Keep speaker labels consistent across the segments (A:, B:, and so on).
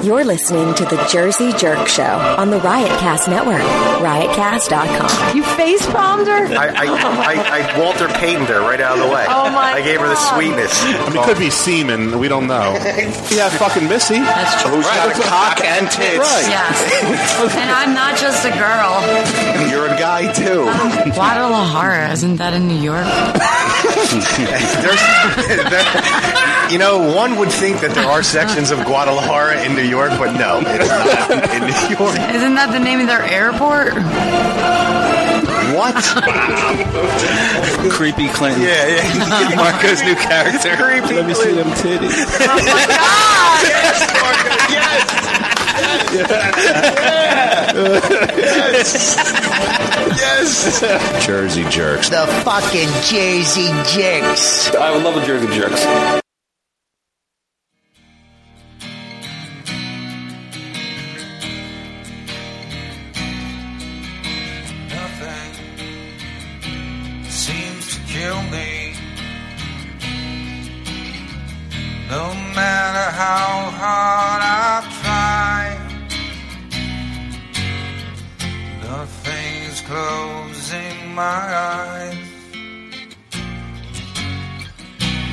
A: You're listening to The Jersey Jerk Show on the Riotcast Network, riotcast.com.
B: You face palmed her?
C: I, I, I, I Walter Paytoned her right out of the way.
B: Oh, my
C: I gave her the
B: God.
C: sweetness. Oh,
D: I mean, it could be semen. We don't know. yeah, fucking Missy.
E: That's true.
C: Who's got a cock and tits?
D: Right.
E: Yes. and I'm not just a girl. Um,
F: You're a guy too.
E: Guadalajara, isn't that in New York?
C: There's, there- you know, one would think that there are sections of Guadalajara in New York, but no, it's not in New York.
E: Isn't that the name of their airport?
C: What?
F: Creepy Clinton.
C: Yeah, yeah.
F: Marco's new character.
C: Creepy. Oh
D: Let me see them titties.
C: Yes. Yes. Yes.
D: Jersey jerks.
G: The fucking Jersey Jerks.
F: I would love a Jersey Jerks.
H: Nothing seems to kill me. No matter how hard I try, nothing's closing my eyes.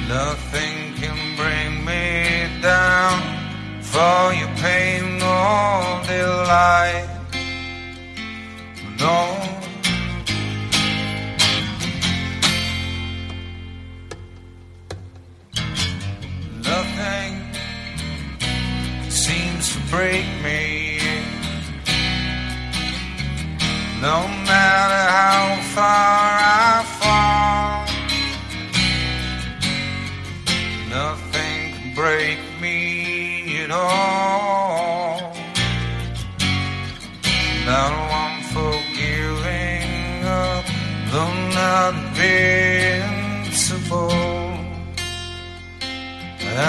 H: Nothing can bring me down, for your pain or delight. No, Nothing seems to break me. No matter how far I fall, nothing can break me at all. Not one for giving up, though not invincible. I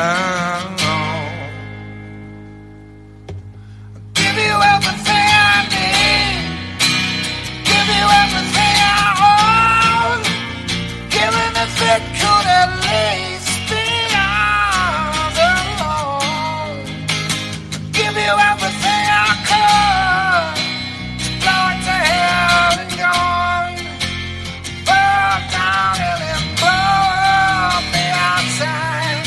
H: Give you everything I need. Give you everything I own. Giving if it could at least be ours alone. Give you everything I could. To blow it to hell and gone. Burn down and then blow up the outside.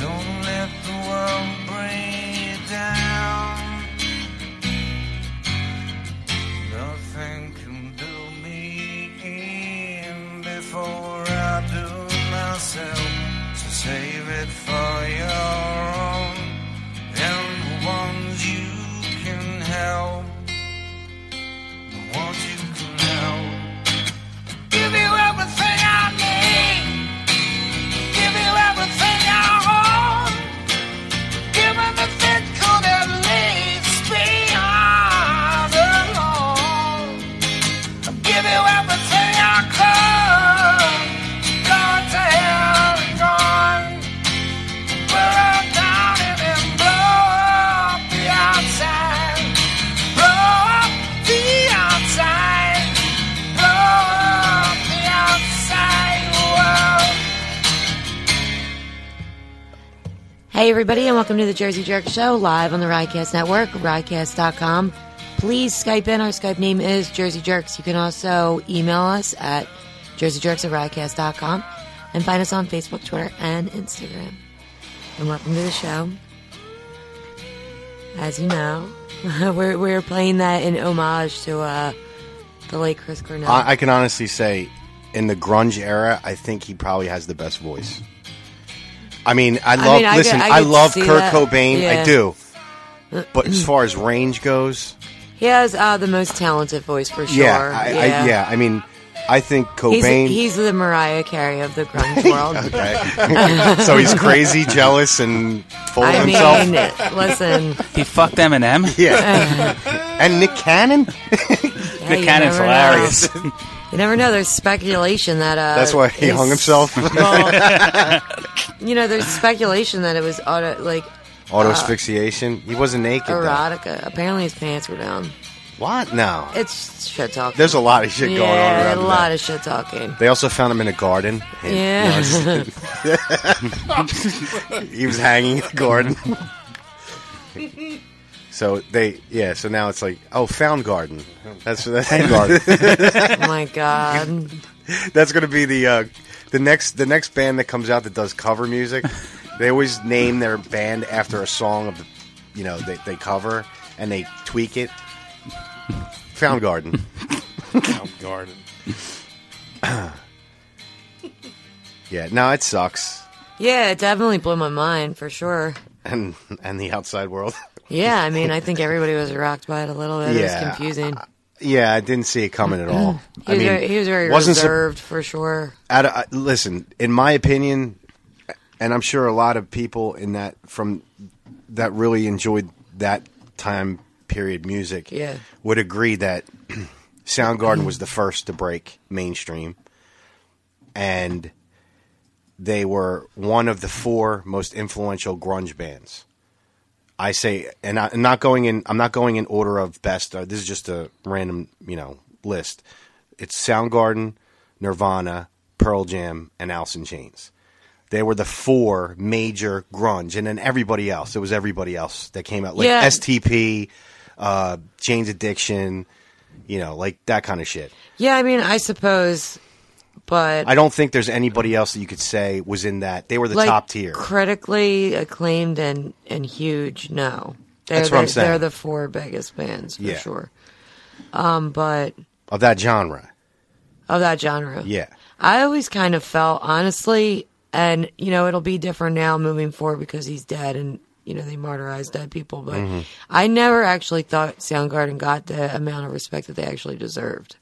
H: Don't let the world bring you down. Nothing can do me in before I do myself. So save it for your own and the ones you can help. The ones you can help. Give you everything I need. Give you everything I own. Given the fit could at least be ours alone. I'd give you everything I could. Gone to hell and gone. Burn down and then blow up the outside. Blow up the outside. Blow up the outside world.
B: Hey, everybody, and welcome to the Jersey Jerk Show live on the Riotcast Network, riotcast.com. Please Skype in. Our Skype name is Jersey Jerks. You can also email us at jerseyjerks at riotcast.com and find us on Facebook, Twitter, and Instagram. And welcome to the show. As you know, we're, we're playing that in homage to uh, the late Chris Cornell.
C: I, I can honestly say, in the grunge era, I think he probably has the best voice. I mean, I love.
B: mean, I could-
C: listen,
B: I
C: I,
B: could
C: love
B: see
C: Kurt
B: that.
C: Cobain.
B: Yeah. Uh, mm.
C: I do. But as far as range goes,
B: he has uh, the most talented voice for sure.
C: yeah, I, I, yeah. I mean, I think
B: He's,
C: Cobain.
B: he's the Mariah Carey of the grunge world.
C: okay. so he's crazy, jealous, and full of
B: I
C: himself.
B: mean, listen.
F: He fucked Eminem.
C: yeah. and Nick Cannon.
B: hey, you
F: cannon's
B: never
F: hilarious.
B: know. You never know. There's speculation that uh,
C: That's why he
B: he's-
C: hung himself.
B: Well, You know, there's speculation that it was auto, like
C: Auto asphyxiation. He wasn't naked. though.
B: erotica. Apparently, his pants were down.
C: What? No.
B: It's shit talking.
C: There's a lot of shit
B: yeah,
C: going on around
B: a
C: that.
B: lot of shit talking.
C: They also found him in a garden. And, you know,
B: Yeah.
C: it's- he was hanging in the garden. so they, yeah. So now it's like, oh, found garden. That's that's
B: oh my god.
C: that's gonna be the uh, the next the next band that comes out that does cover music. They always name their band after a song of, the, you know, they, they cover and they tweak it. Found garden.
D: Garden.
C: Yeah. No, it sucks.
B: Yeah, it definitely blew my mind for sure.
C: And and the outside world.
B: Yeah, I mean, I think everybody was rocked by it a little bit. It
C: Yeah.
B: was confusing.
C: Yeah, I didn't see it coming at all.
B: He was, very, he was very
C: wasn't sur-
B: reserved for sure.
C: out of, uh, listen, in my opinion, and I'm sure a lot of people in that from that really enjoyed that time period music
B: Yeah.
C: would agree that Soundgarden was the first to break mainstream, and they were one of the four most influential grunge bands. I say, and I, am not going in. I'm not going in order of best. Uh, this is just a random, you know, list. It's Soundgarden, Nirvana, Pearl Jam, and Alice in Chains. They were the four major grunge, and then everybody else. It was everybody else that came out, like
B: Yeah.
C: STP, uh, Jane's Addiction, you know, like that kind of shit.
B: Yeah, I mean, I suppose, but
C: I don't think there's anybody else that you could say was in that. They were the
B: like
C: top tier.
B: critically acclaimed and and huge. No, they're
C: That's
B: the,
C: what I'm saying.
B: They're the four biggest bands for
C: Yeah.
B: sure. Um, but
C: of that genre.
B: of that genre,
C: Yeah.
B: I always kind of felt honestly, and you know, it'll be different now moving forward because he's dead and you know, they martyrize dead people, but
C: Mm-hmm.
B: I never actually thought Soundgarden got the amount of respect that they actually deserved.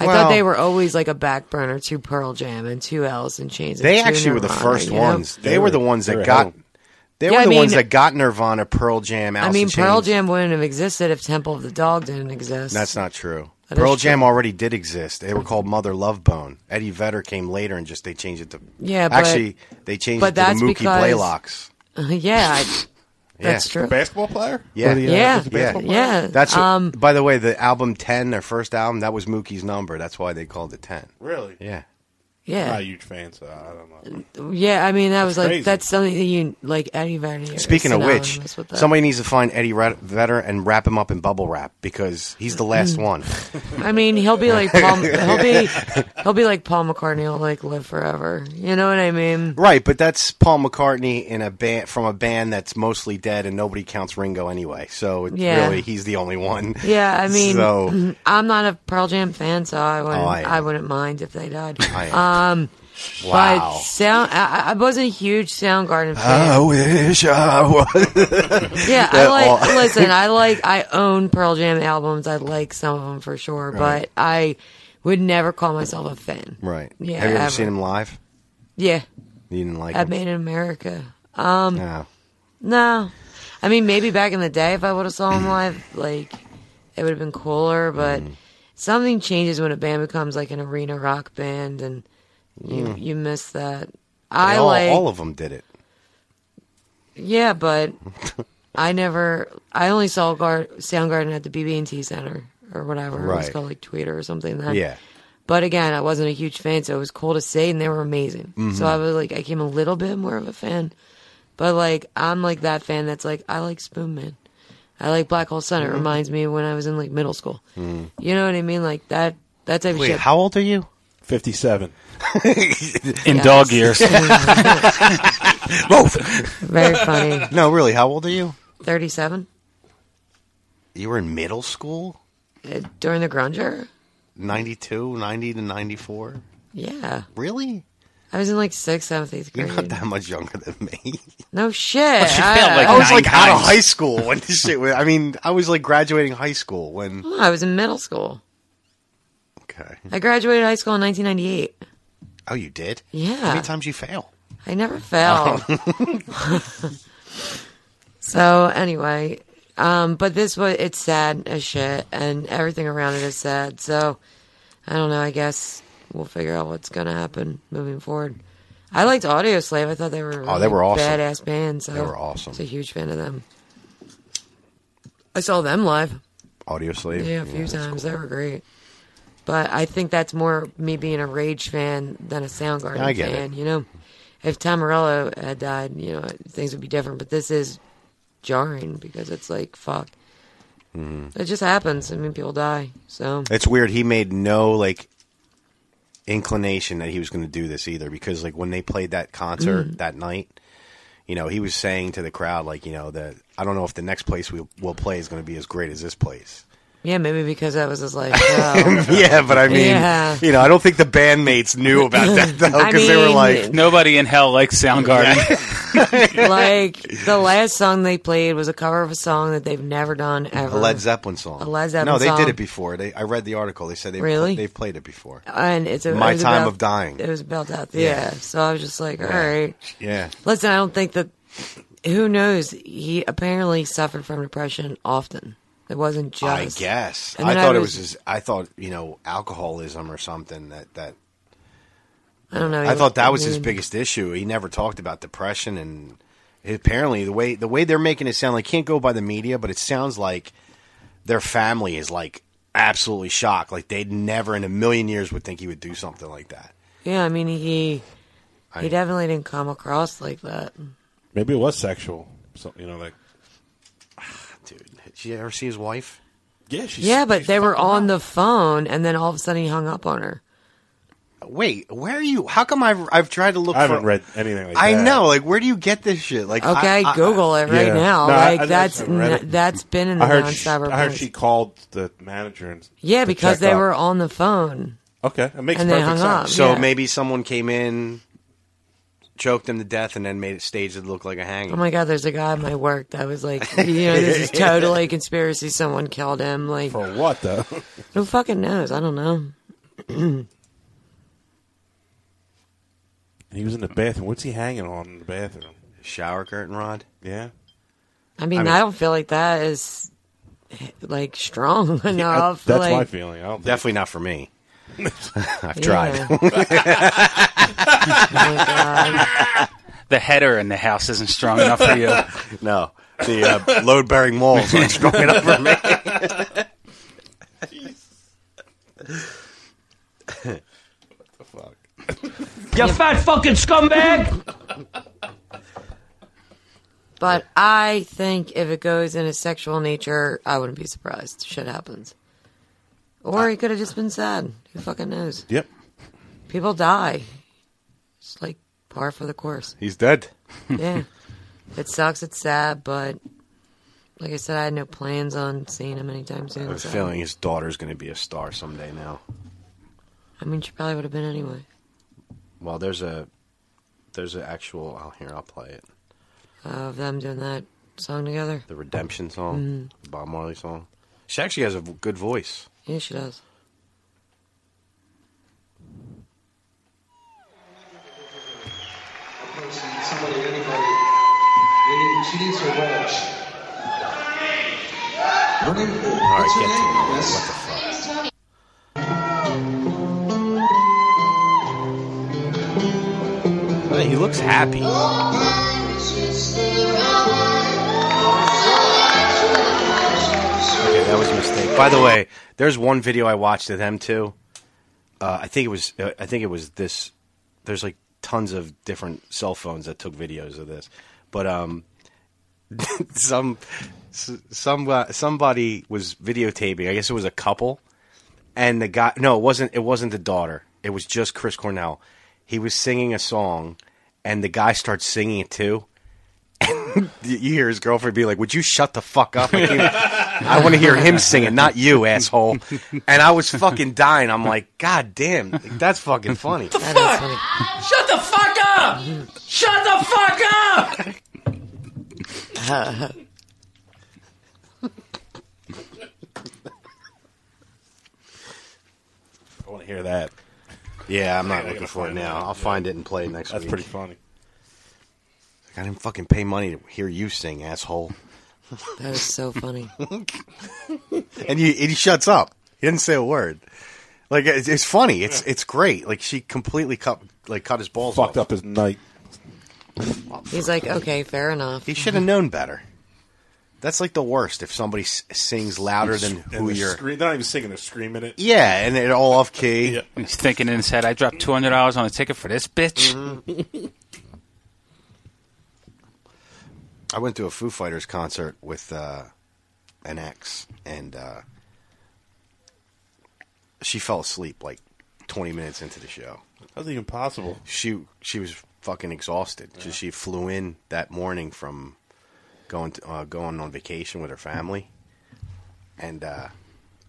B: I
C: Well-
B: thought they were always like a back burner to Pearl Jam and to Alice in Chains. and
C: They
B: to
C: actually were the
B: Nirvana,
C: first
B: you know?
C: ones. They, were, the ones
D: they
C: that
D: were
C: got.
D: home.
C: They
B: Yeah,
C: were
B: I
C: the
B: mean-
C: ones that got Nirvana, Pearl Jam, Alice
B: I mean,
C: in
B: Pearl
C: Chains.
B: Jam wouldn't have existed if Temple of the Dog didn't exist.
C: That's not true.
B: is
C: Pearl Jam
B: true.
C: already did exist. They were called Mother Love Bone. Eddie Vedder came later and just they changed it to.
B: Yeah, but-
C: actually, they changed
B: but
C: it to the
B: that's
C: Mookie
B: because-
C: Blaylocks.
B: yeah, I- that's
C: yeah.
B: true.
D: Basketball player?
C: Yeah.
D: Or the, uh,
B: Yeah,
D: was it
B: yeah,
D: basketball player?
B: yeah.
C: That's
B: um,
C: by the way, the album Ten, their first album, that was Mookie's number. That's why they called it Ten.
D: Really?
C: Yeah.
D: I'm not a
B: yeah,
D: huge fan, so I don't know.
B: yeah. I mean, that was like
D: crazy.
B: that's something that you like Eddie Vedder. is
C: Speaking of which,
B: synonymous with that.
C: somebody needs to find Eddie Ra- Vedder and wrap him up in bubble wrap because he's the last
B: Mm.
C: one.
B: I mean, he'll be like Paul. he'll be he'll be like Paul McCartney. He'll like live forever. You know what I mean?
C: Right, but that's Paul McCartney in a band from a band that's mostly dead and nobody counts Ringo anyway. So it's
B: Yeah.
C: really he's the only one.
B: Yeah, I mean,
C: So-
B: I'm not a Pearl Jam fan, so I wouldn't.
C: Oh, I
B: I,
C: am.
B: wouldn't mind if they died.
C: I
B: um,
C: Wow. Ah.
B: but sound. I, I- I wasn't a huge Soundgarden fan.
C: wish I was.
B: Yeah, I like.
C: all.
B: listen, I like. I own Pearl Jam albums. I like some of them for sure, but I would never call myself a fan.
C: Right.
B: Yeah,
C: Have you ever,
B: ever.
C: seen him live?
B: Yeah,
C: You didn't like
B: at
C: him?
B: Made in America.
C: No.
B: No, I mean maybe back in the day if I would have saw him live, like it would have been cooler. But
C: Mm.
B: something changes when a band becomes like an arena rock band, and you you miss that. I
C: all,
B: like
C: all of them did it.
B: yeah, but I never. I only saw Gar- Soundgarden at the BB&T Center or whatever it was
C: Right.
B: called, like Tweeter or something. Then.
C: Yeah.
B: But again, I wasn't a huge fan, so it was cool to see, and they were amazing.
C: Mm-hmm.
B: So I was like, I came a little bit more of a fan. But like, I'm like that fan that's like, I like Spoon Man. I like Black Hole
C: Mm-hmm.
B: Sun. It reminds me of when I was in like middle school. You know what I mean? Like that, that type of
C: Wait,
B: shit.
C: how old are you?
D: 57.
F: In dog years.
B: Very funny.
C: No, really, how old are you?
B: 37
C: You were in middle school?
B: Uh, during the grunge era?
C: 92, 90 to 94?
B: Yeah.
C: Really?
B: I was in like sixth, seventh, eighth
C: You're
B: grade.
C: not Oh, that much younger than me.
B: No shit. I,
F: failed, like,
B: I was,
F: nine
C: like out of
F: times.
C: high school when this shit was. I mean, I was like graduating high school when.
B: I was in middle school.
C: Okay.
B: I graduated high school in 1998.
C: Oh, you did?
B: Yeah.
C: How many times you fail?
B: I never fell.
C: Oh.
B: so anyway, um, but this was it's sad as shit, and everything around it is sad. So I don't know. I guess we'll figure out what's gonna happen moving forward. I liked Audio Slave. I thought they were a
C: Oh, they were
B: really
C: awesome.
B: badass band. So
C: They were awesome.
B: I was a huge fan of them. I saw them live.
C: Audio Slave.
B: Yeah, a few times. They were great. But I think that's more me being a Rage fan than a Soundgarden
C: I get it.
B: fan, you know? If Tom Morello had died, you know, things would be different. But this is jarring because it's like, fuck.
C: Mm-hmm.
B: It just happens. I mean, people die. So,
C: It's weird. He made no like inclination that he was going to do this either, because like when they played that concert
B: Mm.
C: that night, you know, he was saying to the crowd like, you know, that I don't know if the next place we will play is going to be as great as this place.
B: yeah, maybe because I was just like, wow.
C: yeah, but I mean,
B: Yeah.
C: you know, I don't think the bandmates knew about that though,
B: I
C: because they were
B: mean,
C: like,
F: Nobody in hell likes Soundgarden.
B: like, the last song they played was a cover of a song that they've never done ever.
C: a Led Zeppelin song.
B: A Led Zeppelin
C: No, they
B: song.
C: did it before. They, I read the article. They said they
B: Really?
C: they've played it before.
B: and it's a,
C: My
B: it was
C: Time
B: about-
C: of Dying.
B: It was about death, yeah. So I was just like, all right.
C: Yeah,
B: Listen, I don't think that. Who knows? He apparently suffered from depression often. It wasn't just.
C: I guess.
B: And
C: I
B: then I
C: thought it
B: was-
C: was. His, I thought you know alcoholism or something that that
B: I don't know.
C: I thought that was his
B: mean,
C: biggest issue. He never talked about depression, and apparently the way the way they're making it sound like can't go by the media, but it sounds like their family is like absolutely shocked. Like they would never in a million years would think he would do something like that.
B: Yeah, I mean he.
C: I-
B: He definitely didn't come across like that.
I: Maybe it was sexual. Something, you know, like
C: Dude, did you ever see his wife?
I: yeah, she's
B: Yeah, but
I: she's
B: they were
I: fucking
B: on
I: hot.
B: the phone, and then all of a sudden he hung up on her.
C: Wait, where are you? How come I've I've tried to look?
I: I haven't
C: for,
I: read anything like
C: I
I: that.
C: know. Like, where do you get this shit? Like, I-
B: Okay,
C: I-
B: Google it right
I: yeah.
B: now.
I: No, I-
B: like
I: I- I
B: that's
I: haven't read
B: n-
I: it.
B: that's been in the
I: I heard,
B: non
I: she, I heard she called the manager and
B: Yeah,
I: to
B: because
I: check
B: they
I: up.
B: were on the phone.
I: okay. It makes
B: and they
I: perfect
B: hung up.
I: sense.
C: So
B: Yeah.
C: maybe someone came in, choked him to death, and then made it staged to look like a hanging.
B: Oh my god, there's a guy at my work that was like, you know, this is totally a conspiracy. Someone killed him. Like,
I: For what though?
B: Who fucking knows? I don't know.
I: he was in the bathroom. What's he hanging on in the bathroom?
C: Shower curtain rod.
I: Yeah.
B: I mean, I,
C: mean-
B: don't feel like that is like strong
I: I-
B: enough.
I: that's
B: like,
I: my feeling. I don't think
C: Definitely not for me. I've
B: yeah.
C: tried.
B: oh my god!
F: the header in the house isn't strong enough for you.
C: No, the uh, load bearing walls aren't strong enough for me.
B: But I think if it goes in a sexual nature, I wouldn't be surprised. Shit happens. Or he could have just been sad. Who fucking knows?
I: Yep.
B: People die. It's like par for the course.
C: He's dead.
B: Yeah. it sucks. It's sad, but like I said, I had no plans on seeing him anytime soon.
C: I have a
B: so-
C: feeling his daughter's going to be a star someday now.
B: I mean, she probably would have been anyway.
C: Well, there's a there's an actual. Oh, here I'll play it.
B: Of them doing that song together.
C: The Redemption song,
B: Mm-hmm.
C: Bob Marley song. She actually has a v- good voice.
B: Yeah, she does.
J: somebody, anybody, reading cheese or Welsh? Her name,
C: All
J: what's
C: right,
J: her
C: get to
J: name?
C: it.
J: Yes.
C: What the fuck? Hey, he looks happy. Okay, that was a mistake. By the way, there's one video I watched of them too. Uh, I think it was. Uh, I think it was this. There's like tons of different cell phones that took videos of this, but um, some s- some uh, somebody was videotaping. I guess it was a couple, and the guy. No, it wasn't. It wasn't the daughter. It was just Chris Cornell. He was singing a song, and the guy starts singing it too. And you hear his girlfriend be like, "Would you shut the fuck up?" I can't- I want to hear him singing, not you, asshole. And I was fucking dying. I'm like, God damn, like, that's fucking funny.
B: That is funny. Mm-hmm.
I: I want to hear that.
C: Yeah, I'm not looking for it now. I'll find it and play it next
I: That's
C: week.
I: pretty funny.
C: I didn't fucking pay money to hear you sing, asshole.
B: That is so funny.
C: and he, and he shuts up. He didn't say a word. Like it's, it's funny. It's it's great. Like she completely cut like cut his balls
I: Fucked
C: off.
I: up his night.
B: He's like, okay, fair enough.
C: He should have known better. That's like the worst if somebody s- sings louder than
I: And
C: who
I: they're
C: you're.
I: scre- they're not even singing. They're screaming it.
C: Yeah, and it all off key.
F: He's thinking in his head, I dropped two hundred dollars on a ticket for this bitch.
C: I went to a Foo Fighters concert with uh, an ex, and uh, she fell asleep like 20 minutes into the show.
I: That's even possible.
C: She she was fucking exhausted. She- She flew in that morning from going to, uh, going on vacation with her family, and uh,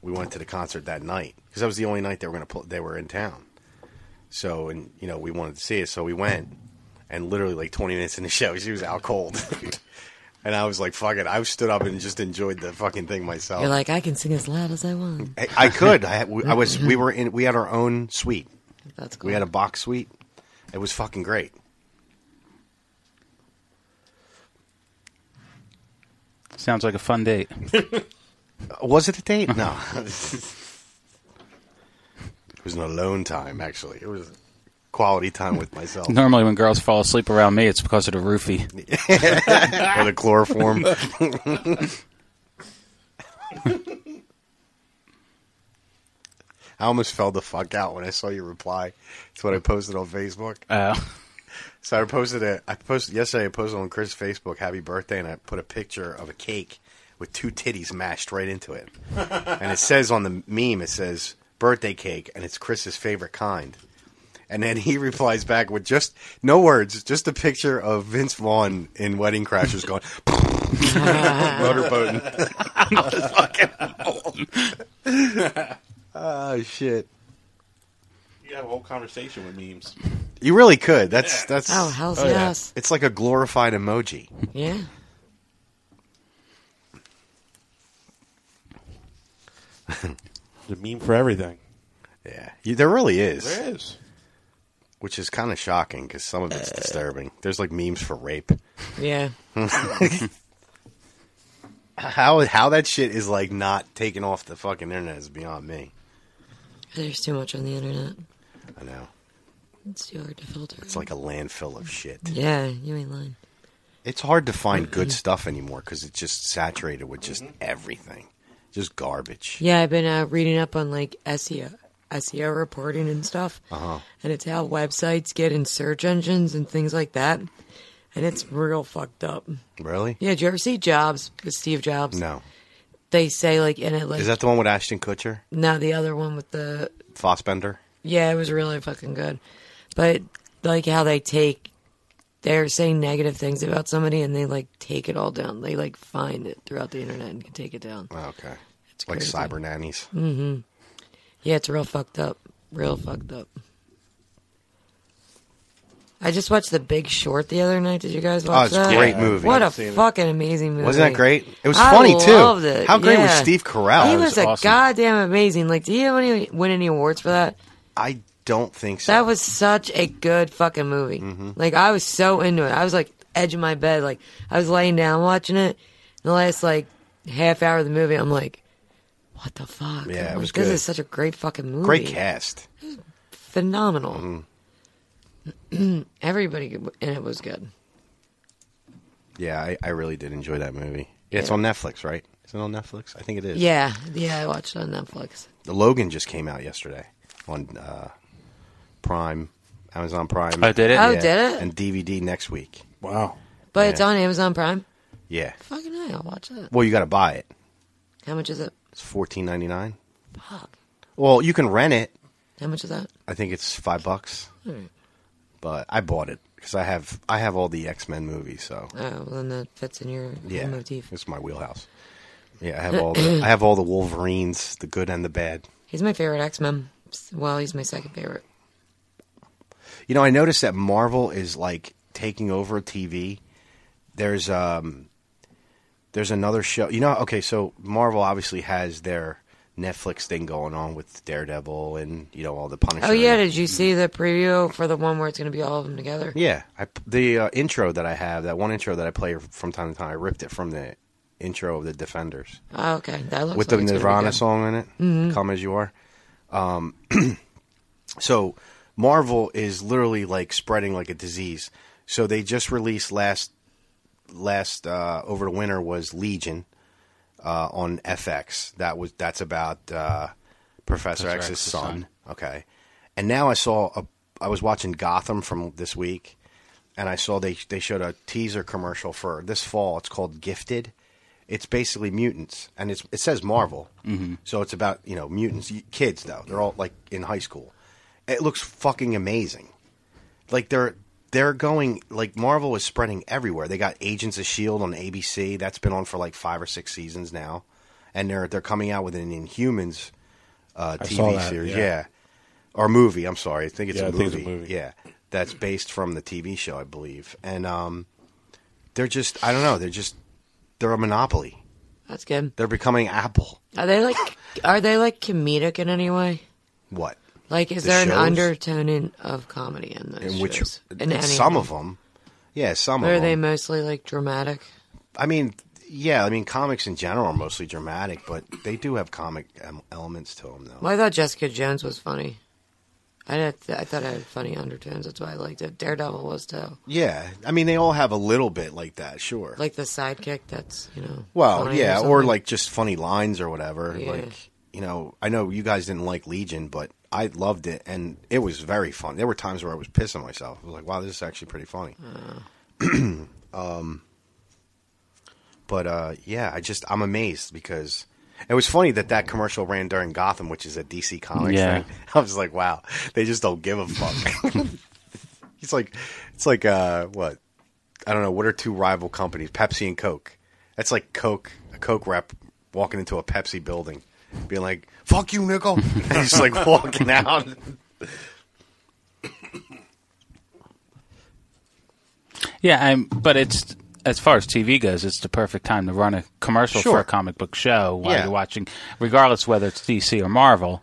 C: we went to the concert that night because that was the only night they were gonna pl- they were in town. So and you know we wanted to see it, so we went, and literally like 20 minutes in the show, she was out cold. And I was like, "Fuck it!" I stood up and just enjoyed the fucking thing myself.
B: You're like, I can sing as loud as I want.
C: I, I could. I, had- we- I was. We were in. We had our own suite.
B: That's cool.
C: We had a box suite. It was fucking great.
F: Sounds like a fun date.
C: Was it a date? No. it was an alone time, actually. It was quality time with myself.
F: Normally, when girls fall asleep around me, it's because of the roofie.
C: or the chloroform. I almost fell the fuck out when I saw your reply to what I posted on Facebook.
F: Uh,
C: So I posted a, I posted yesterday. I posted on Chris' Facebook, "Happy Birthday," and I put a picture of a cake with two titties mashed right into it. and it says on the meme, it says "birthday cake," and it's Chris's favorite kind. And then he replies back with just no words, just a picture of Vince Vaughn in Wedding Crashers going motorboating. oh shit!
I: You have a whole conversation with memes.
C: You really could. That's that's.
B: Oh, hell's
I: Oh, yeah.
B: yes.
C: It's like a glorified emoji.
B: Yeah.
I: The meme for everything.
C: Yeah, You- there really is.
I: There is.
C: which is kind of shocking because some of it's disturbing. There's like memes for rape.
B: Yeah.
C: How how that shit is like not taken off the fucking internet is beyond me.
B: There's too much on the internet.
C: I know
B: It's too hard to filter.
C: it's like a landfill of shit.
B: Yeah, you ain't lying.
C: It's hard to find good stuff anymore because it's just saturated with just everything, just garbage.
B: Yeah, I've been uh, reading up on like E SEO, SEO reporting and stuff, and it's how websites get in search engines and things like that, and it's real fucked up.
C: Really?
B: Yeah, did you ever see Jobs with Steve Jobs?
C: No.
B: They say like in it like
C: Is that the one with Ashton Kutcher,
B: no the other one with the
C: Fossbender?
B: yeah it was really fucking good, but like how they take they're saying negative things about somebody and they like take it all down. They like find it throughout the internet and can take it down.
C: Oh, Okay.
B: It's
C: Like
B: crazy. Mm.
C: cyber nannies.
B: Yeah, it's real fucked up. Real fucked up. I just watched The Big Short the other night. Did you guys watch
C: Oh, it's a
B: that?
C: great movie.
B: What a
C: I've
B: fucking amazing movie!
C: Wasn't that great? It was
B: I
C: funny too.
B: loved it.
C: How great was
B: Yeah.
C: Steve Carell?
B: he
F: was
B: was, a
F: awesome.
B: goddamn amazing. Like, do you have any win any awards for that?
C: I don't think so.
B: That was such a good fucking movie.
C: Mm-hmm.
B: Like, I was so into it. I was like edge of my bed. Like, I was laying down watching it. The last like half hour of the movie, I'm like, what the fuck?
C: Yeah, it
B: Like,
C: was
B: this
C: good.
B: is such a great fucking movie
C: great cast.
B: phenomenal.
C: Mm-hmm.
B: Everybody in it was good.
C: Yeah, I, I really did enjoy that movie. Yeah, it's
B: Yeah.
C: on Netflix, right? Is it on Netflix? I think it is.
B: Yeah, yeah, I watched it on Netflix.
C: The Logan just came out yesterday on uh, Prime, Amazon Prime.
F: I did it.
B: Oh, did it?
C: And DVD next week.
I: Wow.
B: But it's
C: Yeah.
B: on Amazon Prime.
C: Yeah.
B: Fucking hell, I'll watch that.
C: Well, you got to buy it.
B: How much is it?
C: It's fourteen ninety nine.
B: Fuck.
C: Well, you can rent it.
B: How much is that?
C: I think it's five bucks.
B: Hmm.
C: But I bought it because I have I have all the X Men movies. So
B: Oh, well, then that fits in your
C: yeah,
B: motif.
C: it's my wheelhouse. Yeah, I have all the I have all the Wolverines, the good and the bad.
B: He's my favorite X Men. Well, he's my second favorite.
C: You know, I noticed that Marvel is like taking over TV. There's um there's another show. You know, okay, so Marvel obviously has their Netflix thing going on with Daredevil and you know all the Punisher.
B: Oh yeah, did you see the preview for the one where it's going to be all of them together?
C: yeah, I, the uh, intro that I have, that one intro that I play from time to time, I ripped it from the intro of the Defenders
B: Oh, okay, that looks
C: with
B: like
C: the
B: it's gonna be Mm-hmm.
C: Nirvana
B: good.
C: song in it, "Come as You Are." Um, so Marvel is literally like spreading like a disease. So they just released last last uh, over the winter was Legion uh, on FX. That was that's about uh, Professor,
K: Professor
C: X's
K: X's
C: son.
K: son.
C: Okay, and now I saw a, I was watching Gotham from this week, and I saw they they showed a teaser commercial for this fall. It's called Gifted. It's basically mutants, and it's it says Marvel.
K: Mm-hmm.
C: So it's about you know mutants, y- kids though. They're all like in high school. It looks fucking amazing. Like they're they're going like Marvel is spreading everywhere. They got Agents of Shield E on ABC. That's been on for like five or six seasons now, and they're they're coming out with an Inhumans uh,
I: I saw
C: TV
I: that,
C: series.
I: yeah.
C: Yeah. or movie. I'm sorry. I think it's
I: Yeah,
C: a
I: I
C: movie.
I: think it's a movie.
C: Yeah, that's based from the TV show, I believe. And um, they're just I don't know. They're just they're a monopoly.
B: That's good.
C: They're becoming Apple.
B: Are they like are they like comedic in any way?
C: What?
B: Like, is
C: The
B: there
C: shows?
B: an undertone in, of comedy in those
C: in which
B: shows?
C: in
B: any
C: some of them, yeah, some
B: Or Are
C: of
B: they
C: them.
B: mostly like dramatic?
C: I mean, yeah, I mean, comics in general are mostly dramatic, but they do have comic em- elements to them, though.
B: Well, I thought Jessica Jones was funny. I did, I thought it had funny undertones. That's why I liked it. Daredevil was too.
C: Yeah, I mean, they all have a little bit like that, sure.
B: Like the sidekick. That's you know.
C: well,
B: funny
C: yeah,
B: or,
C: or
B: something.
C: like just funny lines or whatever.
B: Yeah.
C: Like you know, I know you guys didn't like Legion, but I loved it, and it was very fun. There were times where I was pissing myself. I was like, wow, this is actually pretty
B: Hmm.
C: funny. um, but uh, yeah, I just I'm amazed because it was funny that that commercial ran during Gotham, which is a DC Comics
F: Yeah.
C: thing. I was like, wow, they just don't give a fuck. it's like it's like uh, what I don't know. What are two rival companies? Pepsi and Coke. That's like Coke a Coke rep walking into a Pepsi building, being like, "Fuck you, nickel," and he's like walking out.
F: Yeah, I'm, but it's as far as TV goes, it's the perfect time to run a commercial for
B: Sure.
F: a comic book show while
B: Yeah.
F: you're watching, regardless whether it's DC or Marvel.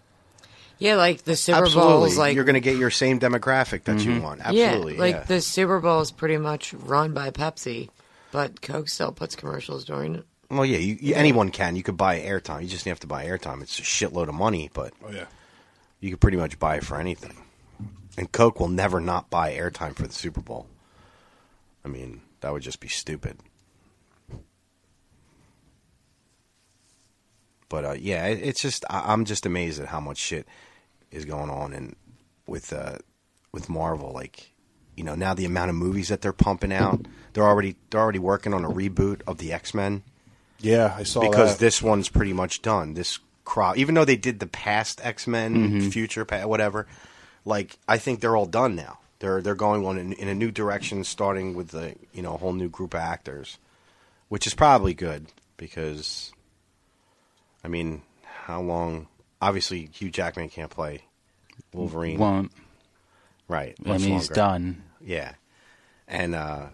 B: yeah, like the Super Bowl
C: Absolutely,
B: is like
C: you're going to get your same demographic that you
F: Mhm.
C: want. Absolutely,
B: yeah, like
C: yeah.
B: the Super Bowl is pretty much run by Pepsi, but Coke still puts commercials during it.
C: Well, yeah, you, you, anyone can. You could buy airtime. You just have to buy airtime. It's a shitload of money, but
I: Oh yeah.
C: you could pretty much buy it for anything. And Coke will never not buy airtime for the Super Bowl. I mean, that would just be stupid. But uh, yeah, it, it's just I, I'm just amazed at how much shit is going on and with uh, with Marvel. Like, you know, now the amount of movies that they're pumping out, they're already they're already working on a reboot of the X Men
I: Yeah, I saw
C: because
I: that.
C: this one's pretty much done. This crop, even though they did the past X Men,
F: Mm-hmm.
I: Mhm.
C: future, pa- whatever, like I think they're all done now. They're they're going on in, in a new direction, starting with the you know a whole new group of actors, which is probably good because, I mean, how long? Obviously, Hugh Jackman can't play Wolverine.
F: Won't.
C: Right.
F: I
C: much
F: mean, he's
C: longer.
F: done.
C: Yeah. And uh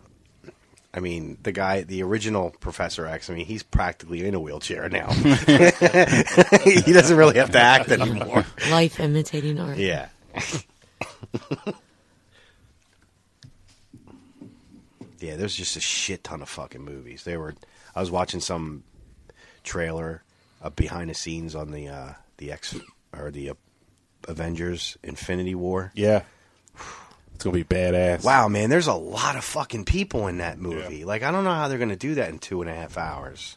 C: I mean, the guy, the original Professor X, I mean, he's practically in a wheelchair now. he doesn't really have to act anymore.
B: Life imitating art.
C: Yeah. yeah, there's just a shit ton of fucking movies. They were I was watching some trailer uh, behind the scenes on the uh the X or the uh, Avengers Infinity War.
I: Yeah. It's gonna be badass.
C: Wow, man, there's a lot of fucking people in that movie. Like, I don't know how they're going to do that in two and a half hours.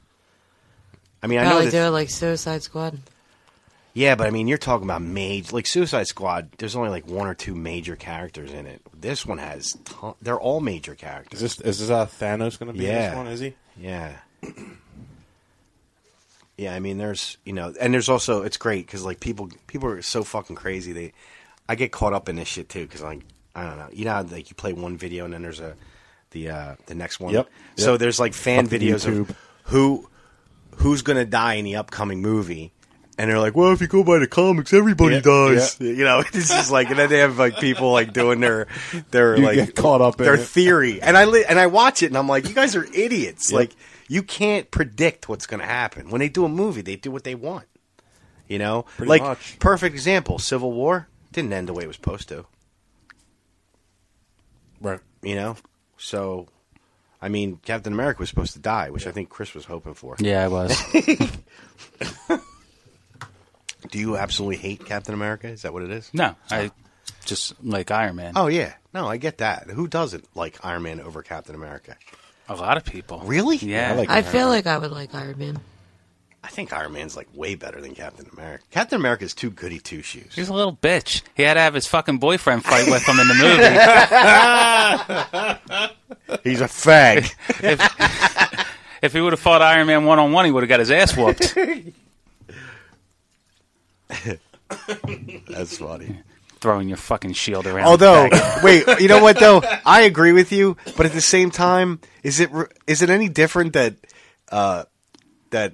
C: I mean, I know
B: Probably
C: that.
B: do it like Suicide Squad.
C: Yeah, but I mean, you're talking about major, like Suicide Squad. There's only like one or two major characters in it. This one has, ton- they're all major characters.
I: Is this is this how Thanos gonna be in this one? Is he?
C: Yeah. Yeah, I mean, there's you know, and there's also it's great because like people people are so fucking crazy. They, I get caught up in this shit too because like I don't know, you know, how, like you play one video and then there's a the uh the next one.
I: Yep.
C: So
I: Yep.
C: there's like fan
I: Fucking
C: videos
I: YouTube.
C: of who who's gonna die in the upcoming movie. And they're like, well, if you go by the comics, everybody
I: Yeah,
C: dies. You know, it's just like, and then they have like people like doing their, their
I: You
C: like
I: get caught up in
C: their
I: it.
C: theory. And I li- and I watch it and I'm like, you guys are idiots.
I: Yep.
C: Like, you can't predict what's going to happen. When they do a movie, they do what they want. You know,
I: Pretty
C: like
I: much.
C: perfect example, Civil War didn't end the way it was supposed to.
I: Right.
C: You know, so I mean, Captain America was supposed to die, which I think Chris was hoping for.
F: Yeah, I was.
C: do you absolutely hate Captain America? Is that what it is?
F: No, I just like Iron Man.
C: Oh yeah, no, I get that. Who doesn't like Iron Man over Captain America?
F: A lot of people.
C: Really?
F: Yeah. I like
C: Uh-huh.
B: I feel like I would like Iron Man.
C: I think Iron Man's like way better than Captain America. Captain America's too goody two shoes.
F: He's a little bitch. He had to have his fucking boyfriend fight with him in the movie.
C: He's a fag.
F: if, if he would have fought Iron Man one on one, he would have got his ass whooped.
C: That's funny.
F: Throwing your fucking shield around.
C: Although,
F: your back.
C: wait, you know what though? I agree with you, but at the same time, is it re- is it any different that uh, that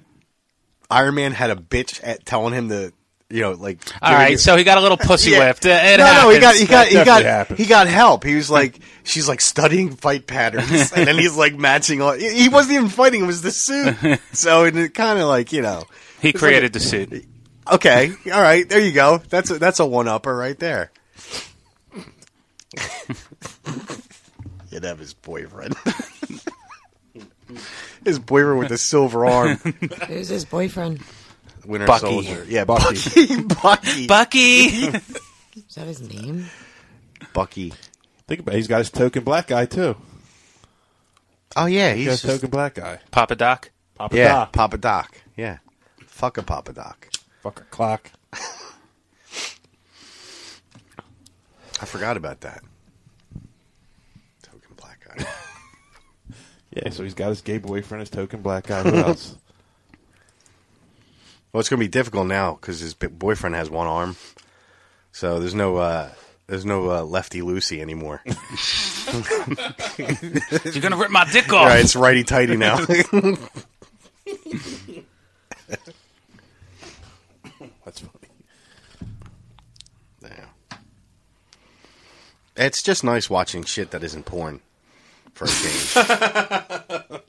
C: Iron Man had a bitch at telling him to, you know, like
F: all right, so he got a little pussy
C: Yeah.
F: whipped. It- it
C: no, no, he got
F: happens.
C: he got he got he got help. He was like, she's like studying fight patterns, and then he's like matching. All, he he wasn't even fighting; it was the suit. So and it kind of like you know,
F: He
C: it's like a-
F: created the suit.
C: Okay, all right, there you go. That's a, that's a one upper right there. He'd have his boyfriend. his boyfriend with the silver arm,
B: Who's his boyfriend?
C: Winter
F: Bucky.
C: Soldier. Yeah,
F: Bucky.
C: Bucky. Bucky.
F: Bucky.
B: Is that his name?
C: Bucky.
I: Think about it. He's got his token black guy, too.
C: Oh yeah,
I: He's
C: he's
I: got his
C: just-
I: token black guy.
F: Papa Doc.
I: Papa
C: yeah,
I: Doc.
C: Papa Doc. Yeah, fuck a Papa Doc.
I: Fucker clock.
C: I forgot about that. Token black guy.
I: Yeah, so he's got his gay boyfriend, his token black guy. Who else?
C: well, it's gonna be difficult now because his b- boyfriend has one arm, so there's no uh, there's no uh, lefty loosey anymore.
F: You're gonna rip my dick off.
C: yeah, it's righty tighty now.
I: That's funny.
C: yeah. It's just nice watching shit that isn't porn for a change.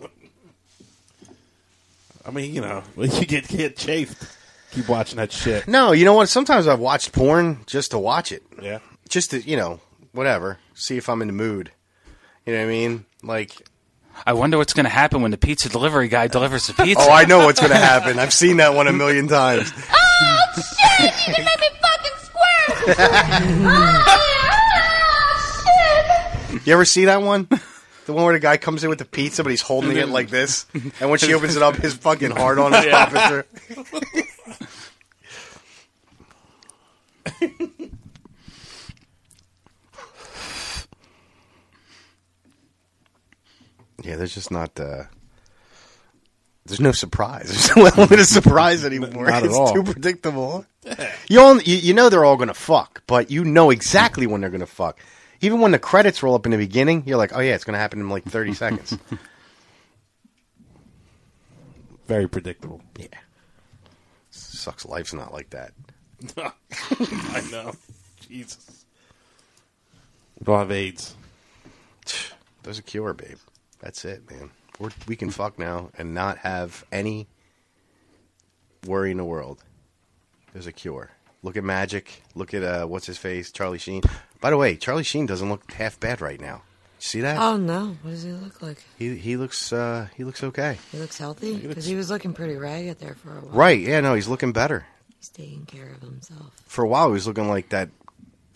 I: I mean, you know, when you get get chafed. Keep watching that shit.
C: no, you know what? Sometimes I've watched porn just to watch it.
I: Yeah.
C: just to you know whatever see if i'm in the mood you know what i mean like
F: I wonder what's gonna happen when the pizza delivery guy delivers the pizza.
C: oh i know what's gonna happen i've seen that one a million times
H: Oh, shit! You didn't let me fucking squirt! oh, shit!
C: you ever see that one the one where the guy comes in with the pizza but he's holding it like this and when she opens it up his fucking heart on is
F: Yeah.
C: popping through Yeah, there's just not. Uh, there's no surprise. There's no element of surprise anymore.
I: Not at
C: it's
I: all.
C: too predictable. You, all, you you know they're all gonna fuck, but you know exactly when they're gonna fuck. Even when the credits roll up in the beginning, you're like, oh yeah, it's gonna happen in like 30 seconds.
I: Very predictable.
C: Yeah, sucks. Life's not like that.
I: I know. Jesus. We don't have AIDS.
C: There's a cure, babe. That's it, man. We're, we can fuck now and not have any worry in the world. There's a cure. Look at Magic. Look at uh, what's his face, Charlie Sheen. By the way, Charlie Sheen doesn't look half bad right now. You see that?
B: Oh no! What does he look like?
C: He he looks uh, he looks okay.
B: He looks healthy because he was looking pretty ragged there for a while.
C: Right? Yeah. No, he's looking better.
B: He's taking care of himself.
C: For a while, he was looking like that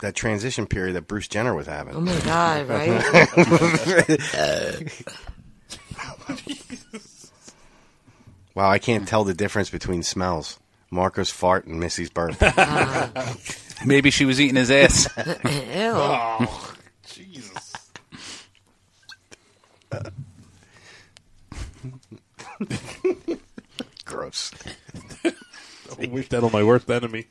C: that transition period that Bruce Jenner was having.
B: Oh my god! Right?
C: Wow, I can't tell the difference between smells. Marco's fart and Missy's burp.
F: Maybe she was eating his ass.
B: Ew.
I: Jesus.
C: Gross.
I: I wish that on my worst enemy.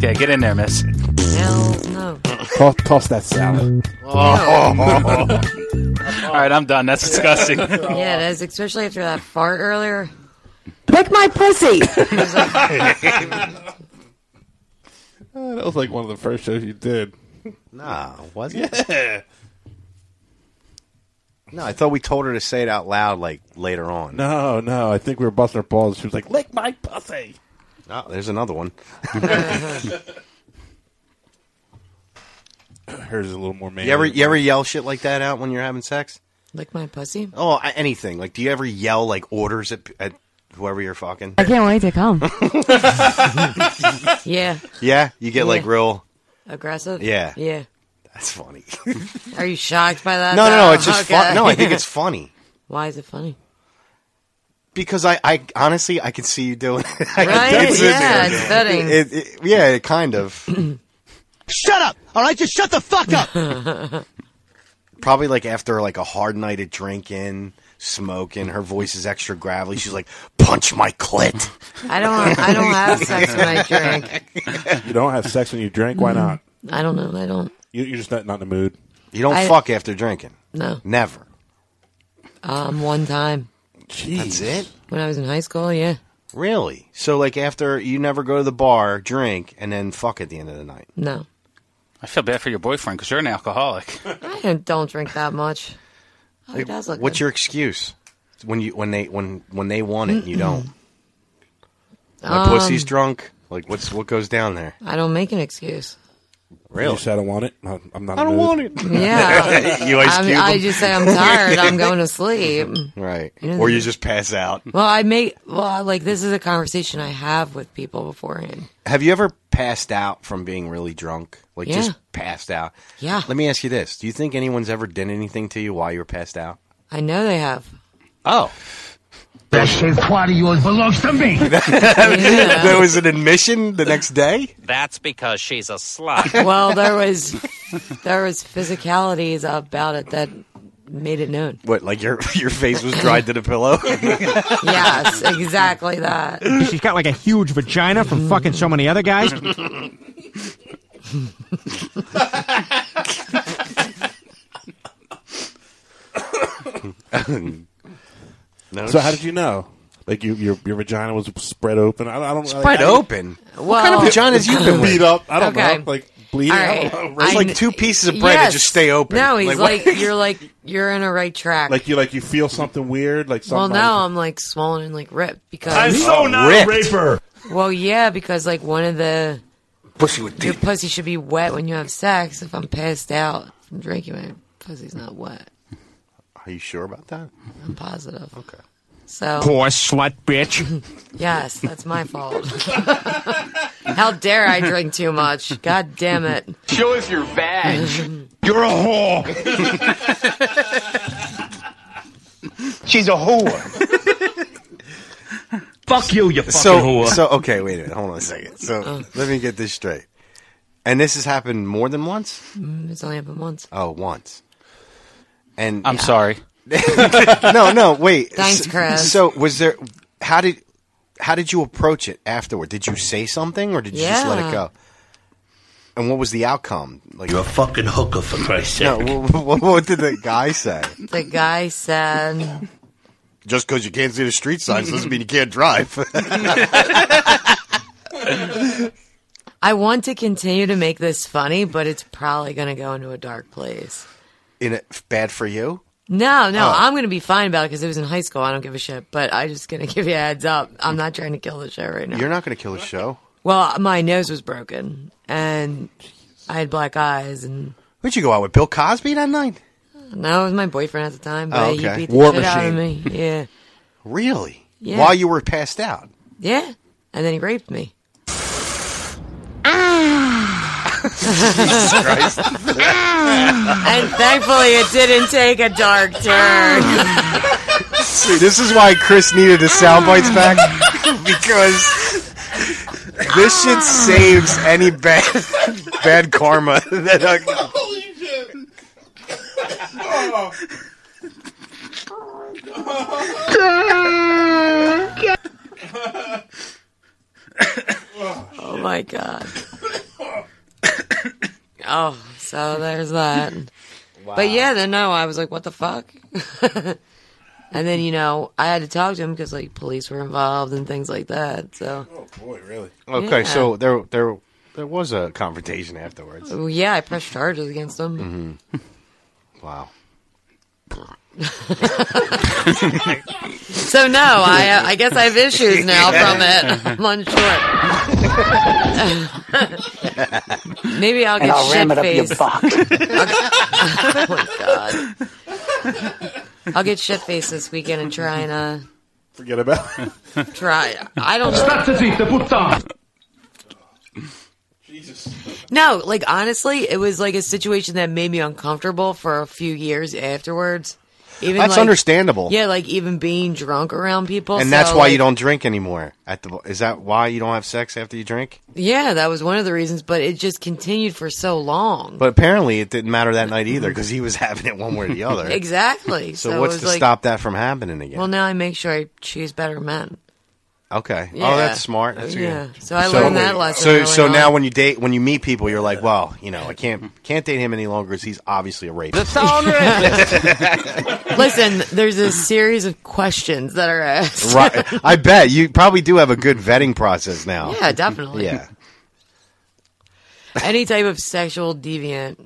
F: yeah, get in there, miss.
B: Hell no.
I: Toss, toss that salad.
C: Oh.
F: All right, I'm done. That's disgusting.
B: Yeah, it is. Especially after that fart earlier.
A: Lick my pussy.
I: Eh, that was like one of the first shows you did.
C: Nah, was it? No, I thought we told her to say it out loud like later on.
I: No, no. I think we were busting her balls. She was like, lick my pussy.
C: Oh, there's another one.
I: Hers is a little more man.
C: You ever you ever yell shit like that out when you're having sex?
B: Lick my pussy.
C: Oh, a- anything. Like, do you ever yell like orders at at whoever you're fucking?
E: I can't wait to come.
B: yeah.
C: Yeah, you get like
B: Yeah.
C: real.
B: Aggressive?
C: Yeah.
B: Yeah.
C: That's funny.
B: Are you shocked by that?
C: No, no, no.
B: though?
C: It's just
B: Okay.
C: fun. No, I think it's funny
B: Why is it funny?
C: because I, I honestly, I can see you doing it. I can
B: Right?
C: definitely see you
B: Yeah,
C: doing
B: it's
C: it.
B: fitting.
C: It- it- yeah, it kind of.
G: Shut up! All right, just shut the fuck up.
C: Probably like after like a hard night of drinking, smoking, her voice is extra gravelly. She's like, "Punch my clit."
B: I don't. I don't have sex when I drink.
I: you don't have sex when you drink. Why not?
B: I don't know. I don't.
I: You, you're just not, not in the mood.
C: You don't
B: I-
C: fuck after drinking.
B: No.
C: Never.
B: Um, one time
C: That's it.
B: when I was in high school, yeah.
C: Really? So like after you never go to the bar, drink, and then fuck at the end of the night.
B: No,
F: I feel bad for your boyfriend because you're an alcoholic.
B: I don't drink that much. Oh, he
C: Like,
B: does look.
C: what's
B: good.
C: your excuse when you when they when when they want it and you don't? My
B: Um,
C: pussy's drunk. Like what's what goes down there?
B: I don't make an excuse.
C: Really?
I: You just, I don't want it. I'm I'm not.
C: I
I: in the
C: don't
I: mood.
C: want it.
B: Yeah.
C: You Ice
B: I'm-
C: Cube
B: I
C: him?
B: just say I'm tired. I'm going to sleep.
C: Right.
B: You know,
C: or
B: the-
C: you just pass out.
B: Well, I make. Well, I- like this is a conversation I have with people beforehand.
C: Have you ever passed out from being really drunk? Like
B: Yeah.
C: just passed out.
B: Yeah.
C: Let me ask you this: Do you think anyone's ever done anything to you while you were passed out?
B: I know they have.
C: Oh,
G: That shaved quad of yours belongs to me.
C: there was an admission the next day.
K: That's because she's a slut.
B: Well, there was there was physicalities about it that made it known.
C: What? Like your your face was dried to the pillow?
B: Yes, exactly that.
L: She's got like a huge vagina
B: Mm-hmm.
L: from fucking so many other guys.
C: no.
I: So how did you know? Like you, your your vagina was spread open. I, I don't like,
C: Spread
I: I-
C: open.
B: Well-
C: what kind of vaginas you been with?
I: beat up? I don't
B: Okay.
I: know. Like bleeding.
B: All right.
I: I don't know.
C: It's
B: I-
C: like two pieces of bread that just stay open.
B: No, he's
C: Like,
B: like,
C: what?
B: you're like you're on a right track.
I: Like you, like you feel something weird. Like
B: well,
I: something.
B: now I'm like swollen and like ripped because
I: not a raper.
B: well, yeah, because like one of the
C: Pussy with
B: your pussy should be wet when you have sex. If I'm passed out from drinking, my pussy's not wet.
C: Are you sure about that?
B: I'm positive. Okay. So
L: Poor slut bitch.
B: yes, that's my fault. How dare I drink too much? God damn it!
J: Show us your badge.
G: You're a whore. She's a whore. Fuck you, you fucking
C: so, so okay, wait a minute. Hold on a second. So
B: Uh.
C: let me get this straight. And this has happened more than once.
B: Mm, It's only happened once.
C: Oh, once. And
F: I'm sorry.
C: no, no, wait.
B: Thanks,
C: S-
B: Chris.
C: So, was there? How did? How did you approach it afterward? Did you say something, or did you just let
B: Yeah.
C: it go? And what was the outcome? Like,
J: You're a fucking hooker for Christ's
C: no,
J: sake.
C: what, what did the guy say?
B: The guy said,
C: Just because you can't see the street signs doesn't mean you can't drive.
B: "I want to continue to make this funny, but it's probably going to go into a dark place."
C: In it, bad for you.
B: No, no,
C: Oh.
B: I'm going to be fine about it because it was in high school. I don't give a shit. But I'm just going to give you a heads up. I'm not trying to kill the show right now.
C: You're not going to kill the show.
B: well, my nose was broken and I had black eyes, and
C: Would you go out with Bill Cosby that night?
B: no, it was my boyfriend at the time. But
C: Oh,
B: he
C: okay.
B: beat the
C: War
B: shit out of me.
C: machine.
B: Yeah,
C: Really?
B: Yeah.
C: While you were passed out.
B: yeah, and then he raped me. and thankfully, it didn't take a dark turn.
C: See, this is why Chris needed his sound bites back because this shit saves any bad bad karma. that I-
B: Oh my god. oh, so there's that. But yeah, then no, I was like, what the fuck? and then you know, I had to talk to him because like police were involved and things like that. So
I: Oh boy, really?
C: okay,
B: Yeah.
C: so there there there was a confrontation afterwards.
B: Well, yeah, I pressed charges against him.
C: Wow.
B: So no, I I guess I have issues now from it. I'm unsure. Maybe I'll get shit faced. oh my god! I'll get shit faced this weekend and try and uh,
I: Forget about
B: Try. I don't.
I: Jesus.
B: No, like honestly, it was like a situation that made me uncomfortable for a few years afterwards. Even
C: That's
B: like-
C: understandable.
B: Yeah, like even being drunk around people,
C: and that's
B: so,
C: why
B: like-
C: you don't drink anymore. At the is that why you don't have sex after you drink?
B: Yeah, that was one of the reasons, but it just continued for so long.
C: But apparently, it didn't matter that night either because he was having it one way or the other.
B: Exactly.
C: So,
B: So it
C: what's
B: was
C: to
B: like-
C: stop that from happening again?
B: Well, now I make sure I choose better men.
C: okay.
B: Yeah.
C: Oh, that's smart. That's
B: Yeah.
C: good.
B: So I learned that lesson
C: So
B: early
C: so
B: on.
C: now when you date when you meet people, you're like, well, you know, I can't can't date him any longer because he's obviously a rapist.
B: Listen, there's a series of questions that are asked.
C: right. I bet you probably do have a good vetting process now.
B: Yeah, definitely.
C: Yeah.
B: Any type of sexual deviant.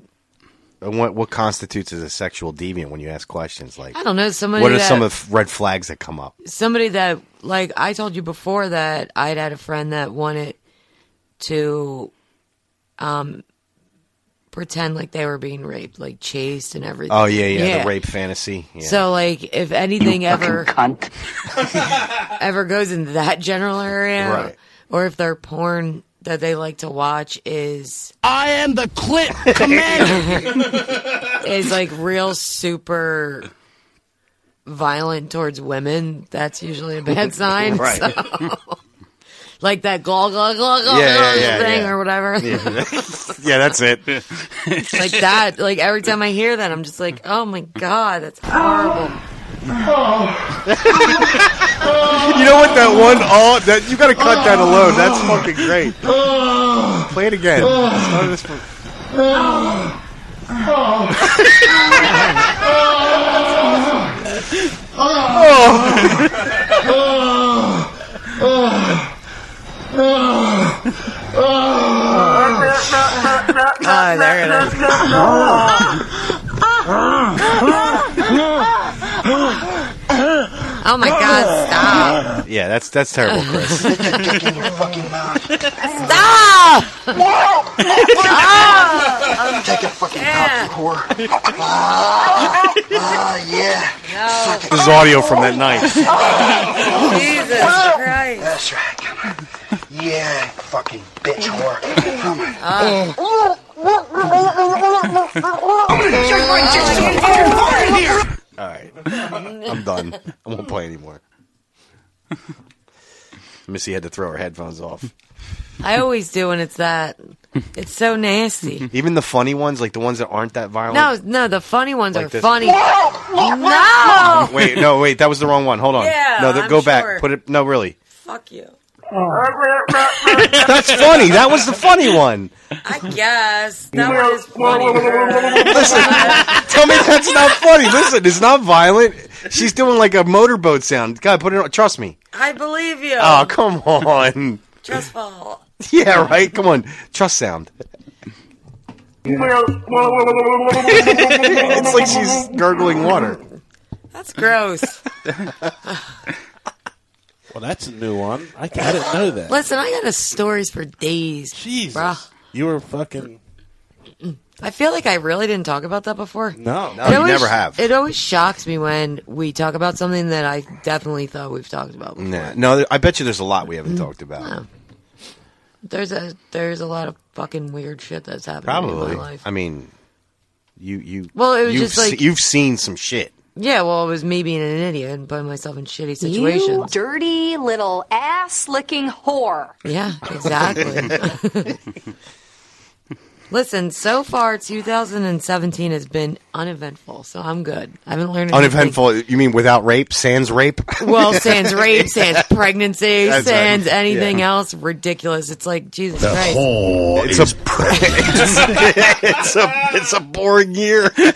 C: And What what constitutes as a sexual deviant when you ask questions like
B: I don't know, somebody
C: What are
B: that-
C: some of the red flags that come up?
B: Somebody that, like, I told you before that I'd had a friend that wanted to um, pretend like they were being raped, like chased and everything.
C: Oh yeah, yeah, the rape fantasy. Yeah.
B: So, like, if anything
C: fucking
B: ever ever goes into that general area,
C: Right.
B: or if their porn that they like to watch is
G: I am the clit commander.
B: is like real super violent towards women, that's usually a bad sign.
H: Right.
B: so- like that glug glug glug glug
H: Yeah, yeah,
B: glug
H: yeah,
B: thing
H: yeah.
B: or whatever.
C: yeah, that's it.
B: like that. Like every time I hear that, I'm just like, oh my god, that's horrible.
C: You know what? That one, all that you got to cut that alone. That's fucking great. Play it again. Start this from-
H: Ah, there it is.
B: Oh my god, stop.
C: yeah, that's that's terrible, Chris.
B: Stop!
H: Stop!
B: Ah!
H: Take a fucking cup, you whore. Ah, ah, yeah.
C: this is audio from that night.
H: Jesus
B: Christ.
H: That's right. Come on. Yeah, fucking bitch whore. Come on. I'm gonna jerk my dick so fucking hard in here.
C: All right, I'm done. I won't play anymore. Missy had to throw her headphones off.
B: I always do when it's that. It's so nasty.
C: Even the funny ones, like the ones that aren't that violent.
B: No, no, the funny ones
C: Like
B: are
C: this.
B: funny. no!
C: Wait, no, wait, that was the wrong one. Hold on.
B: Yeah,
C: no, th-
B: I'm
C: go back.
B: sure.
C: Put it. No, really.
B: Fuck you.
C: That's funny. That was the funny one.
B: I guess. That one is funny.
C: Listen, tell me that's not funny. Listen, it's not violent. She's doing like a motorboat sound. God, put it on. Trust me.
B: I believe you.
C: Oh, come on.
B: Trust fall.
C: Yeah, right. Come on. Trust sound. it's like she's gurgling water.
B: That's gross.
I: Well, that's a new one. I, I didn't know that.
B: Listen, I got a stories for days. Jeez.
I: You were fucking.
B: I feel like I really didn't talk about that before.
I: No. No,
B: It
I: you
B: always-
I: never have.
B: It always shocks me when we talk about something that I definitely thought we've talked about. before.
C: Nah, no, th- I bet you there's a lot we haven't talked about.
B: There's a there's a lot of fucking weird shit that's happening
C: Probably.
B: in my life.
C: I mean, you you.
B: Well, it was
C: you've
B: just like-
C: se- you've seen some shit.
B: Yeah, well, it was me being an idiot and putting myself in shitty
M: You
B: situations.
M: dirty little ass licking whore.
B: Yeah, exactly. Listen, so far 2017 has been uneventful, so I'm good. I haven't learned anything.
C: Uneventful. You mean without rape? Sans rape?
B: Well, sans rape, sans pregnancy,
C: That's right.
B: sans anything
C: Yeah.
B: else ridiculous. It's like Jesus Christ.
C: it's a it's a it's a boring year.
B: Yo,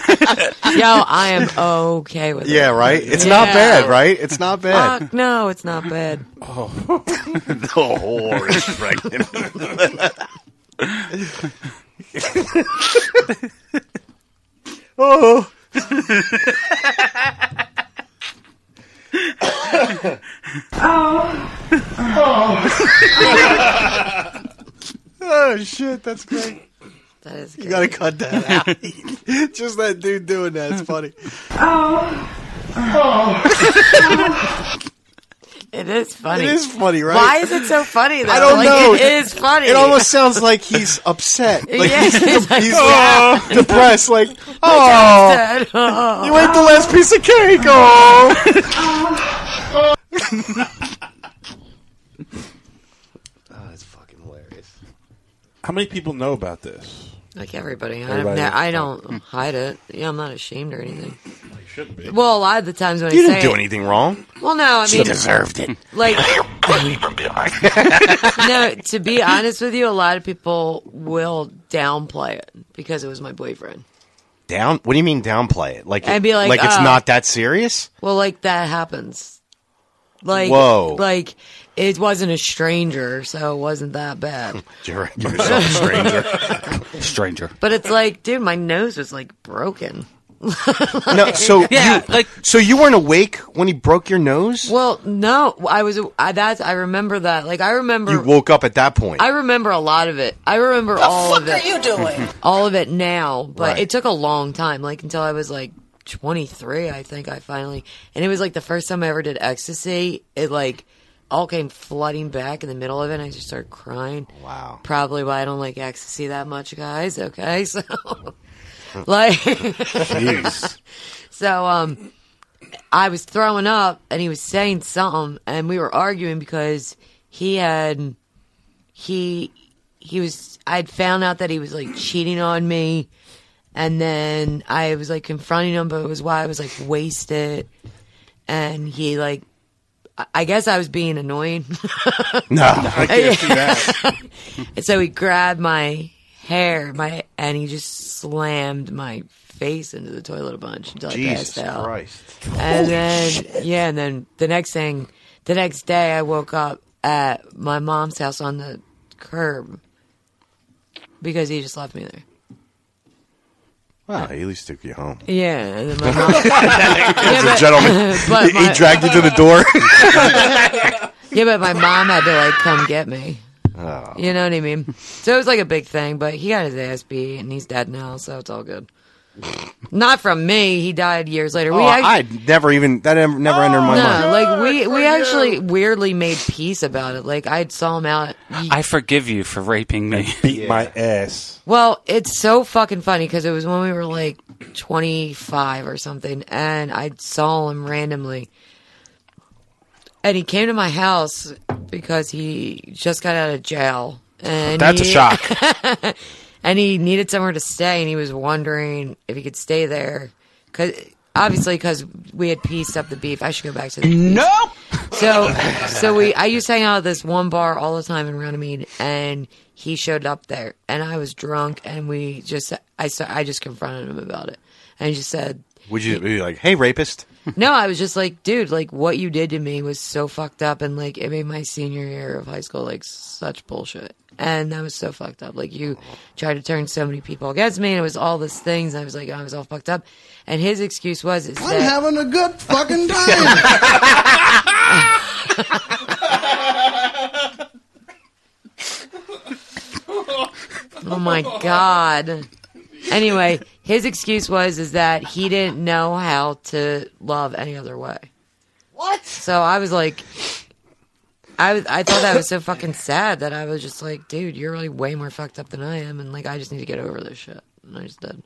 B: I am okay with it.
C: Yeah, right. It's not bad,
B: Yeah. Uh,
C: right? It's not bad.
B: Fuck, no, it's not bad.
C: the whore is pregnant. oh. oh shit, that's great.
B: That is
C: you gotta cut that out. Just that dude doing that. It's funny.
B: It is funny.
C: It is funny, right?
B: Why is it so funny? Though?
C: I don't
B: Like,
C: know.
B: It is funny.
C: It almost sounds like he's upset. Like
B: Yeah,
C: he's,
B: he's like,
C: he's
B: "Oh."
C: depressed. Like,
B: job's
C: oh,
B: dead. Oh.
C: you ate the last piece of cake. Oh.
I: How many people know about this?
B: like everybody. I,
I: Everybody
B: don't-
I: is
B: I don't hide it. Yeah, I'm not ashamed or anything.
I: shouldn't be.
B: Well, a lot of the times when
C: You
B: I
C: didn't
B: say
C: do
B: it-
C: anything wrong.
B: Well, no, I
C: She
B: mean-
C: deserved it.
B: Like, no, to be honest with you, a lot of people will downplay it because it was my boyfriend.
C: Down? What do you mean downplay it? Like,
B: I'd be like,
C: it's
B: oh.
C: not that serious.
B: Well, like that happens. Like,
C: Whoa.
B: like it wasn't a stranger, so it wasn't that bad.
C: You're, you're so stranger.
F: stranger.
B: But it's like, dude, my nose was like broken.
C: No, so
B: yeah,
C: you, so you weren't awake when he broke your nose.
B: Well, no, I was. I, that's. I remember that. Like, I remember.
C: You woke up at that point.
B: I remember a lot of it. I remember all of it.
H: fuck are you doing?
B: all of it now, but
H: Right.
B: it took a long time. Like until I was like 23, I think I finally. And it was like the first time I ever did ecstasy. It like all came flooding back in the middle of it. and I just started crying.
C: Wow.
B: Probably why I don't like ecstasy that much, guys. Okay, so like,
H: Jeez.
B: so um, I was throwing up, and he was saying something, and we were arguing because he had he he was I'd found out that he was like cheating on me and then I was like confronting him but it was why I was like wasted and he like I- I guess I was being annoying.
H: No.
B: Oh,
H: I can't see that.
B: and so he grabbed my hair, my and he just slammed my face into the toilet a bunch until
C: Jesus
B: I passed out.
C: Christ.
B: And
C: Holy
B: then yeah, and then the next thing, the next day I woke up at my mom's house on the curb because he just left me there.
C: Wow, he at least took you home.
B: Yeah, and then my mom.
C: As
B: yeah,
C: a gentleman,
B: but
C: he, he
B: my-
C: dragged you to the door.
B: yeah, but my mom had to like come get me.
C: Oh.
B: You know what I mean? So it was like a big thing, but he got his ass beat and he's dead now, so it's all good. Not from me. He died years later.
C: Oh,
B: act-
C: I'd never even that em- never entered my
B: no,
C: mind.
B: like we we actually weirdly made peace about it. Like I saw him out.
F: I forgive you for raping me.
I: Beat my ass.
B: Well, it's so fucking funny because it was when we were like 25 or something, and I saw him randomly. And he came to my house because he just got out of jail. And
F: That's a
B: he-
F: shock.
B: and he needed somewhere to stay, and he was wondering if he could stay there. Cause, obviously, because we had pieced up the beef. I should go back to the beef.
G: Nope.
B: So, so we, I used to hang out at this one bar all the time in Runnymede, and he showed up there, and I was drunk, and we just, I, sa- I just confronted him about it, and he just said,
C: Would you be like, "Hey, rapist"?
B: no, I was just like, dude, like what you did to me was so fucked up, and like it made my senior year of high school like such bullshit, and that was so fucked up. Like you tried to turn so many people against me, and it was all these things. And I was like, I was all fucked up, and his excuse was, is
H: I'm
B: that
H: having a good fucking time.
B: Oh my god. Anyway, his excuse was is that he didn't know how to love any other way. What? So I was like I was I thought that was so fucking sad that I was just like, dude, you're really way more fucked up than I am and like I just need to get over this shit. And I just did.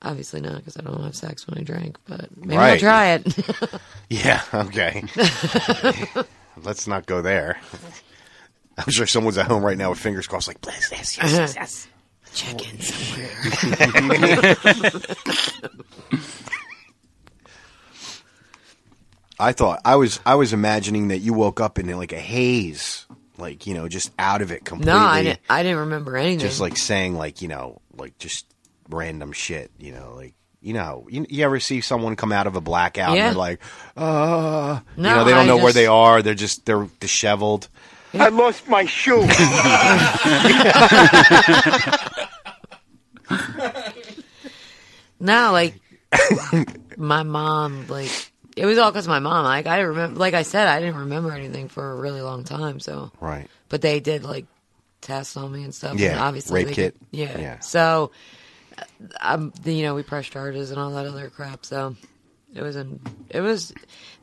B: Obviously not because I don't have sex when I drink, but maybe I'll
C: Right.
B: try it.
C: Yeah. Okay. Let's not go there. I'm sure someone's at home right now with fingers crossed, like, "Bless this." Yes, yes, yes.
B: Check in
C: I thought I was I was imagining that you woke up in like a haze, like you know, just out of it completely.
B: no, I didn't I didn't remember anything.
C: just like saying like you know like just random shit you know like you know you, you ever see someone come out of a blackout
B: Yeah.
C: and they're like uh you
B: No,
C: know they don't
B: I
C: know where
B: just-
C: they are they're just they're disheveled
H: I lost my shoe.
B: No, like my mom, like it was all because my mom. Like I remember, like I said, I didn't remember anything for a really long time. So
C: right
B: but they did like tests on me and stuff.
C: Yeah,
B: and obviously
C: rape
B: they
C: kit.
B: Could, yeah.
C: Yeah.
B: So, uh, um, the- you know, we pressed charges and all that other crap. So it was an it was.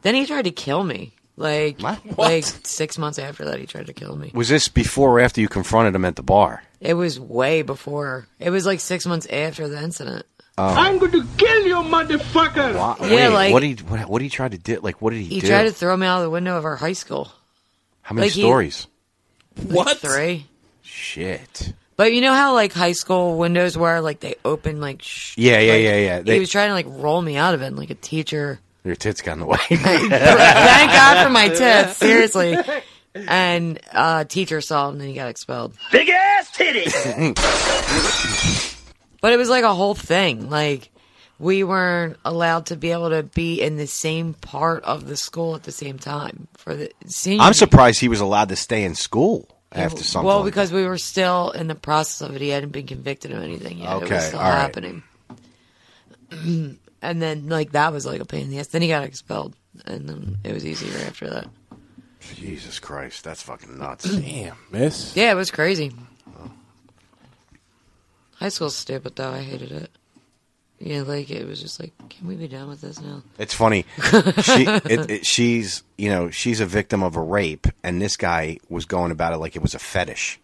B: Then he tried to kill me. Like, like six months after that, he tried to kill me.
C: Was this before or after you confronted him at the bar?
B: It was way before. It was like six months after the incident.
C: Oh.
B: going to kill you, motherfucker!
C: Wait,
B: Yeah, like
C: what did he, what, what did he try to do? Like, what did he,
B: he
C: do?
B: tried to throw me out of the window of our high school.
C: How many
B: like he-
C: stories?
B: Like, three?
C: Shit.
B: But you know how like high school windows were like they open like sh-
C: Yeah, yeah,
B: like,
C: yeah, yeah. They-
B: he was trying to like roll me out of it, and, like a teacher.
C: Your tits got in the way.
B: Thank God for my tits, seriously. And uh, teacher saw him, and then he got expelled.
H: Big ass titty.
B: But it was like a whole thing. Like we weren't allowed to be able to be in the same part of the school at the same time for the senior.
C: I'm surprised he was allowed to stay in school after something.
B: Well,
C: like
B: because we were still in the process of it. He hadn't been convicted of anything yet. it
C: Okay,
B: was still
C: all right.
B: happening. and then, like, that was like a pain in the ass. Then he got expelled, and then it was easier after that.
C: Jesus Christ, that's fucking nuts.
I: Damn, miss.
B: Yeah, it was crazy. High school's stupid, though. I hated it. Yeah, like, it was just like, can we be done with this now?
C: It's funny. she, it, it, she's you know she's a victim of a rape, and this guy was going about it like it was a fetish.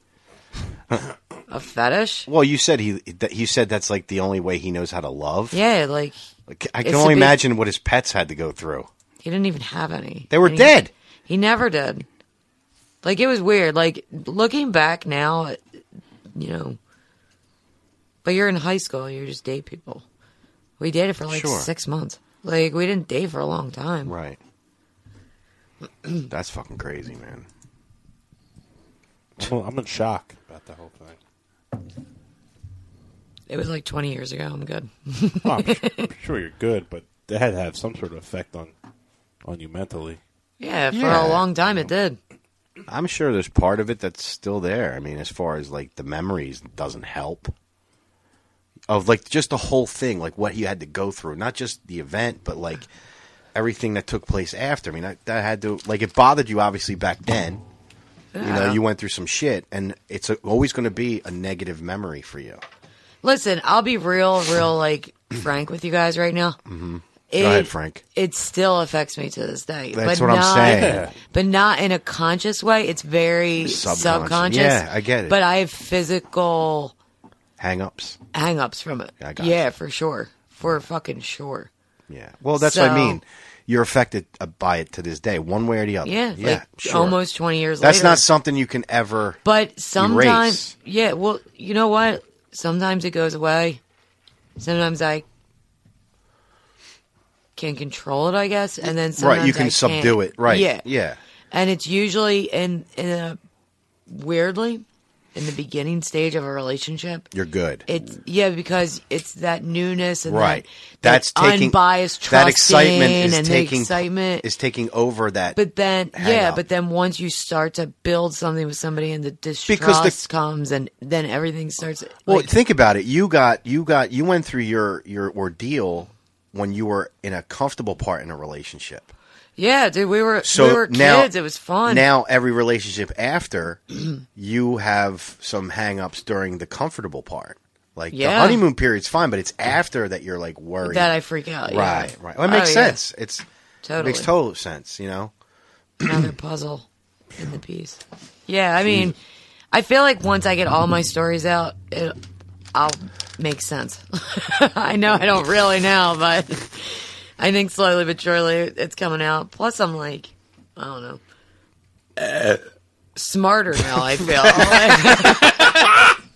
B: a fetish?
C: Well, you said he that you said that's like the only way he knows how to love.
B: Yeah, like,
C: Like, I
B: It's
C: can
B: a
C: only
B: big-
C: imagine what his pets had to go through.
B: He didn't even have any.
C: They were
B: And he-
C: dead.
B: He never did. Like it was weird. Like looking back now, it- you know. But you're in high school. and You just date people. We dated for like
C: Sure.
B: six months. Like we didn't date for a long time.
C: Right. that's fucking crazy, man.
I: Well, I'm in shock about the whole thing.
B: It was like 20 years ago. I'm good.
I: Well, I'm, sure, I'm sure you're good, but that had to have some sort of effect on on you mentally.
B: yeah, for
C: Yeah.
B: a long time it did.
C: I'm sure there's part of it that's still there. I mean, as far as like the memories it doesn't help of like just the whole thing, like what he had to go through, not just the event, but like everything that took place after. I mean, that, that had to like it bothered you obviously back then. You know,
B: Yeah.
C: you went through some shit, and it's a, always going to be a negative memory for you.
B: Listen, I'll be real, real like frank with you guys right now.
C: Mm-hmm.
B: It-
C: Go ahead, Frank.
B: It still affects me to this day.
C: That's
B: but
C: what I'm
B: not,
C: saying.
B: But not in a conscious way. It's very
C: Subconscious.
B: subconscious.
C: Yeah, I get it.
B: But I have physical
C: Hang ups.
B: hang ups from it.
C: I got
B: yeah, for sure. For fucking sure.
C: Yeah. Well, that's what I
B: So-
C: mean. You're affected uh, by it to this day, one way or the other.
B: Yeah,
C: yeah,
B: like,
C: sure.
B: almost 20 years
C: That's
B: later.
C: not something you can ever.
B: But
C: erase.
B: sometimes, yeah, well, you know what? Sometimes it goes away. Sometimes I can control it, I guess, and then sometimes
C: right, you can
B: I
C: subdue
B: can't.
C: it. Right.
B: Yeah,
C: Yeah.
B: and it's usually in in a weirdly in the beginning stage of a relationship.
C: You're good.
B: It's yeah, because it's that newness and
C: right.
B: that, that
C: That's taking
B: unbiased
C: That excitement
B: trusting
C: is
B: and the
C: taking
B: excitement
C: is taking over that.
B: But then,
C: hang
B: yeah,
C: up.
B: but then once you start to build something with somebody and the distrust
C: Because the-
B: comes and then everything starts.
C: well,
B: like,
C: think about it. You got you got you went through your your ordeal when you were in a comfortable part in a relationship.
B: yeah, dude, we were,
C: So
B: we were
C: now-
B: kids. It was fun.
C: Now every relationship after you have some hangups during the comfortable part. Like the
B: Yeah.
C: honeymoon period's fine, but it's after that you're like worried
B: That I freak out, yeah.
C: Right, right. Well, it makes
B: Oh, yeah.
C: sense. It's totally.
B: Totally.
C: makes total sense. You know.
B: another puzzle in the piece. Yeah, I mean, I feel like once I get all my stories out, it, I'll make sense. I know I don't really now, but I think slowly but surely it's coming out. Plus, I'm like, I don't know, smarter now. I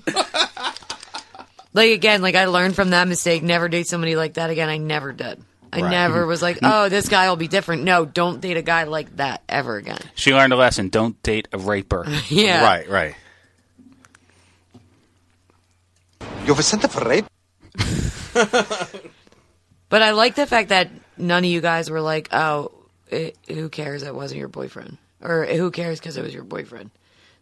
B: feel. Like again, like I learned from that mistake. Never date somebody like that again. I never did. I
F: Right.
B: never was like, oh, this guy will be different. No, don't date a guy like that ever again.
F: She learned a lesson. Don't date a raper.
B: Yeah. Right,
C: right.
F: You've sent for rape?
B: But I like the fact that none of you guys were like, "Oh, it, who cares? It wasn't your boyfriend," or eh, "Who cares because it was your boyfriend."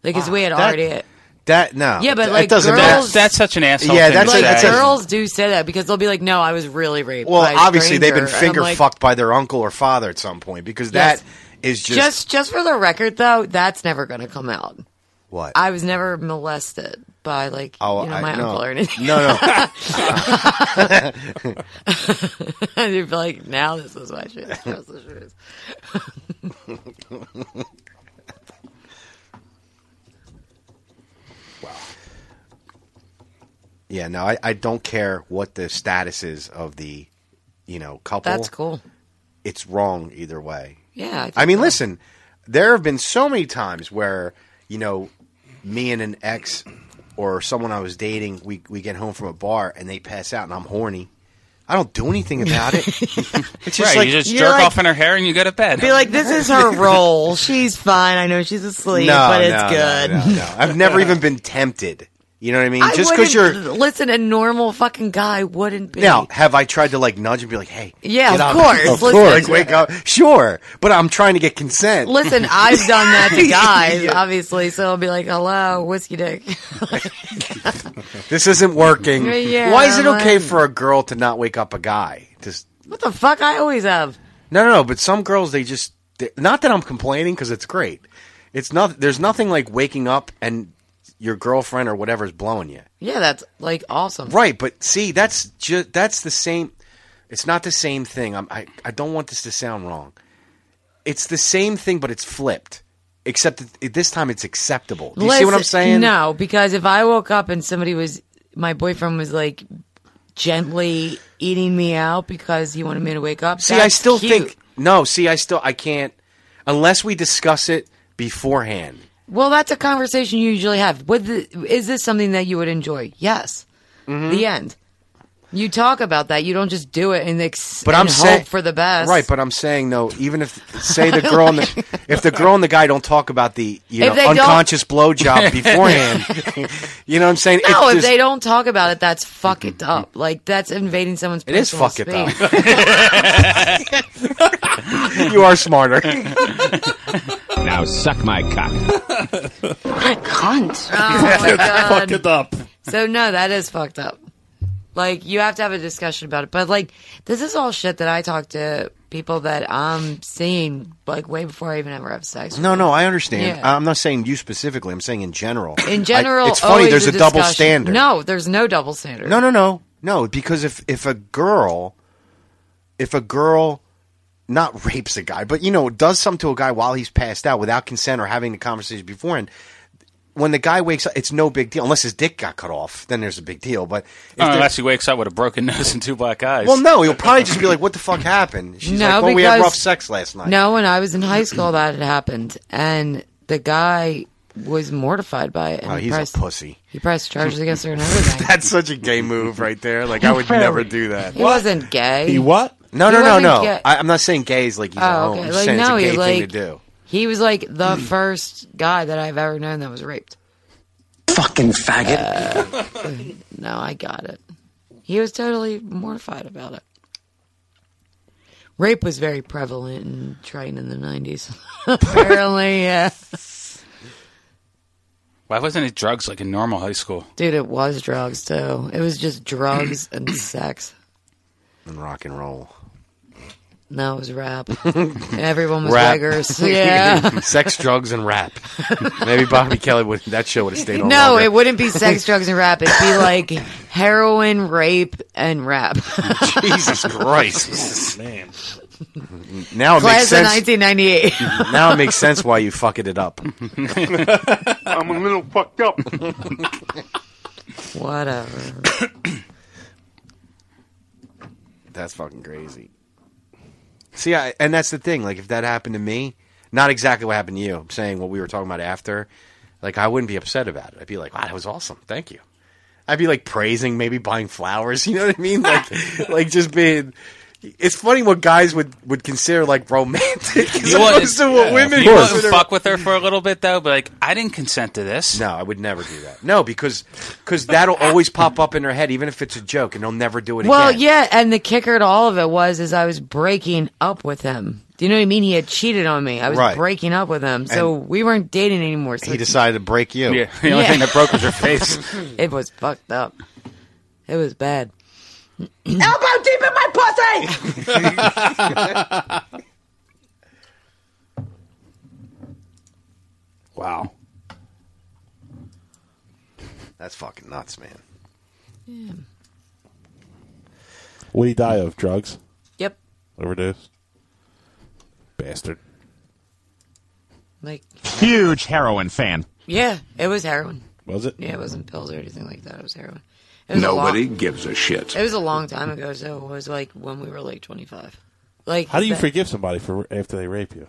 B: Like, because we had
C: That-
B: already.
C: That no.
B: Yeah, but
C: That
B: like
C: doesn't matter.
B: girls,
C: Yeah, that's
B: like
C: a, that's a-
B: girls do say that because they'll be like, "No, I was really raped."
C: Well,
B: by a
C: obviously they've been
B: stranger." And I'm
C: finger
B: like,
C: fucked by their uncle or father at some point because
B: Yes.
C: that is
B: Just,
C: just,
B: just, for the record, though, that's never going to come out.
C: what.
B: I was never molested by like
C: Oh,
B: you know
C: I-
B: my
C: no.
B: uncle or anything.
C: No, no.
B: You'd be like, now this is my shit. This is yours.
C: Yeah, no, I, I don't care what the status is of the, you know, couple.
B: That's cool.
C: It's wrong either way.
B: Yeah, I think
C: Oh. I mean, listen, there have been so many times where, you know, me and an ex or someone I was dating, we, we get home from a bar and they pass out and I'm horny. I don't do anything about it. it's just
F: right,
C: like,
F: you just
B: you're
F: jerk
B: like-
F: off in her hair and you go to bed.
B: Be like, this is her role. She's fine. I know she's asleep,
C: No,
B: but it's
C: no, no,
B: good.
C: no, no. I've never even been tempted. You know what I mean?
B: I
C: just because you're
B: wouldn't- listen, a normal fucking guy wouldn't be.
C: Now, have I tried to like nudge and be like, "Hey,
B: Yeah,
C: get
B: of
C: up.
B: course,
C: of
B: listen.
C: course, wake up"? Sure, but I'm trying to get consent.
B: Listen, I've done that to guys, obviously. So I'll be like, "Hello, whiskey dick."
C: this isn't working.
B: Yeah,
C: Why is it okay
B: man.
C: for a girl to not wake up a guy? Just
B: what the fuck? I always have.
C: no, no, no. But some girls, they just they- not that I'm complaining because it's great. It's not. There's nothing like waking up and your girlfriend or whatever's blowing you.
B: Yeah, that's like awesome.
C: Right, but see, that's just that's the same. It's not the same thing. I'm, I I don't want this to sound wrong. It's the same thing, but it's flipped. Except that it- this time it's acceptable. Do you see what I'm
B: Listen,
C: saying?
B: No, because if I woke up and somebody was, my boyfriend was like gently eating me out because he wanted me to wake up.
C: See, I
B: that's
C: still
B: cute.
C: think no. See, I still I can't unless we discuss it beforehand.
B: Well, that's a conversation you usually have. Would the, is this something that you would enjoy? Yes.
C: Mm-hmm.
B: The end. You talk about that. You don't just do it and, ex-
C: But
B: and
C: I'm
B: hope
C: saying
B: for the best.
C: right? But I'm saying no. Even if say the girl and the, if the girl and the guy don't talk about the you
B: If
C: know
B: they don't-
C: unconscious blowjob beforehand, you know what I'm saying?
B: no,
C: It
B: if
C: just- Mm-hmm.
B: they don't talk about it, that's fuck it up. Like that's invading someone's.
C: It is
B: personal
C: fuck it
B: space.
C: you are smarter.
L: now suck my cock.
E: What a cunt.
B: Oh my God.
I: up.
B: So no, that is fucked up. Like you have to have a discussion about it. But like this is all shit that I talk to people that I'm seeing like way before I even ever have sex.
C: No, no, I understand.
B: Yeah.
C: I'm not saying you specifically. I'm saying in general. I-
B: In general,
C: it's funny.
B: always
C: There's a, double
B: discussion.
C: standard.
B: No, there's no double standard.
C: no, no, no, no. Because if if a girl, if a girl, not rapes a guy, but you know does something to a guy while he's passed out without consent or having the conversation beforehand. When the guy wakes up, it's no big deal unless his dick got cut off. Then there's a big deal. But if
F: Oh,
C: there-
F: unless he wakes up with a broken nose and two black eyes.
C: well, no, he'll probably just be like, "What the fuck happened?" She's
B: No,
C: like, "Well, we had
B: because-
C: rough sex last night."
B: No, when I was in high school, that had happened, and the guy was mortified by it. And
C: Oh,
B: he
C: he's a
B: pressed,
C: pussy.
B: He pressed charges against her and everything.
C: That's such a gay move right there. Like I would never do that.
B: He wasn't gay.
C: No,
B: He
C: no, no,
B: wasn't
C: no.
B: gay.
C: I, I'm not saying gay is like he's a
B: Oh,
C: home.
B: okay.
C: I'm just
B: Like,
C: saying it's
B: no,
C: a
B: he,
C: gay thing
B: like-
C: to do.
B: He was like the first guy that I've ever known that was raped. Uh,
G: Fucking faggot.
B: No, I got it. He was totally mortified about it. Rape was very prevalent in Triton in the 90s. Apparently, yeah.
F: Why wasn't it drugs like in normal high school?
B: Dude, it was drugs, too. It was just drugs and sex.
C: And rock and roll.
B: No, it was rap. Everyone was
C: Rap.
B: waggers. Yeah.
C: Sex, drugs, and rap. Maybe Bobby Kelly would that show would have stayed on.
B: no,
C: longer.
B: it wouldn't be sex, drugs, and rap. It'd be like heroin, rape, and rap.
C: Jesus Christ,
I: man!
C: Now it makes
B: Class of
C: sense.
B: 1998.
C: now it makes sense why you fucked it up.
N: I'm a little fucked up.
B: Whatever.
C: That's fucking crazy. See, I, and that's the thing. Like, if that happened to me, not exactly what happened to you. I'm saying what we were talking about after. Like, I wouldn't be upset about it. I'd be like, "Wow, that was awesome. Thank you." I'd be like praising, maybe buying flowers. You know what I mean? Like, like just being. It's funny what guys would would consider like romantic as
F: You want-
C: opposed to what
F: yeah.
C: women
F: You want to
C: consider-
F: fuck with her for a little bit though, but like I didn't consent to this.
C: No, I would never do that. No, because because that'll always pop up in their head, even if it's a joke, and they'll never do it
B: Well,
C: again.
B: yeah, and the kicker to all of it was is I was breaking up with him. Do you know what I mean? He had cheated on me. I was
C: Right.
B: breaking up with him, so we weren't dating anymore. So
C: He decided to break you.
F: Yeah, the only
B: Yeah.
F: thing that broke was her face.
B: it was fucked up. It was bad.
G: Elbow deep in my pussy!
F: Wow,
C: that's fucking nuts, man.
I: What do you die of? Drugs?
B: Yep.
I: Overdose? Bastard.
B: Like,
L: Huge heroin fan.
B: yeah, it was heroin.
L: Was it?
B: Yeah, it wasn't pills or anything like that. It was heroin. It was a long-
O: Nobody gives a shit.
B: It was a long time ago, so it was like when we were like 25. Like,
I: How do you forgive somebody for after they rape you?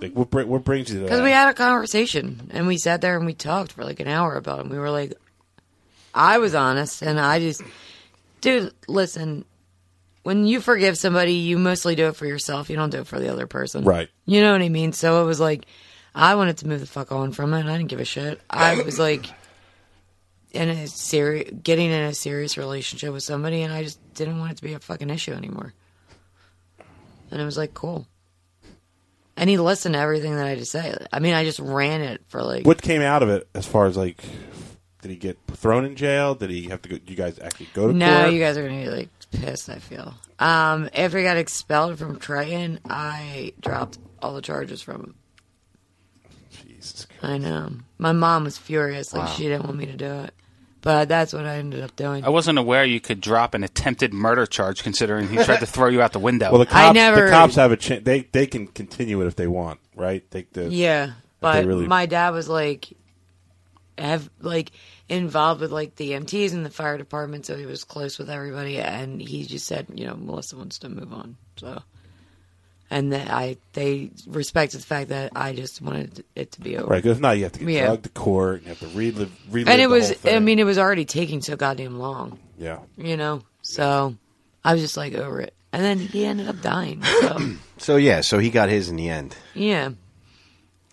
I: Like, what, br- what brings you to
B: Because
I: that?
B: we had a conversation and we sat there and we talked for like an hour about him. We were like, I was honest and I just, dude, listen, when you forgive somebody, you mostly do it for yourself. You don't do it for the other person.
I: Right.
B: You know what I mean? So it was like, I wanted to move the fuck on from it. And I didn't give a shit. I was like, in a serious, getting in a serious relationship with somebody, and I just didn't want it to be a fucking issue anymore. And it was like, cool. And he listened to everything that I had to say. I mean, I just ran it for like.
I: what came out of it as far as like, did he get thrown in jail? Did he have to go? You guys actually go to
B: no,
I: court?
B: you guys are gonna be like pissed. I feel. Um, after I got expelled from Triton, I dropped all the charges from him. Jesus Christ! I know. My mom was furious. Like
F: Wow.
B: she didn't want me to do it, but that's what I ended up doing.
F: I wasn't aware you could drop an attempted murder charge considering he tried to throw you out the window.
I: Well, the cops,
B: never-
I: the cops have a chance. They they can continue it if they want, right? They, the,
B: Yeah,
I: if
B: but
I: they really,
B: my dad was like, have like involved with like the MTs and the fire department, so he was close with everybody, and he just said, you know, Melissa wants to move on, so. And that I, they respected the fact that I just wanted it to be over.
I: right. 'cause If not, you have to get
B: Yeah.
I: drugged to court and you have to relive. relive
B: and it
I: the
B: was,
I: whole thing.
B: I mean, it was already taking so goddamn long.
I: Yeah.
B: You know, so I was just like over it, and then he ended up dying. So.
C: So yeah, so he got his in the end.
B: Yeah.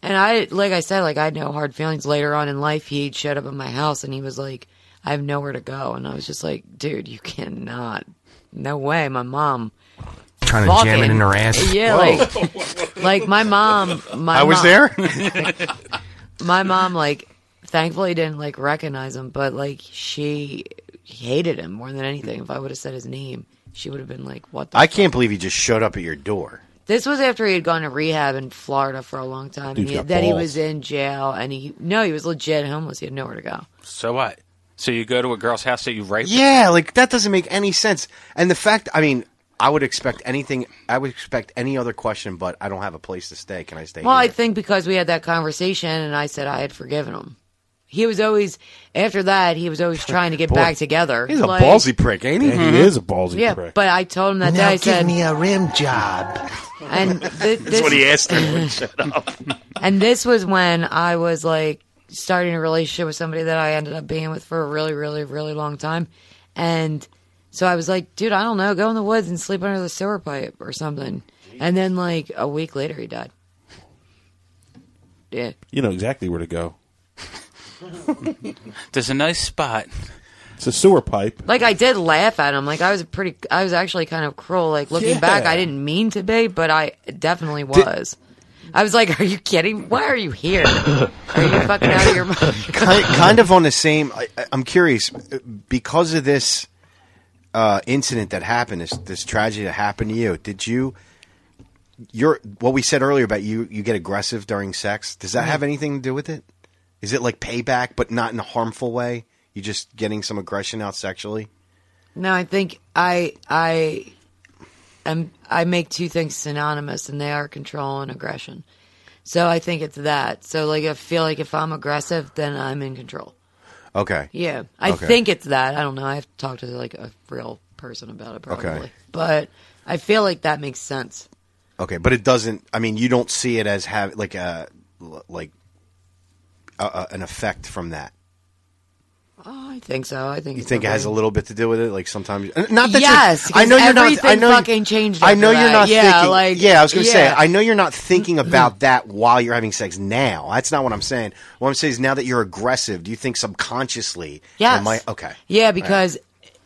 B: And I, like I said, like I had no hard feelings later on in life. He showed up at my house and he was like, I have nowhere to go. And I was just like, dude, you cannot. No way. My mom.
C: Trying
B: Fucking- Yeah.
H: Whoa.
B: Like, like my mom. My
H: I was
B: mom-
H: there?
B: my mom, like, thankfully didn't like recognize him, but like she hated him more than anything. If I would have said his name, she would have been like, what the
C: I can't believe he just showed up at your door.
B: This was after he had gone to rehab in Florida for a long time. And
C: Dude's
B: he,
C: got
B: then he
F: balls.
B: was in jail, and he no, he was legit homeless. He had nowhere to go.
F: So what? So you go to a girl's house that you rape?
C: Yeah, like that doesn't make any sense. And the fact, I mean, I would expect anything. I would expect any other question, but I don't have a place to stay. Can I stay?
B: Well,
C: here?
B: I think because we had that conversation, and I said I had forgiven him. He was always after that. He was always trying to get
C: Boy,
B: back together.
C: He's a
B: Like-
C: ballsy prick, ain't he?
I: Yeah, he is a ballsy
B: mm-hmm. yeah,
I: prick.
B: but I told him that
C: Now
B: day. I
C: give
B: said,
C: me a rim job.
B: And th- this,
C: her. Shut up.
B: And this was when I was like starting a relationship with somebody that I ended up being with for a really, really, really long time. And so I was like, dude, I don't know, go in the woods and sleep under the sewer pipe or something. And then like a week later, he died. Yeah.
I: you know exactly where to go.
F: There's a nice spot.
I: It's a sewer pipe.
B: Like I did laugh at him. Like I was a pretty, I was actually kind of cruel. Like looking back,
I: Yeah.
B: I didn't mean to be, but I definitely was. I was like, "Are you kidding? Why are you here? Are you fucking out of your mind?"
C: kind, kind of on the same. I, I- I'm curious because of this uh, incident that happened, this this tragedy that happened to you. Did you? Your what we said earlier about you you get aggressive during sex. Does that
B: Mhm.
C: have anything to do with it? Is it like payback, but not in a harmful way? You just getting some aggression out sexually.
B: No, I think I I am I make two things synonymous and they are control and aggression. So I think it's that. So like I feel like if I'm aggressive then I'm in control.
C: Okay.
B: Yeah. I
C: Okay.
B: think it's that. I don't know. I have to talk to like a real person about it probably.
C: Okay.
B: But I feel like that makes sense.
C: Okay, but it doesn't. I mean, you don't see it as have like a like a, a, an effect from that.
B: Oh, I think so. I think
C: You
B: it's
C: think it has a
B: okay.
C: little bit to do with it? Like sometimes, and not that
B: Yes,
C: you're, I know
B: 'cause
C: you're not. I
B: everything
C: know
B: fucking changed
C: I
B: after
C: know you're
B: that.
C: not
B: Yeah,
C: thinking.
B: like,
C: yeah, I was gonna say.
B: yeah.
C: I know you're not thinking about that while you're having sex now. That's not what I'm saying. What I'm saying is now that you're aggressive, do you think subconsciously?
B: Yes.
C: am I- okay.
B: Yeah, because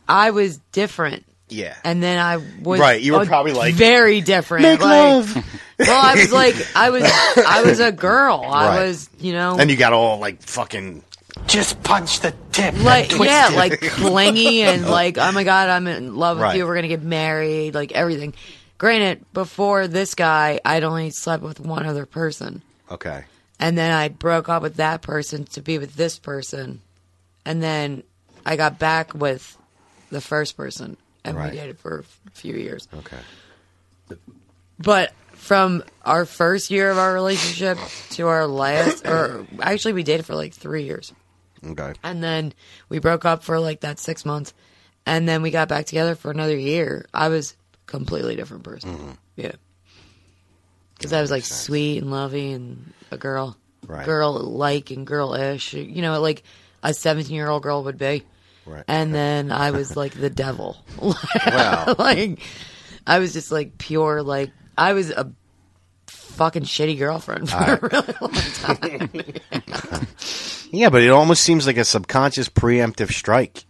B: I was different.
C: Yeah.
B: And then I was
C: Right, you were
B: uh,
C: probably like,
B: very different.
C: "Make
B: like,
C: love."
B: Well, I was like I was I was a girl. I
C: Right.
B: was you know
C: And you got all like fucking. Just punch the tip.
B: like yeah like clingy and like oh my god I'm in love with
C: Right.
B: you we're gonna get married like everything. Granted, before this guy, I'd only slept with one other person.
C: Okay.
B: And then I broke up with that person to be with this person. And then I got back with the first person. And
C: Right.
B: we dated for a few years.
C: Okay.
B: But from our first year of our relationship to our last, or actually, we dated for like three years.
C: Okay.
B: And then we broke up for like that six months. And then we got back together for another year. I was a completely different person.
C: Mm-hmm.
B: Yeah. Because I was like sweet and lovey and a girl.
H: Right.
B: Girl like and girl ish. You know, like a 17 year old girl would be.
C: Right.
B: And then I was like the devil.
H: Wow.
B: like, I was just like pure, like, I was a fucking shitty girlfriend for
C: All
B: a really long time.
C: Yeah, but it almost seems like a subconscious preemptive strike.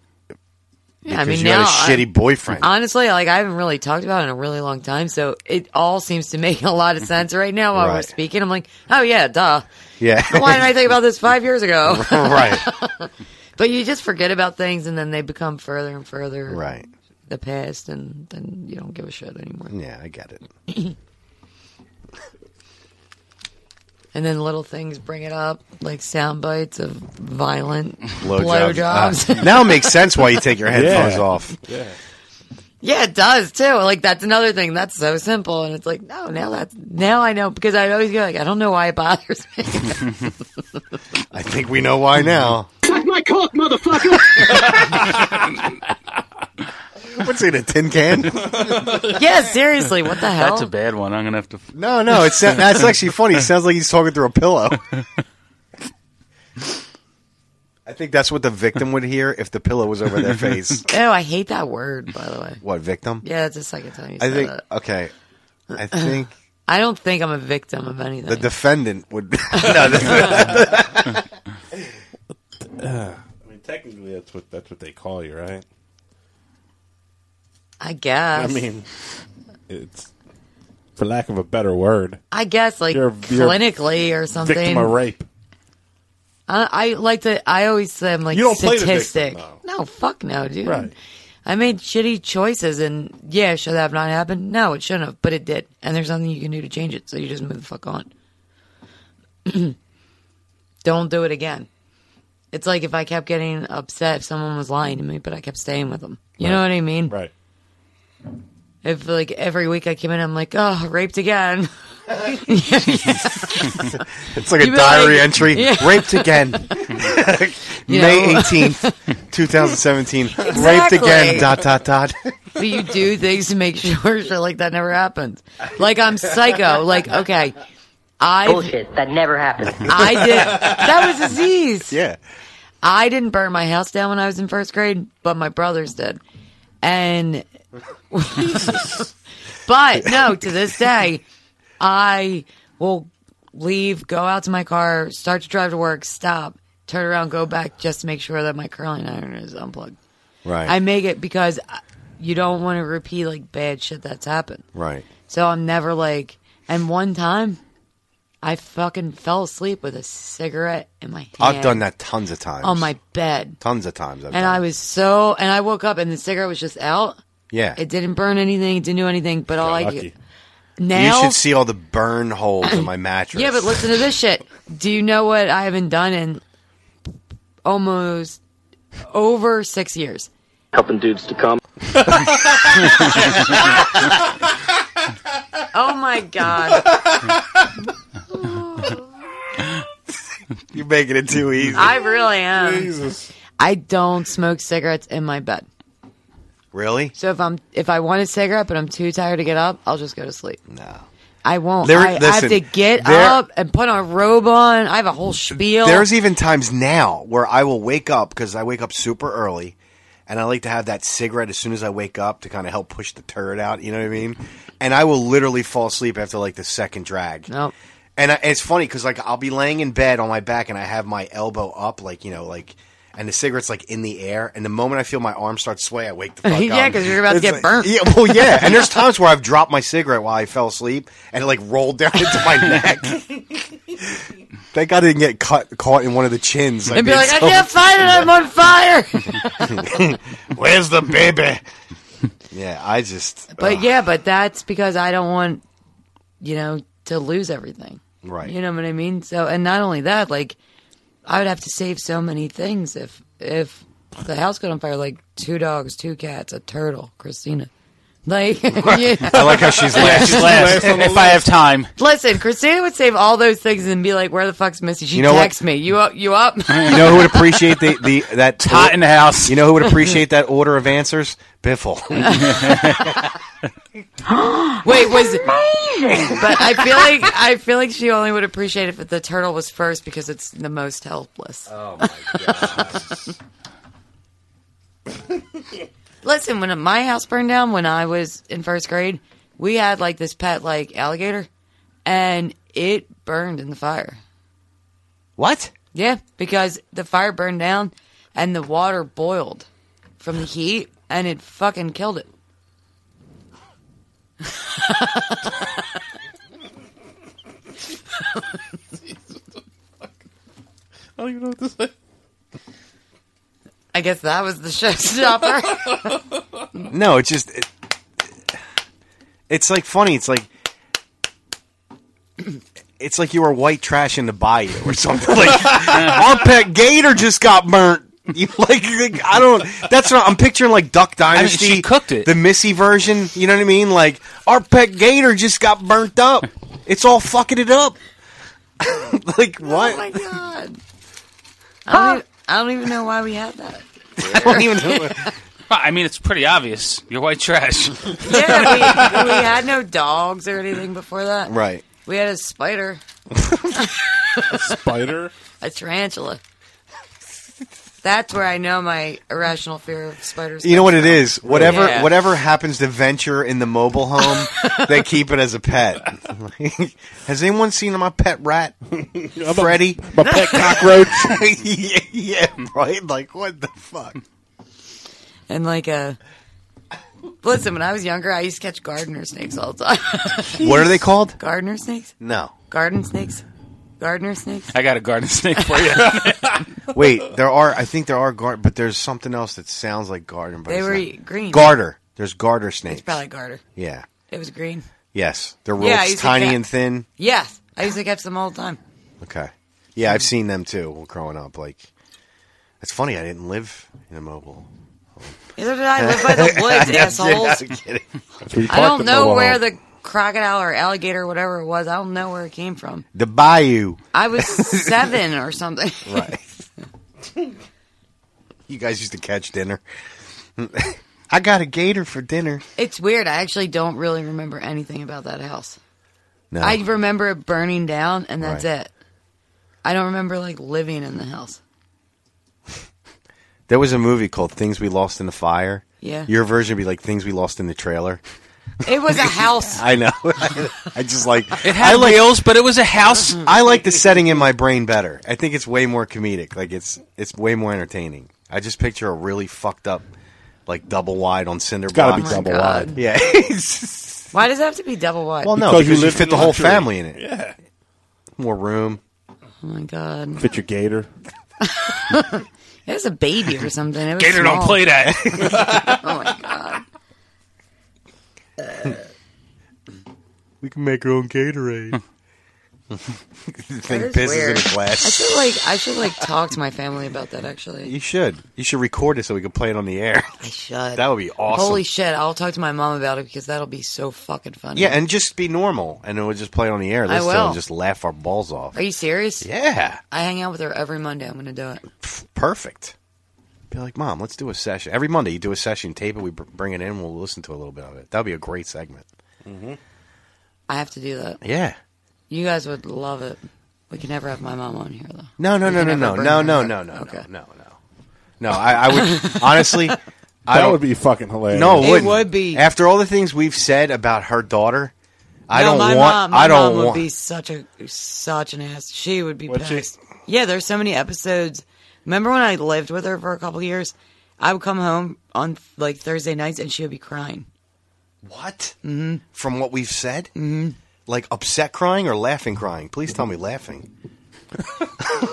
B: Yeah, I
C: because
B: mean,
C: you had a
B: now I-
C: shitty boyfriend.
B: Honestly, like I haven't really talked about it in a really long time, so it all seems to make a lot of sense right now while we're
C: Right.
B: speaking. I'm like, oh yeah, duh.
C: yeah.
B: Why didn't I think about this five years ago?
C: Right.
B: but you just forget about things, and then they become further and further.
C: Right.
B: The past, and then you don't give a shit anymore.
C: Yeah, I get
B: it. and then little things bring it up, like sound bites of violent blowjobs.
C: Ah, now it makes sense why you take your headphones
I: Yeah.
C: off.
I: Yeah.
B: Yeah, it does too. Like that's another thing. That's so simple, and it's like, no, now that's now I know because I always go like, I don't know why it bothers me.
C: I think we know why now.
H: Suck my cock, motherfucker!
C: What's it, a tin can?
B: yeah, seriously, what the hell?
F: That's a bad one. I'm gonna have to. f-
C: No, no, it's that's actually funny. It sounds like he's talking through a pillow. I think that's what the victim would hear if the pillow was over their face.
B: oh, I hate that word. By the way,
C: What victim?
B: yeah, that's the second time you
C: I
B: said
C: think
B: that.
C: okay. I think
B: I don't think I'm a victim of anything.
C: the defendant would. no, the-
I: Uh, I mean, technically, that's what that's what they call you, right?
B: I guess.
I: I mean, it's for lack of a better word,
B: I guess like
I: You're- you're
B: clinically or something.
I: victim of rape.
B: I, I like to. I always say I'm like
I: You don't play the victim,
B: statistic. no, fuck no, dude.
I: Right.
B: I made shitty choices, and yeah, should that have not happened? No, it shouldn't have, but it did. And there's nothing you can do to change it, so you just move the fuck on. don't do it again. It's like if I kept getting upset if someone was lying to me, but I kept staying with them. You know what I mean?
I: Right.
B: If like every week I came in, I'm like, oh, raped again. it's
C: it's like a diary entry. Raped again.
B: You
C: May
B: know.
C: eighteenth, two thousand seventeen. Raped
B: Exactly.
C: again. Dot dot dot.
B: but you do things to make sure shit like that never happens. Like I'm psycho. Like okay, I
E: Bullshit.
B: that never happened. I did. That was disease.
C: Yeah.
B: I didn't burn my house down when I was in first grade, but my brothers did, and but no, to this day, I will leave, go out to my car, start to drive to work, stop, turn around, go back just to make sure that my curling iron is unplugged.
C: Right.
B: I make it because I- you don't want to repeat like bad shit that's happened.
C: right.
B: So I'm never like. And one time, I fucking fell asleep with a cigarette in my hand.
C: I've done that tons of times.
B: on my bed,
C: tons of times. I've
B: and
C: done.
B: I was so. And I woke up, and the cigarette was just out.
C: yeah.
B: It didn't burn anything. It didn't do anything. But all I
C: lucky.
B: now
C: you should see all the burn holes in my mattress.
B: Yeah, but listen to this shit. Do you know what I haven't done in almost over six years?
O: Helping dudes to come.
B: Oh my god!
C: You're making it too easy.
B: I really am.
C: Jesus.
B: I don't smoke cigarettes in my bed.
C: Really?
B: So if I'm if I want a cigarette but I'm too tired to get up, I'll just go to sleep. No. I won't.
C: There-
B: I, I have
C: listen,
B: to get
C: there-
B: up and put a robe on. I have a whole spiel.
C: There's even times now where I will wake up because I wake up super early, and I like to have that cigarette as soon as I wake up to kind of help push the turd out. You know what I mean? And I will literally fall asleep after like the second drag.
B: No.
C: And, I, and it's funny because like I'll be laying in bed on my back and I have my elbow up, like you know, like. And the cigarette's like in the air, and the moment I feel my arm start sway, I wake the fuck up.
B: Yeah, 'cause you're about to
C: It's
B: get
C: like-
B: burnt.
C: Yeah, well, yeah. And there's times where I've dropped my cigarette while I fell asleep, and it like rolled down into my neck. Thank God I didn't get cut, caught in one of the chins.
B: and be
C: being
B: like, I
C: so-
B: can't find it. I'm on fire.
C: Where's the baby? yeah, I just.
B: But
C: ugh,
B: yeah, but that's because I don't want, you know, to lose everything.
C: Right.
B: You know what I mean? So, and not only that, like, I would have to save so many things if if the house got on fire, like two dogs, two cats, a turtle, Christina. Like,
C: uh, I like how she's last.
F: She's last. If I have time.
B: Listen, Christina would save all those things and be like, "Where the fuck's Missy?" She
C: You know what?
B: texts me. You up? You up?
C: You know who would appreciate the, the that hot in the house. You know who would appreciate that order of answers? Biffle.
B: Wait, was But I feel like I feel like she only would appreciate it if the turtle was first because it's the most helpless. Oh my god. Listen, when my house burned down when I was in first grade, we had like this pet like alligator and it burned in the fire.
C: What?
B: Yeah, because the fire burned down and the water boiled from the heat and it fucking killed it.
I: I don't even know what to say.
B: I guess that was the showstopper.
C: no, it's just it, it's like funny. It's like it's like you were white trash in the bayou or something. Like our pet gator just got burnt. You like, like, I don't. That's not. I'm picturing like Duck Dynasty.
F: she cooked it.
C: The Missy version. You know what I mean? Like our pet gator just got burnt up. It's all fucking it up. like what?
B: Oh my god! I don't, even, I don't even know why we had that.
F: I don't even know. I mean, it's pretty obvious. You're white trash.
B: Yeah, we, we had no dogs or anything before that.
F: Right.
B: We had a spider,
I: A spider?
B: a tarantula. That's where I know my irrational fear of spiders.
C: You know what
B: comes
C: it is?
B: from.
C: Whatever
B: Yeah.
C: whatever happens to venture in the mobile home, they keep it as a pet. Has anyone seen my pet rat, Freddy?
H: my pet cockroach.
C: yeah, yeah, right. Like what the fuck?
B: And like a. Listen, when I was younger, I used to catch gardener snakes all the time.
C: What are they called?
B: Gardener snakes?
C: No.
B: Garden snakes? Gardener snakes?
F: I got a garden snake for you.
C: Wait, there are. I think there are garter, but there's something else that sounds like garden. But
B: They
C: it's
B: were e-,
C: not.
B: green.
C: Garter. There's garter snakes.
B: It's probably garter.
C: Yeah.
B: It was green.
C: Yes, they're real
B: Yeah, I used to
C: tiny
B: catch-
C: and thin.
B: Yes, I used to catch them all the time.
C: Okay. Yeah, I've seen them too. Growing up, like it's funny. I didn't live in a mobile.
B: Neither did I live by the woods,
C: Yes,
B: assholes.
C: yeah, I'm kidding.
B: I don't know where the crocodile or alligator, or whatever it was, I don't know where it came from.
C: the bayou.
B: I was seven or something.
C: Right. you guys used to catch dinner. I got a gator for dinner.
B: It's weird. I actually don't really remember anything about that house.
C: No.
B: I remember it burning down, and that's
C: Right.
B: it. I don't remember like living in the house.
C: There was a movie called Things We Lost in the Fire.
B: Yeah.
C: Your version would be like Things We Lost in the Trailer.
B: It was a house.
C: I know. I just like
F: It had
C: I like,
F: wheels, but it was a house.
C: I like the setting in my brain better. I think it's way more comedic. Like it's it's way more entertaining. I just picture a really fucked up like double wide on cinder
I: gotta be
C: blocks.
I: double Oh my God. wide.
C: Yeah.
B: Why does it have to be double wide?
C: well, no, because,
I: Because you
C: you,
I: live
C: fit
I: in
C: the whole
I: luxury.
C: family in it.
I: Yeah.
C: More room.
B: Oh my god!
I: Fit your gator.
B: It was a baby or something. It was
F: Gator don't
B: small.
F: play that.
B: oh my god!
C: We can make our own Gatorade. the thing
B: That is
C: pisses
B: weird.
C: in a glass.
B: I should like I should like talk to my family about that. Actually,
C: You should. You should record it so we can play it on the air. I
B: should.
C: That would be awesome.
B: Holy shit! I'll talk to my mom about it because that'll be so fucking funny.
C: yeah, and just be normal, and then we'll just play it on the air.
B: I
C: Let's still
B: will.
C: just laugh our balls off.
B: are you serious?
C: Yeah.
B: I hang out with her every Monday. I'm gonna do it.
C: Perfect. Be like, mom, let's do a session every Monday. You do a session, tape it, we br- bring it in, we'll listen to a little bit of it. That'd be a great segment.
B: Mm-hmm. I have to do that.
C: Yeah.
B: You guys would love it. We can never have my mom on here though.
C: No, no,
B: We
C: no,
B: can
C: no, no,
B: never bring
C: no,
B: her
C: no,
B: up.
C: no, no,
B: Okay.
C: no, no, no. No, I, I would honestly. I
I: That
C: don't-
I: would be fucking hilarious.
C: No, it,
B: It
C: wouldn't.
B: would be.
C: After all the things we've said about her daughter, I
B: No,
C: don't
B: my
C: want.
B: Mom, my
C: I don't
B: mom
C: want.
B: Would be such a such an ass. She would be
C: Would she?
B: pissed. Yeah, there's so many episodes. Remember when I lived with her for a couple years? I would come home on like Thursday nights and she would be crying.
C: What? Mm-hmm. From what we've said, mm-hmm. like upset crying or laughing crying. Please tell me laughing.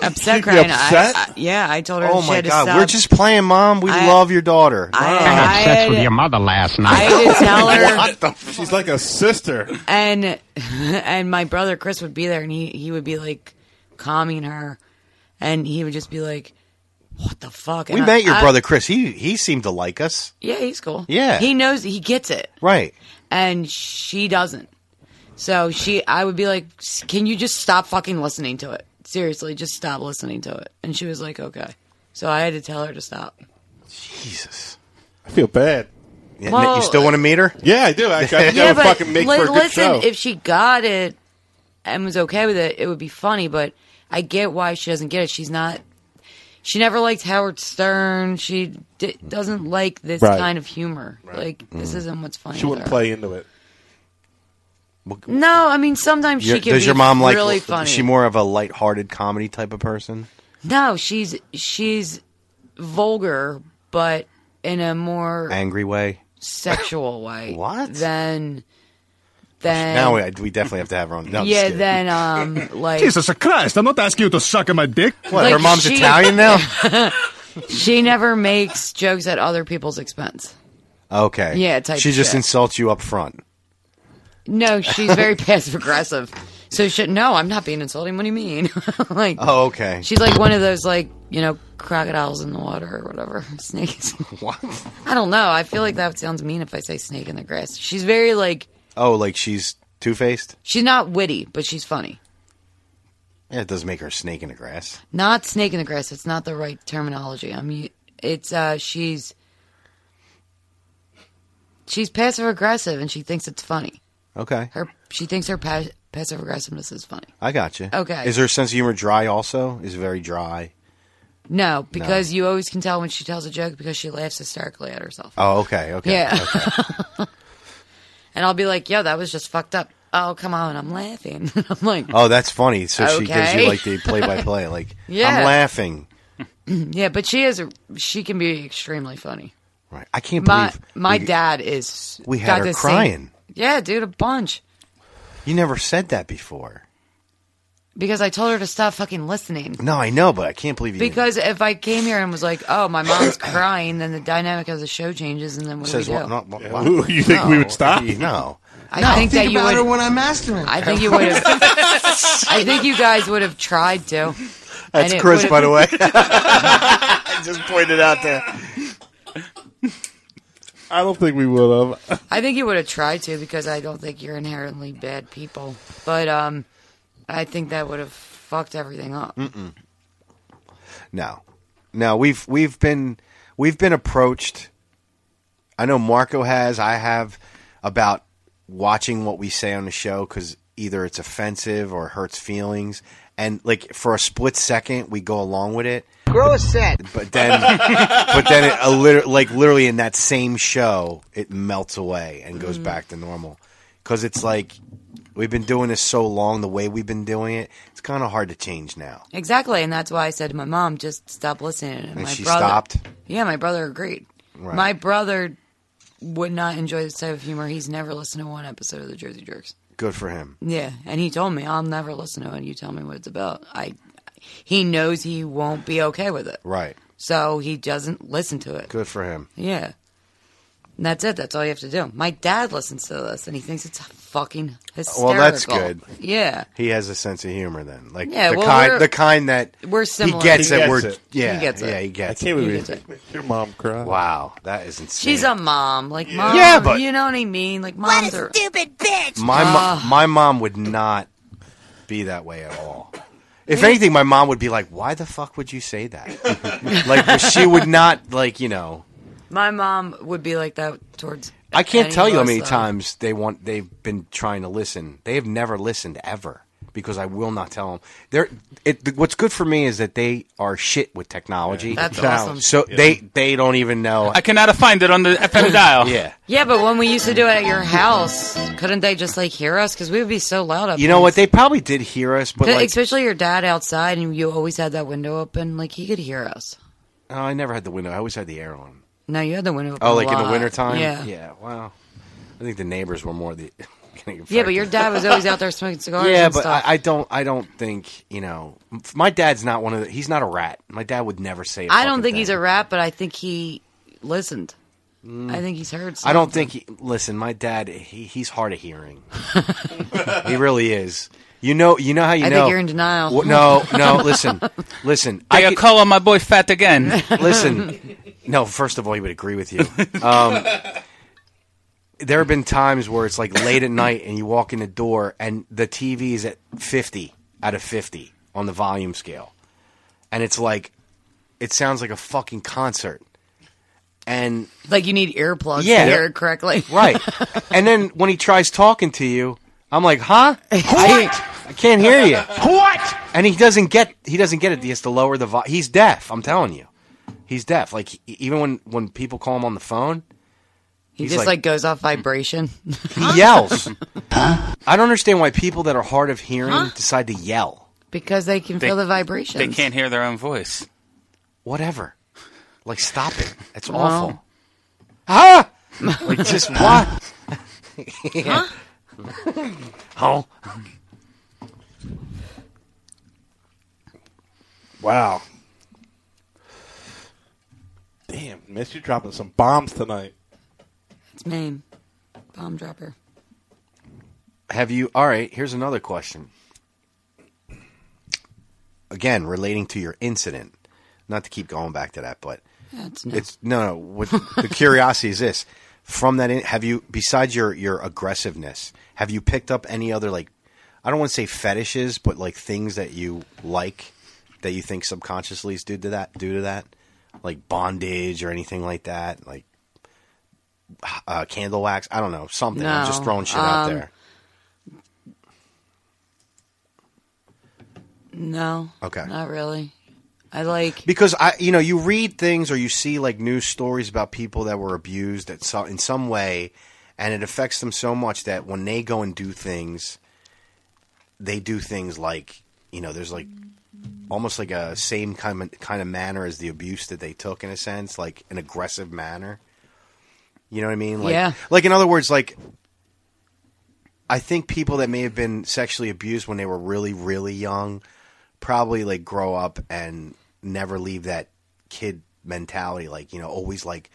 B: Upset
C: She'd be
B: crying. I-
C: upset?
B: I- yeah, I told her.
C: oh
B: she
C: my
B: had to
C: god,
B: stop.
C: we're just playing, mom. We
B: I-
C: love your daughter.
B: I-
C: Wow.
B: I had-
L: mother last
B: I had to tell her.
I: What the f- She's like a sister.
B: and and my brother Chris would be there, and he he would be like calming her, and he would just be like, What the fuck?
C: We
B: And I-
C: met your
B: I-
C: brother Chris. He he seemed to like us.
B: Yeah, he's cool.
C: Yeah.
B: He knows he gets it.
C: Right.
B: And she doesn't. So she I would be like, "S- "Can you just stop fucking listening to it? Seriously, just stop listening to it." And she was like, "Okay." So I had to tell her to stop.
C: Jesus.
I: I feel bad.
C: Yeah,
B: Well,
C: you still want to meet her?
I: Yeah, I do. I, I think that would fucking make
B: li-
I: for a good
B: listen,
I: show.
B: if she got it and was okay with it, it would be funny. But I get why she doesn't get it. She's not. She never liked Howard Stern. She d- doesn't like this
I: Right.
B: kind of humor. Like this
C: Mm-hmm.
B: isn't what's funny.
I: She wouldn't
B: with her.
I: play into it.
B: No, I mean sometimes
C: Your-
B: she can
C: does
B: be
C: your mom like?
B: really funny.
C: Is she more of a light-hearted comedy type of person?
B: no, she's she's vulgar, but in a more
C: Angry way.
B: sexual way.
C: What?
B: Then then
C: Now we, we definitely have to have her on. No, I'm just
B: yeah,
C: kidding.
B: then um like
L: Christ, I'm not asking you to suck on my dick.
C: What,
B: Like,
C: her mom's
B: she-
C: Italian now?
B: she never makes jokes at other people's expense.
C: Okay.
B: Yeah, type
C: She just
B: shit.
C: insults you up front.
B: No, she's very passive aggressive. So she, no, I'm not being insulting. What do you mean? like
C: Oh, okay.
B: she's like one of those like you know crocodiles in the water or whatever snakes.
C: What?
B: I don't know. I feel like that sounds mean if I say snake in the grass. She's very like
C: Oh, like she's two-faced.
B: she's not witty, but she's funny.
C: Yeah, it does make her a snake in the grass.
B: Not snake in the grass. It's not the right terminology. I mean, it's uh she's she's passive aggressive and she thinks it's funny.
C: Okay,
B: Her she thinks her pa- passive aggressiveness is funny.
C: I got you.
B: Okay.
C: Is her sense of humor dry? Also, is it very dry.
B: No, because you always can tell when she tells a joke because she laughs hysterically at herself.
C: Oh, okay, okay.
B: yeah. and I'll be like, "Yo, that was just fucked up." Oh, come on, I'm laughing. I'm like,
C: Oh, that's funny. So she gives
B: Okay.
C: you like the play-by-play. Like
B: Yeah.
C: I'm laughing.
B: yeah, but she is she can be extremely funny.
C: Right. I can't
B: My
C: believe
B: my
C: we-
B: dad is
C: we had
B: got
C: her
B: the same-
C: crying.
B: yeah, dude, a bunch
C: you never said that before.
B: because I told her to stop fucking listening.
C: No, I know, but I can't believe you
B: Because if I came here and was like, "Oh, my mom's crying," then the dynamic of the show changes, and then what
C: says
B: do we do?
C: what? Not, what,
I: Yeah, who- you think we would stop?
C: No.
B: I
C: No.
B: think that
G: Think
B: you
G: about
B: would.
G: her when I'm masturbating.
B: I think you would have. I think you guys would have tried to.
C: That's
B: And it
C: Chris,
B: would've-
C: by the way. I just pointed out there.
I: I don't think we would have.
B: I think you would have tried to because I don't think you're inherently bad people. But um, I think that would have fucked everything up.
C: Mm-mm. No, no. We've we've been we've been approached. I know Marco has. I have about watching what we say on the show because either it's offensive or hurts feelings, and like for a split second we go along with it,
G: Grow a set.
C: but then but then it a lit- like literally in that same show it melts away and goes
G: Mm-hmm.
C: back to normal because it's like we've been doing this so long the way we've been doing it it's kind of hard to change now.
B: Exactly, and that's why I said to my mom, "Just stop listening." And,
C: And
B: my
C: she
B: brother,
C: stopped?
B: Yeah, my brother agreed.
C: Right.
B: My brother would not enjoy this type of humor. He's never listened to one episode of the Jersey Jerks.
C: Good for him.
B: Yeah, and he told me I'll never listen to it. You tell me what it's about. I, he knows he won't be okay with it,
C: Right.
B: so he doesn't listen to it.
C: Good for him.
B: Yeah, and that's it. That's all you have to do. My dad listens to this, and he thinks it's fucking hysterical.
C: Well, that's good.
B: Yeah,
C: He has a sense of humor then. Like
B: Yeah,
C: the
B: well, we're-
C: kind the kind that
B: we're similar.
C: He gets
I: He
C: it.
I: gets
C: we're
I: it.
C: yeah.
B: He gets it.
C: Yeah, he gets
I: I can't
C: it.
I: believe you- your mom cried.
C: Wow, that is insane.
B: she's a mom. Like mom,
C: Yeah, but-
B: you know what I mean. Like moms are
A: Stupid bitch.
C: my mo-
B: Ah.
C: my mom would not be that way at all. If anything, my mom would be like, "Why the fuck would you say that?" like she would not like you know.
B: My mom would be like that towards.
C: I can't
B: any
C: tell you
B: of
C: how
B: us,
C: many
B: though.
C: times they want they've been trying to listen. They have never listened ever because I will not tell them. They're it, what's good for me is that they are shit with technology.
B: That's awesome.
C: So
F: Yeah.
C: they they don't even know.
F: I cannot find it on the FM dial.
C: yeah.
B: Yeah, but when we used to do it at your house, couldn't they just like hear us? Because we would be so loud up.
C: You know what? They probably did hear us, but
B: there.
C: like,
B: especially your dad outside, and you always had that window open. Like he could hear us.
C: oh, I never had the window. I always had the air on.
B: No, you had the window open.
C: Oh,
B: a
C: like in the
B: lot.
C: wintertime?
B: Yeah.
C: Yeah. Wow. I think the neighbors were more the. getting
B: Yeah, but
C: affected.
B: your dad was always out there smoking cigars.
C: Yeah,
B: and
C: but I,
B: stuff.
C: I don't. I don't think you know. My dad's not one of the. He's not a rat. My dad would never say. I
B: I don't think he's a rat, but I think he listened. I think he's heard.
C: Mm. I don't think. He, listen, my dad. He, he's hard of hearing. he really is. You know, you know how you
B: I
C: know.
B: think you're in denial.
C: Wha- no, no. Listen, listen.
F: I got call on my boy fat again.
C: Listen, no. First of all, he would agree with you. Um, there have been times where it's like late at night, and you walk in the door, and the TV is at fifty out of fifty on the volume scale, and it's like, it sounds like a fucking concert, and
B: Like you need earplugs
C: Yeah.
B: to hear it correctly.
C: right. and then when he tries talking to you, I'm like, huh? What? I can't hear you. What? And he doesn't get he doesn't get it. He has to lower the vo- he's deaf, I'm telling you. He's deaf. Like he- even when when people call him on the phone,
B: He
C: he's mm.
B: just like, goes off vibration.
C: he yells. I don't understand why people that are hard of hearing decide to yell.
B: because they can feel the vibrations.
F: They can't hear their own voice.
C: Whatever. Like stop it. It's
B: Well.
C: awful. Ah! Like just what?
H: Huh?
C: Oh.
I: Wow. Damn, miss you dropping some bombs tonight.
B: It's Maine. Bomb dropper.
C: Have you? All right. Here's another question. Again, relating to your incident. Not to keep going back to that, but
B: Yeah, it's no.
C: it's no, no. What, the curiosity is this: from that, in, have you, besides your your aggressiveness, have you picked up any other like, I don't want to say fetishes, but like things that you like that you think subconsciously is due to that, due to that, like bondage or anything like that, like uh, candle wax. I don't know something. I'm just
B: No,
C: throwing shit out
B: um,
C: there.
B: No.
C: Okay.
B: Not really. I like.
C: because I, you know, you read things or you see like news stories about people that were abused at so, in some way, and it affects them so much that when they go and do things, they do things like you know, there's like almost like a same kind of, kind of manner as the abuse that they took in a sense, like an aggressive manner. You know what I mean? Like,
B: Yeah.
C: Like in other words, like I think people that may have been sexually abused when they were really, really young probably like grow up and never leave that kid mentality. Like, you know, always like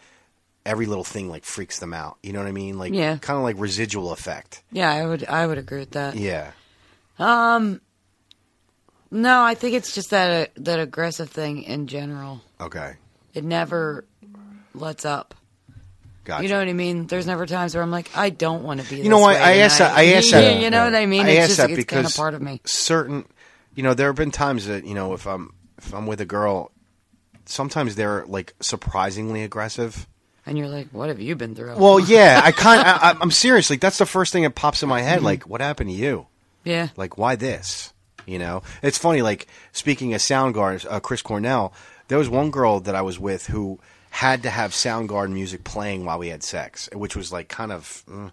C: every little thing like freaks them out. You know what I mean? Like,
B: Yeah.
C: kind of like residual effect.
B: Yeah, I would. I would agree with that.
C: Yeah.
B: Um. No, I think it's just that uh, that aggressive thing in general.
C: Okay.
B: It never lets up.
C: Gotcha.
B: You know what I mean? There's never times where I'm like, I don't want to be.
C: You know
B: this
C: why
B: way
C: I asked that?
B: tonight.
C: I asked that.
B: You know what I mean?
C: I
B: it's
C: asked
B: just,
C: that
B: it's
C: because
B: kind of part of me.
C: Certain, you know, there have been times that you know if I'm if I'm with a girl, sometimes they're like surprisingly aggressive.
B: And you're like, what have you been through?
C: Well, yeah, I kind I, I'm serious. Like that's the first thing that pops in my head. Like, what happened to you?
B: yeah.
C: Like, why this? You know, it's funny. Like speaking of Soundgarden, uh, Chris Cornell. There was one girl that I was with who had to have Soundgarden music playing while we had sex, which was like kind of. mm.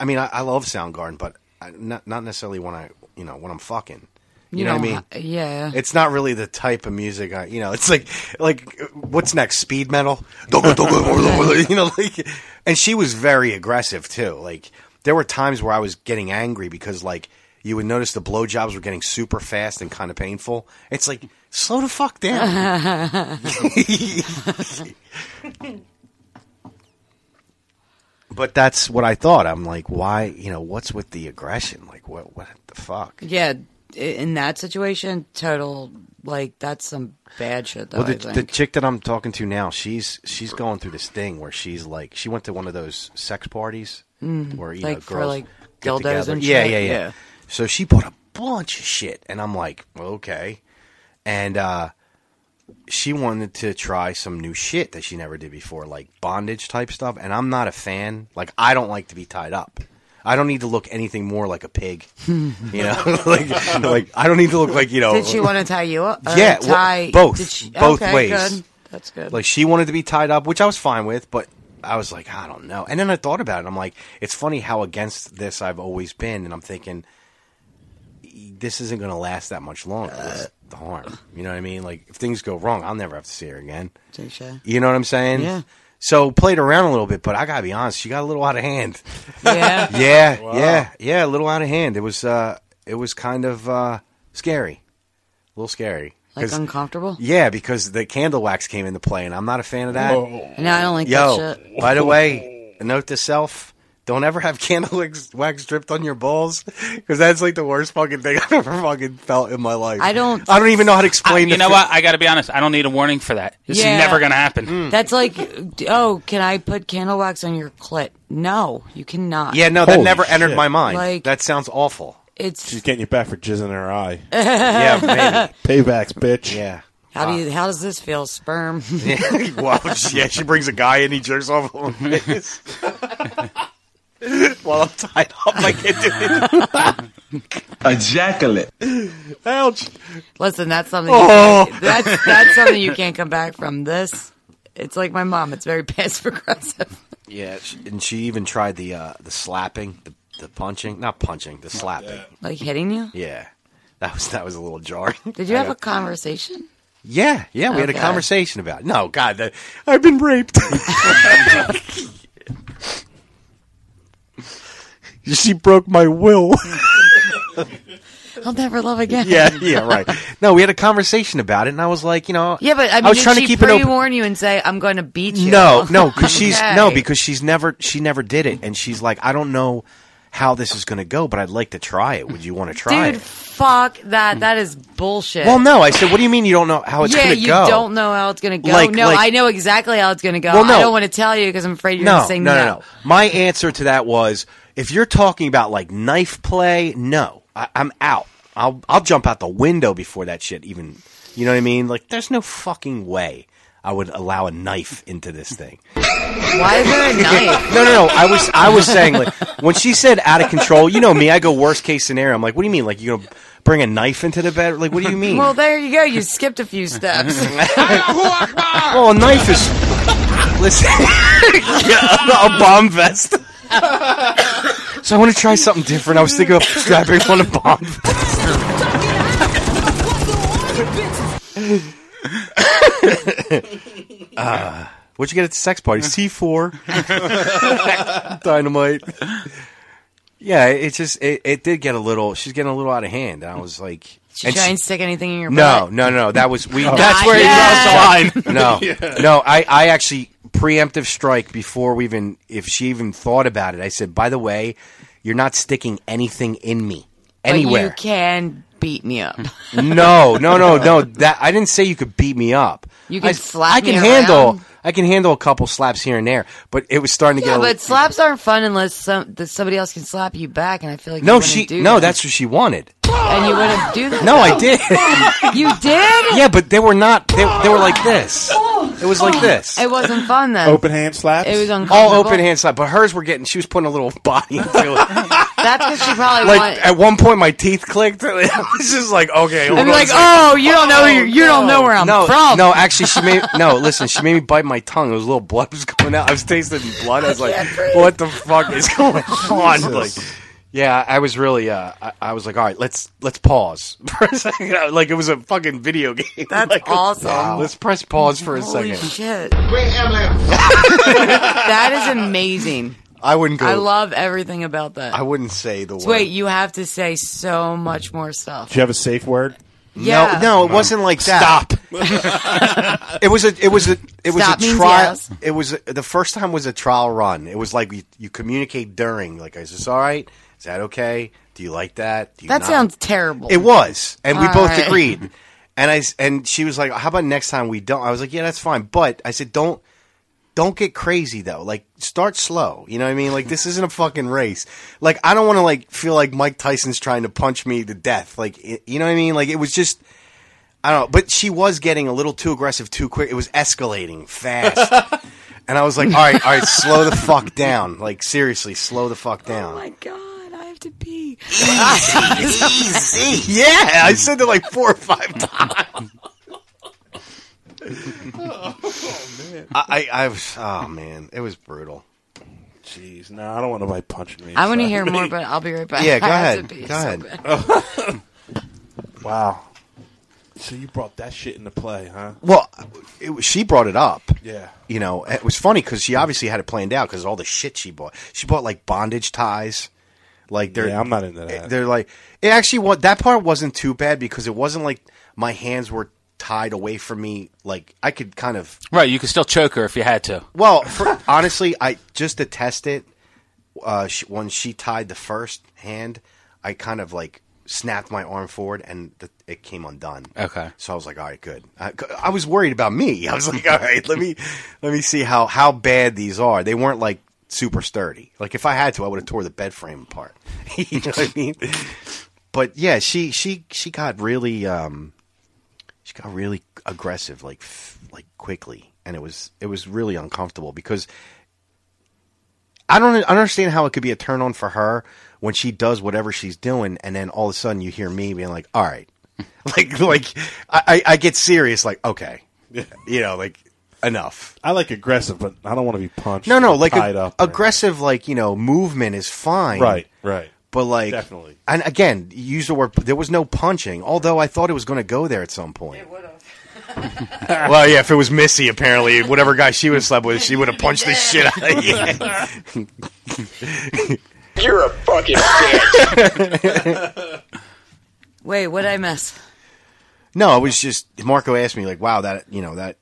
C: I mean, I, I love Soundgarden, but I, not not necessarily when I you know when I'm fucking. You, know what I
B: don't
C: mean?
B: ha- yeah.
C: It's not really the type of music I, you know. It's like, like what's next? Speed metal, you know. Like, and she was very aggressive too. Like, there were times where I was getting angry because, like, you would notice the blowjobs were getting super fast and kind of painful. It's like, slow the fuck down. but that's what I thought. I'm like, why? You know, what's with the aggression? Like, what? What the fuck?
B: yeah. i- In that situation, total like that's some bad shit. Though,
C: Well, the,
B: I think.
C: the chick that I'm talking to now, she's she's going through this thing where she's like, she went to one of those sex parties
B: Mm,
C: where you know
B: like for,
C: girls
B: like,
C: get
B: dildos
C: together.
B: and
C: yeah,
B: shit?
C: yeah, yeah,
B: Yeah.
C: So she bought a bunch of shit, and I'm like, well, okay. And uh, she wanted to try some new shit that she never did before, like bondage type stuff. And I'm not a fan. Like, I don't like to be tied up. I don't need to look anything more like a pig. You know, like, like I don't need to look like you know.
B: Did she want to tie you up? Uh,
C: yeah, well,
B: tie
C: both,
B: did she-
C: both
B: okay,
C: ways.
B: Good. That's good.
C: Like she wanted to be tied up, which I was fine with, but I was like, I don't know. And then I thought about it. I'm like, it's funny how against this I've always been, and I'm thinking this isn't going to last that much longer. What's the harm? You know what I mean? Like if things go wrong, I'll never have to see her again.
B: Touche.
C: You know what I'm saying?
B: Yeah.
C: So played around a little bit, but I gotta be honest, she got a little out of hand.
B: Yeah.
C: yeah,
B: Wow.
C: yeah, yeah, a little out of hand. It was, uh, it was kind of uh, scary, a little scary.
B: like
C: 'Cause-
B: uncomfortable.
C: yeah, because the candle wax came into play, and I'm not a fan of that.
B: And I don't like
C: Yo,
B: that shit.
C: by the way, a note to self: Don't ever have candle wax- wax dripped on your balls because that's like the worst fucking thing I've ever fucking felt in my life.
B: I don't-
C: I don't even know how to explain.
F: you
C: the
F: know
C: fe-
F: what? I got to be honest. I don't need a warning for that. This
B: Yeah.
F: is never going to happen.
C: Mm.
B: That's like, oh, can I put candle wax on your clit? No, you cannot.
C: Yeah, no, that never entered my mind.
B: Like-
C: that sounds awful.
B: It's
I: She's getting you back for jizz in her eye.
B: Yeah,
I: Paybacks, bitch.
C: Yeah.
B: how do you? How does this feel? Sperm.
C: wow. Yeah, she brings a guy in, he jerks off on my face. While I'm tied up, I can't do it.
O: Ejaculate.
C: Ouch.
B: Listen, that's something. You
O: Oh.
B: can't, that's that's something you can't come back from. This, it's like my mom. It's very passive aggressive.
C: Yeah, sh- and she even tried the uh, the slapping, the, the punching, not punching, the slapping.
B: Like hitting you.
C: Yeah, that was that was a little jarring.
B: Did you
C: I
B: have a
C: got-
B: conversation?
C: Yeah, yeah, we had a
B: Okay.
C: conversation about. It. No, God, that, I've been raped. she broke my will.
B: I'll never love again.
C: yeah, yeah, right. No, we had a conversation about it, and I was like, you know,
B: Yeah, but I, mean,
C: was
B: did
C: trying
B: she
C: to keep it
B: pre-warn
C: open.
B: you and say I'm going to beat you.
C: No, no, because she's no,
B: Okay.
C: because she's never she never did it, and she's like, I don't know how this is going to go, but I'd like to try it. Would you want to try
B: dude,
C: it?
B: fuck that. That is bullshit.
C: Mm. Well, no, I said, what do you mean you don't know how it's
B: yeah,
C: going to
B: you
C: go?
B: don't know how it's going to go.
C: Like-
B: no,
C: like-
B: I know exactly how it's going to go.
C: Well, no.
B: I don't want to tell you because I'm afraid you're going
C: no,
B: to say
C: no, no, no. My answer to that was, if you're talking about like knife play, no, I, I'm out. I'll I'll jump out the window before that shit even. You know what I mean? Like, there's no fucking way I would allow a knife into this thing.
B: Why is there a knife?
C: no, no, no. I was, I was saying like when she said out of control. You know me. I go worst case scenario. I'm like, what do you mean? Like you gonna bring a knife into the bed? Like what do you mean?
B: Well, there you go. You skipped a few steps.
C: well, Oh, a knife is. Listen, yeah, a bomb vest. So I want to try something different. I was thinking of strapping on a bomb. uh, what'd you get at the sex party? C four, dynamite. Yeah, it just it, it did get a little. She's getting a little out of hand. And I was like,
B: Did you
C: and
B: try
C: she-
B: and stick anything in your
C: no,
B: butt?
C: no, no. That was we.
B: Oh. That's where he Not
F: draws the yet. line.
C: No,
F: Yeah.
C: no. I, I actually preemptive strike before we even if she even thought about it. I said, by the way, you're not sticking anything in me
B: But
C: anywhere.
B: you can beat me up.
C: no, no, no, no. That I didn't say you could beat me up.
B: You can
C: I,
B: slap
C: I can
B: me
C: handle.
B: around.
C: I can handle a couple slaps here and there, but it was starting to
B: Yeah,
C: get. a-
B: but slaps aren't fun unless some, that somebody else can slap you back, and I feel like you
C: no,
B: wouldn't
C: she.
B: do
C: No,
B: that.
C: that's what she wanted.
B: and you wouldn't do that.
C: No, I did.
B: you did.
C: yeah, but they were not. They, they were like this.
B: Oh.
C: It was like this.
B: It wasn't fun then.
C: Open hand slaps.
B: It was
C: Oh. all
B: uncomfortable.
C: open hand slap, but hers were getting. She was putting a little body into it.
B: That's because she probably
C: like
B: want.
C: at one point, my teeth clicked. I was just like, okay.
B: I'd
C: hold
B: be
C: on a
B: like,
C: second.
B: oh, you don't know, you, you don't know where I'm
C: no,
B: from.
C: no. Actually, she made no. Listen, she made me bite my tongue. It was a little blood was coming out. I was tasting blood. I was like, what the fuck is going on? Like,
H: Jesus.
C: yeah, I was really. Uh, I, I was like, all right, let's let's pause for a second. Like it was a fucking video game. That's
B: awesome.
C: Let's press pause for a
B: Holy
C: second.
B: shit.
H: Great Eminem.
B: that is amazing.
C: I wouldn't go.
B: I love everything about that.
C: I wouldn't say the
B: So
C: word.
B: Wait, you have to say so much more stuff.
I: Do you have a safe word?
B: Yeah.
C: No, no, it wasn't like that. Stop. it was a it was a it was
B: Stop
C: a
B: means
C: trial.
B: yes.
C: It was a, the first time was a trial run. It was like you, you communicate during like is this all right? Is that okay? Do you like that? Do you
B: That
C: not?
B: sounds terrible.
C: It was, and we
B: All
C: both
B: right.
C: agreed. And I s- and she was like, "How about next time we don't?" I was like, "Yeah, that's fine." But I said, "Don't." Don't get crazy though. Like start slow. You know what I mean? Like this isn't a fucking race. Like I don't want to like feel like Mike Tyson's trying to punch me to death. Like i- you know what I mean? Like it was just I don't know, but she was getting a little too aggressive too quick. It was escalating fast. and I was like, "All right, all right, slow the fuck down. Like seriously, slow the
B: Oh
C: fuck down."
H: Easy.
C: Yeah, I said it like four or five times. I, I, I was, oh man, it was brutal.
I: Jeez, no, I don't want nobody punching me.
B: I want to hear more, but I'll be right back.
C: Yeah, go
B: I have
C: ahead.
B: to pee
C: Go
B: so
C: ahead.
B: bad.
I: wow. So you brought that shit into play, huh?
C: Well, it, was- she brought it up.
I: Yeah.
C: You know, it was funny because she obviously had it planned out because all the shit she bought. She bought like bondage ties. Like they're,
I: Yeah, I'm not into that.
C: They're like it actually. What that part wasn't too bad because it wasn't like my hands were tied away from me. Like I could kind of
F: Right, you could still choke her if you had to.
C: Well, for, honestly, I just to test it, uh, she, when she tied the first hand, I kind of like snapped my arm forward and the, it came undone.
F: Okay.
C: So I was like, all right, good. I, I was worried about me. I was like, all right, let me let me see how how bad these are. They weren't like super sturdy. Like if I had to, I would have tore the bed frame apart. you know what I mean? But yeah, she she she got really um she got really aggressive like f- like quickly and it was it was really uncomfortable because I don't I don't understand how it could be a turn on for her when she does whatever she's doing, and then all of a sudden you hear me being like, "All right," like like I, I- I get serious, like okay, you know, like enough.
I: I like aggressive, but I don't want to be punched.
C: No, no,
I: or
C: like
I: tied
C: a-
I: up.
C: aggressive, like you know, movement is fine,
I: Right, right.
C: But like,
I: Definitely.
C: and again, you use the word. There was no punching, although I thought it was going to go there at some point. It would have. well, yeah, if it was Missy, apparently whatever guy she was slept with, she would have punched the shit out of you.
H: You're a fucking bitch.
B: Wait, what did I miss?
C: No, it was just Marco asked me like, "Wow, that you know that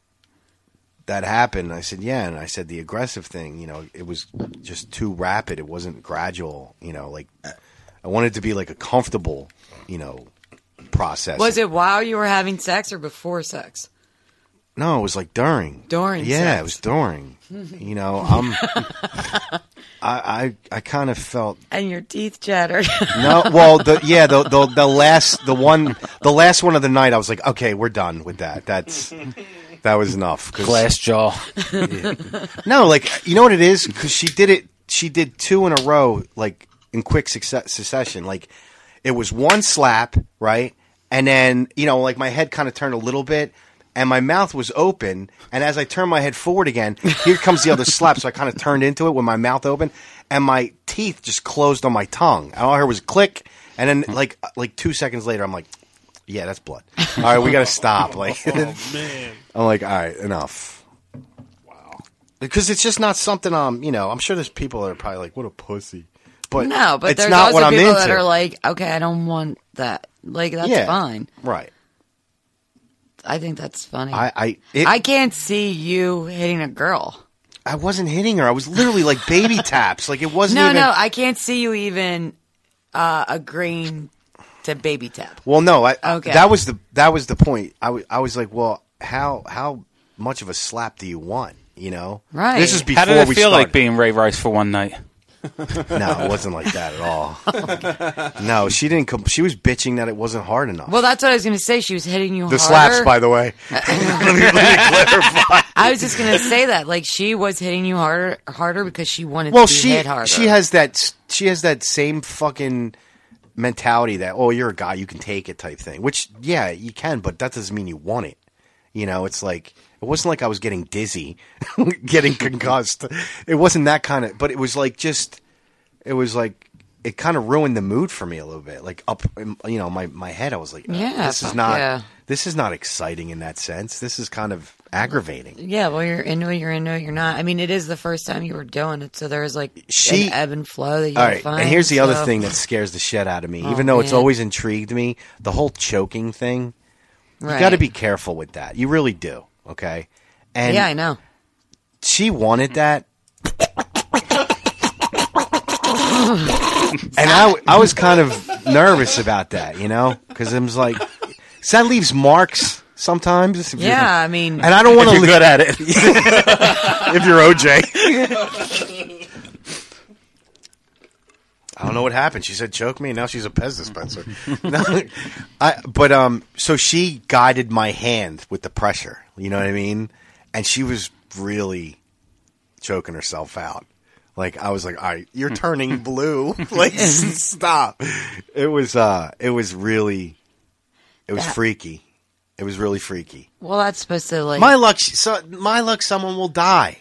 C: that happened." I said, "Yeah," and I said the aggressive thing. You know, it was just too rapid. It wasn't gradual. You know, like I wanted to be like a comfortable, you know, process.
B: Was it while you were having sex or before sex?
C: No, it was like during.
B: During
C: Yeah,
B: sex.
C: it was during. you know, I'm. I I, I kind of felt
B: And your teeth chattered.
C: no. Well, the yeah, the, the the last the one the last one of the night, I was like, okay, we're done with that. That's that was enough. 'cause-
F: Glass jaw.
C: no, like you know what it is because she did it. She did two in a row, like in quick succe- succession. Like it was one slap, right, and then you know, like my head kind of turned a little bit, and my mouth was open, and as I turned my head forward again, here comes the other slap. So I kind of turned into it with my mouth open, and my teeth just closed on my tongue. And all I heard was click, and then like like two seconds later, I'm like. Yeah, that's blood. All right, we got to stop. Like,
H: Oh, man.
C: I'm like, all right, enough because it's just not something I'm. You know, I'm sure there's people that are probably like, "What a pussy," but
B: no, but
C: it's
B: there's
C: not
B: also
C: what I'm
B: people
C: into.
B: that are like, okay, I don't want that. Like that's
C: Yeah,
B: fine.
C: right?
B: I think that's funny.
C: I I it,
B: I can't see you hitting a girl.
C: I wasn't hitting her. I was literally like baby taps. Like it wasn't.
B: no,
C: even,
B: no, I can't see you even uh, agreeing to baby tap.
C: Well, no. I,
B: Okay.
C: That was the that was the point. I wa- I was like, well, how how much of a slap do you want? You know, This is before
F: How did it
C: we
F: feel
C: started.
F: like being Ray Rice for one night?
C: no, it wasn't like that at all. no, she didn't. Com- she was bitching that it wasn't hard enough.
B: Well, that's what I was going to say. She was hitting you
C: the
B: harder.
C: slaps, by the way.
B: I was just going to say that. Like she was hitting you harder, harder because she wanted
C: well
B: to be
C: she
B: hit harder.
C: she has that she has that same fucking mentality that oh you're a guy you can take it type thing which yeah you can but that doesn't mean you want it you know it's like it wasn't like i was getting dizzy getting concussed it wasn't that kind of but it was like just it was like it kind of ruined the mood for me a little bit like up in- you know my my head i was like
B: Yeah,
C: yeah this is
B: fuck
C: not
B: yeah.
C: this is not exciting in that sense this is kind of aggravating
B: Yeah, well, you're into it, you're into it, you're not. I mean, it is the first time you were doing it, so there's like
C: She-
B: an ebb and flow that you
C: All right,
B: find.
C: and here's the other
B: so-
C: thing that scares the shit out of me.
B: Oh,
C: Even though it's
B: man.
C: always intrigued me, the whole choking thing.
B: Right.
C: You got to be careful with that. You really do. Okay. And
B: yeah, I know.
C: she wanted that. and I, w- I was kind of nervous about that, you know, because it was like, 'cause that leaves marks sometimes. if you're-
B: Yeah, I mean,
C: and I don't want to
B: If you're good
C: at it. if you're OJ, I don't know what happened. She said choke me, and now she's a Pez dispenser. No, I, but um, so she guided my hand with the pressure. You know what I mean? And she was really choking herself out. Like I was like, all right, you're turning blue. like s- stop. It was uh, it was really, it was
B: That-
C: freaky. It was really freaky.
B: Well, that's supposed to like
C: my luck, so my luck, someone will die,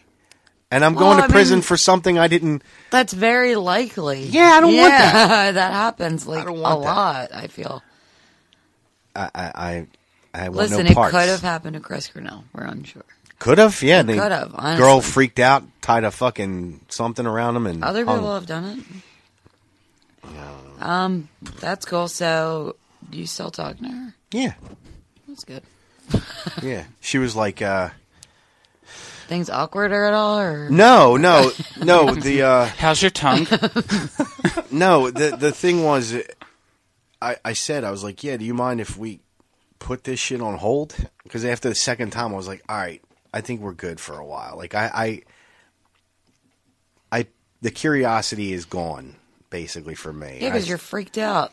C: and I'm
B: Well,
C: going to
B: I
C: prison
B: mean-
C: for something I didn't.
B: That's very likely.
C: Yeah, I don't want
B: that.
C: that.
B: that happens like a lot. I feel.
C: I I I, I want
B: Listen,
C: no
B: it
C: parts.
B: could have happened to Chris Cornell. We're unsure.
C: Could have, yeah.
B: It
C: the
B: could have, honestly.
C: Girl freaked out, tied a fucking something around him, and
B: Other
C: hung.
B: people have done it. Um, that's cool. So, you still talking to her?
C: Yeah.
B: That's good.
C: yeah. She was like, uh,
B: Things awkward or at all? Or
C: No, no, no. The uh,
F: how's your tongue?
C: no, the the thing was, I I said I was like, yeah. Do you mind if we put this shit on hold? Because after the second time, I was like, all right, I think we're good for a while. Like I I, I the curiosity is gone basically for me.
B: yeah,
C: I-
B: because you're freaked out.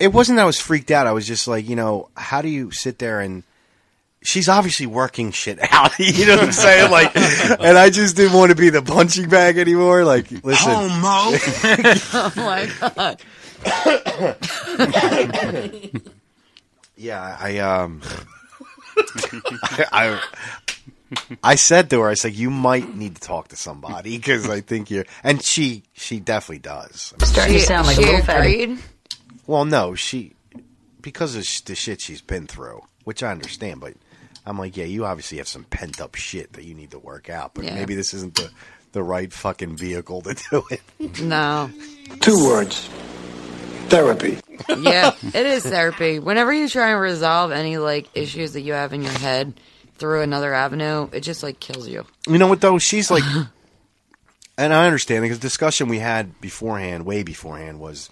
C: it wasn't that I was freaked out. I was just like, you know, how do you sit there and she's obviously working shit out. you know what I'm saying? Like, and I just didn't want to be the punching bag anymore. Like, listen,
B: oh my god.
C: yeah, I um, I, I I said to her, I said, you might need to talk to somebody because I think you're, and she she definitely does.
E: Starting to sound like a
B: she
E: little fatty.
B: agreed?
C: Well, no, she because of sh- the shit she's been through, which I understand, but I'm like, yeah, you obviously have some pent up shit that you need to work out, but
B: Yeah.
C: maybe this isn't the the right fucking vehicle to do it.
B: No.
J: Two words. Therapy.
B: yeah, it is therapy. Whenever you try and resolve any like issues that you have in your head through another avenue, it just like kills you.
C: You know what though? She's like, and I understand because discussion we had beforehand, way beforehand, was,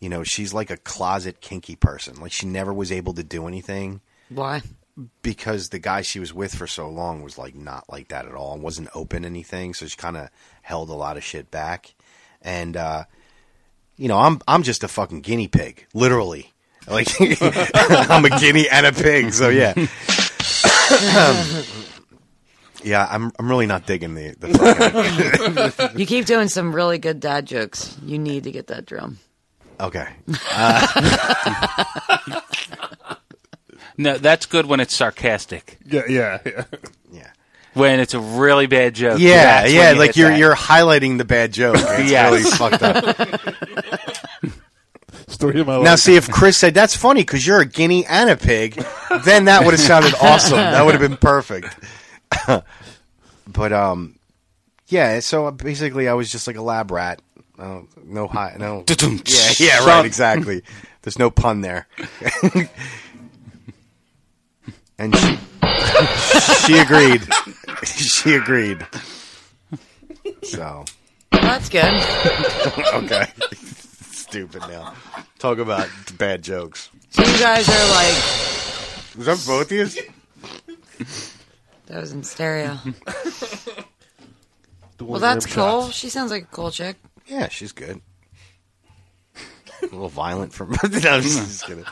C: you know, she's like a closet kinky person. Like she never was able to do anything.
B: Why?
C: because the guy she was with for so long was like not like that at all and wasn't open anything so she kind of held a lot of shit back and uh you know i'm i'm just a fucking guinea pig literally like i'm a guinea and a pig so yeah yeah i'm i'm really not digging the the fucking
B: you keep doing some really good dad jokes. You need to get that drum.
C: okay uh,
F: No, that's good when it's sarcastic.
I: Yeah, yeah, yeah.
F: When it's a really bad joke.
C: yeah
F: that's when
C: yeah
F: you
C: like
F: hit
C: you're
F: that.
C: you're highlighting the bad joke it's
F: Yes.
C: really fucked up
I: Story of my life.
C: Now, see if Chris said that's funny because you're a guinea and a pig, then that would have sounded awesome. That would have been perfect. but um, yeah. So basically, I was just like a lab rat. Uh, no high, no. yeah, yeah, right.
H: Son.
C: Exactly. There's no pun there. and she, she agreed. she agreed. So
B: That's good.
C: okay. Stupid now. Talk about bad jokes.
B: So you guys are like
C: Was that both of you?
B: that was in stereo. well,
C: with
B: that's
C: rib
B: cool.
C: shots.
B: She sounds like a cool chick.
C: Yeah, she's good. A little violent from. no, I'm just kidding.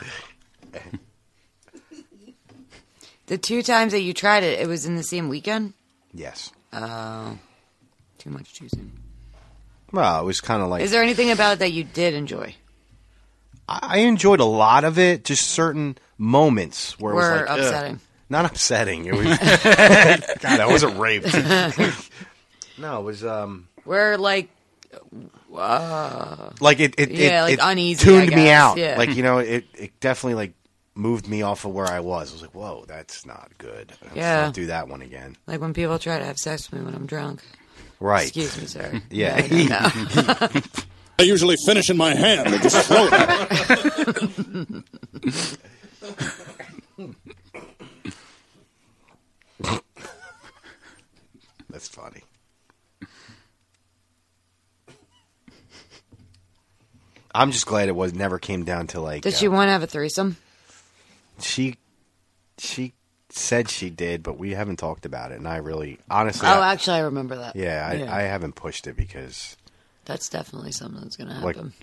B: The two times that you tried it, it was in the same weekend.
C: Yes.
B: Oh, too much too soon.
C: Well, it was kind of like
B: Is there anything about it that you did enjoy?
C: I I enjoyed a lot of it. Just certain moments where
B: Were
C: it was like, ugh.
B: upsetting.
C: Not upsetting. It was. God, I wasn't raped. no, it was um
B: Where like, uh,
C: like it. it
B: yeah,
C: it,
B: like
C: it
B: uneasy. I
C: Tuned me
B: guess.
C: out.
B: Yeah.
C: Like you know, it it definitely like moved me off of where I was. I was like, whoa, that's not good. Let's
B: Yeah.
C: not do that one again.
B: Like when people try to have sex with me when I'm drunk.
C: Right.
B: Excuse me, sir.
C: Yeah.
B: No, no, no.
I: I usually finish in my hand. I just throw
C: That's funny. I'm just glad it was never came down to like
B: Did
C: uh,
B: she want to have a threesome?
C: she she said she did, but we haven't talked about it, and I really honestly,
B: Oh,
C: I-
B: actually, I remember that.
C: yeah, I, I haven't pushed it because
B: That's definitely something that's gonna
C: like
B: happen.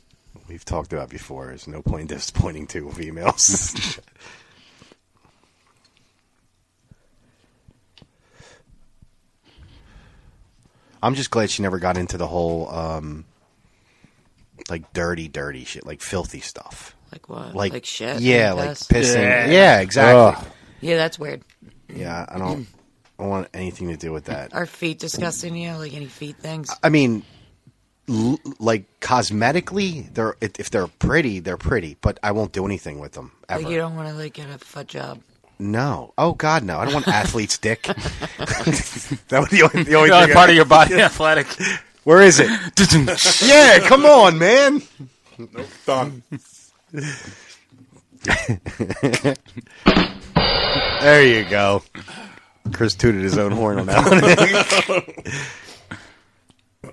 C: we've talked about before, there's no point in disappointing two females. I'm just glad she never got into the whole um like dirty, dirty shit, like filthy stuff.
B: Like what?
C: Like,
B: Like shit?
C: Yeah, like
B: Like piss?
C: pissing.
B: Yeah.
C: Yeah, exactly.
B: yeah, that's weird.
C: Yeah, I don't I don't want anything to do with that.
B: Are feet disgusting you? Like any feet things?
C: I mean, l- like cosmetically, they're if if they're pretty, they're pretty, but I won't do anything with them ever.
B: Like you don't want to like get a foot job.
C: No. Oh God, no! I don't want athlete's dick. that was the only, the only
F: The only
C: thing I-
F: part of your body athletic.
C: Where is it? yeah, come on, man.
I: Nope, done.
C: there you go. Chris tooted his own horn on that one.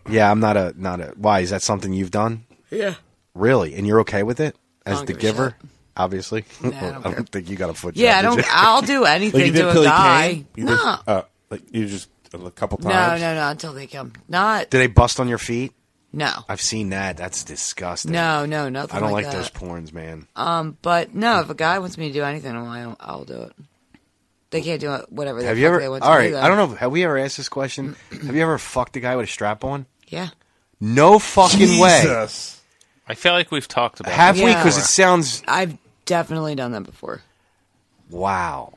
C: yeah, I'm not a not a. Why is that something you've done?
B: Yeah.
C: Really, and you're okay with it
B: I
C: as
B: don't
C: the
B: give a
C: giver? Obviously,
B: Nah, I don't care.
C: think you got a foot.
B: Yeah, I
C: job,
B: don't.
C: did you?
B: I'll do anything
I: you did
B: to a
I: Billy
B: guy.
I: Kane? You did-
B: No,
I: uh, like you just a couple
B: no,
I: times.
B: no, no. Until they come. Not.
C: Do they bust on your feet?
B: No.
C: I've seen that. That's disgusting.
B: No, Oh no, nothing
C: I don't
B: like
C: like, those Hmm.
B: that.
C: porns, man.
B: Um, but no, if a guy wants me to do anything, I'm like, I'll do it. They can't do it. Whatever. the
C: Have you
B: fuck
C: ever?
B: They want
C: All
B: to
C: right,
B: do,
C: I don't know. Have we ever asked this question? have you ever fucked a guy with a strap on?
B: Yeah.
C: No fucking way.
F: I feel like we've talked about
C: Have
F: this
C: we?
F: before.
C: Because it sounds.
B: I've definitely done that before.
C: Wow.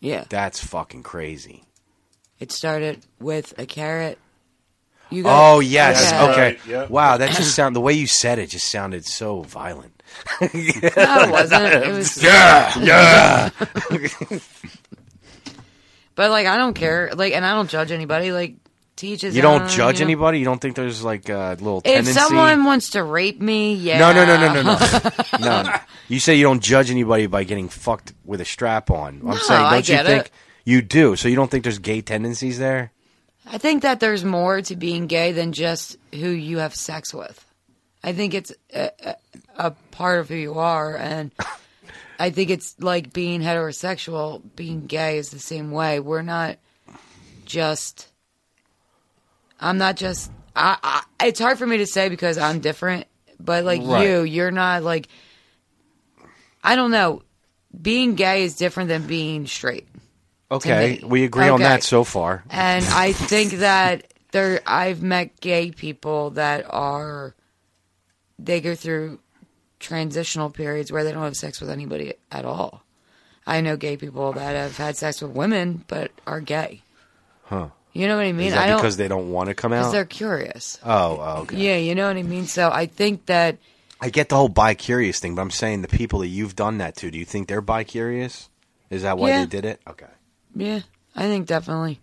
B: Yeah.
C: That's fucking crazy.
B: It started with a carrot. You
C: Oh yes.
B: Yeah.
C: Okay.
B: Right, yeah.
C: Wow. That just sound the way you said it just sounded so violent. no,
B: it wasn't. It was-
C: Oh, yeah. Yeah.
B: But like, I don't care. Like, and I don't judge anybody. Like, teaches.
C: you don't judge anybody. You don't think there's like a little
B: If
C: tendency.
B: someone wants to rape me, yeah.
C: No, no, no, no, no, no. no. no. You say you don't judge anybody by getting fucked with a strap on. I'm
B: No,
C: saying, don't
B: I
C: you
B: get
C: think
B: it.
C: you do? So you don't think there's gay tendencies there?
B: I think that there's more to being gay than just who you have sex with. I think it's a, a, a part of who you are, and I think it's like being heterosexual. Being gay is the same way. We're not just. I'm not just. I, I. It's hard for me to say because I'm different, but like
O: Right.
B: you, you're not like. I don't know. Being gay is different than being straight.
C: Okay,
B: me.
C: we agree on
B: Okay.
C: that so far.
B: And I think that there, I've met gay people that are, they go through transitional periods where they don't have sex with anybody at all. I know gay people that have had sex with women but are gay.
C: Huh?
B: You know what I mean?
C: Is that
B: I don't
C: because they don't want to come
B: because
C: out?
B: they're curious.
C: Oh, oh, okay.
B: Yeah, you know what I mean. So I think that
C: I get the whole bi curious thing, but I'm saying the people that you've done that to, do you think they're bi curious? Is that why
B: Yeah.
C: they did it? Okay.
B: yeah, I think definitely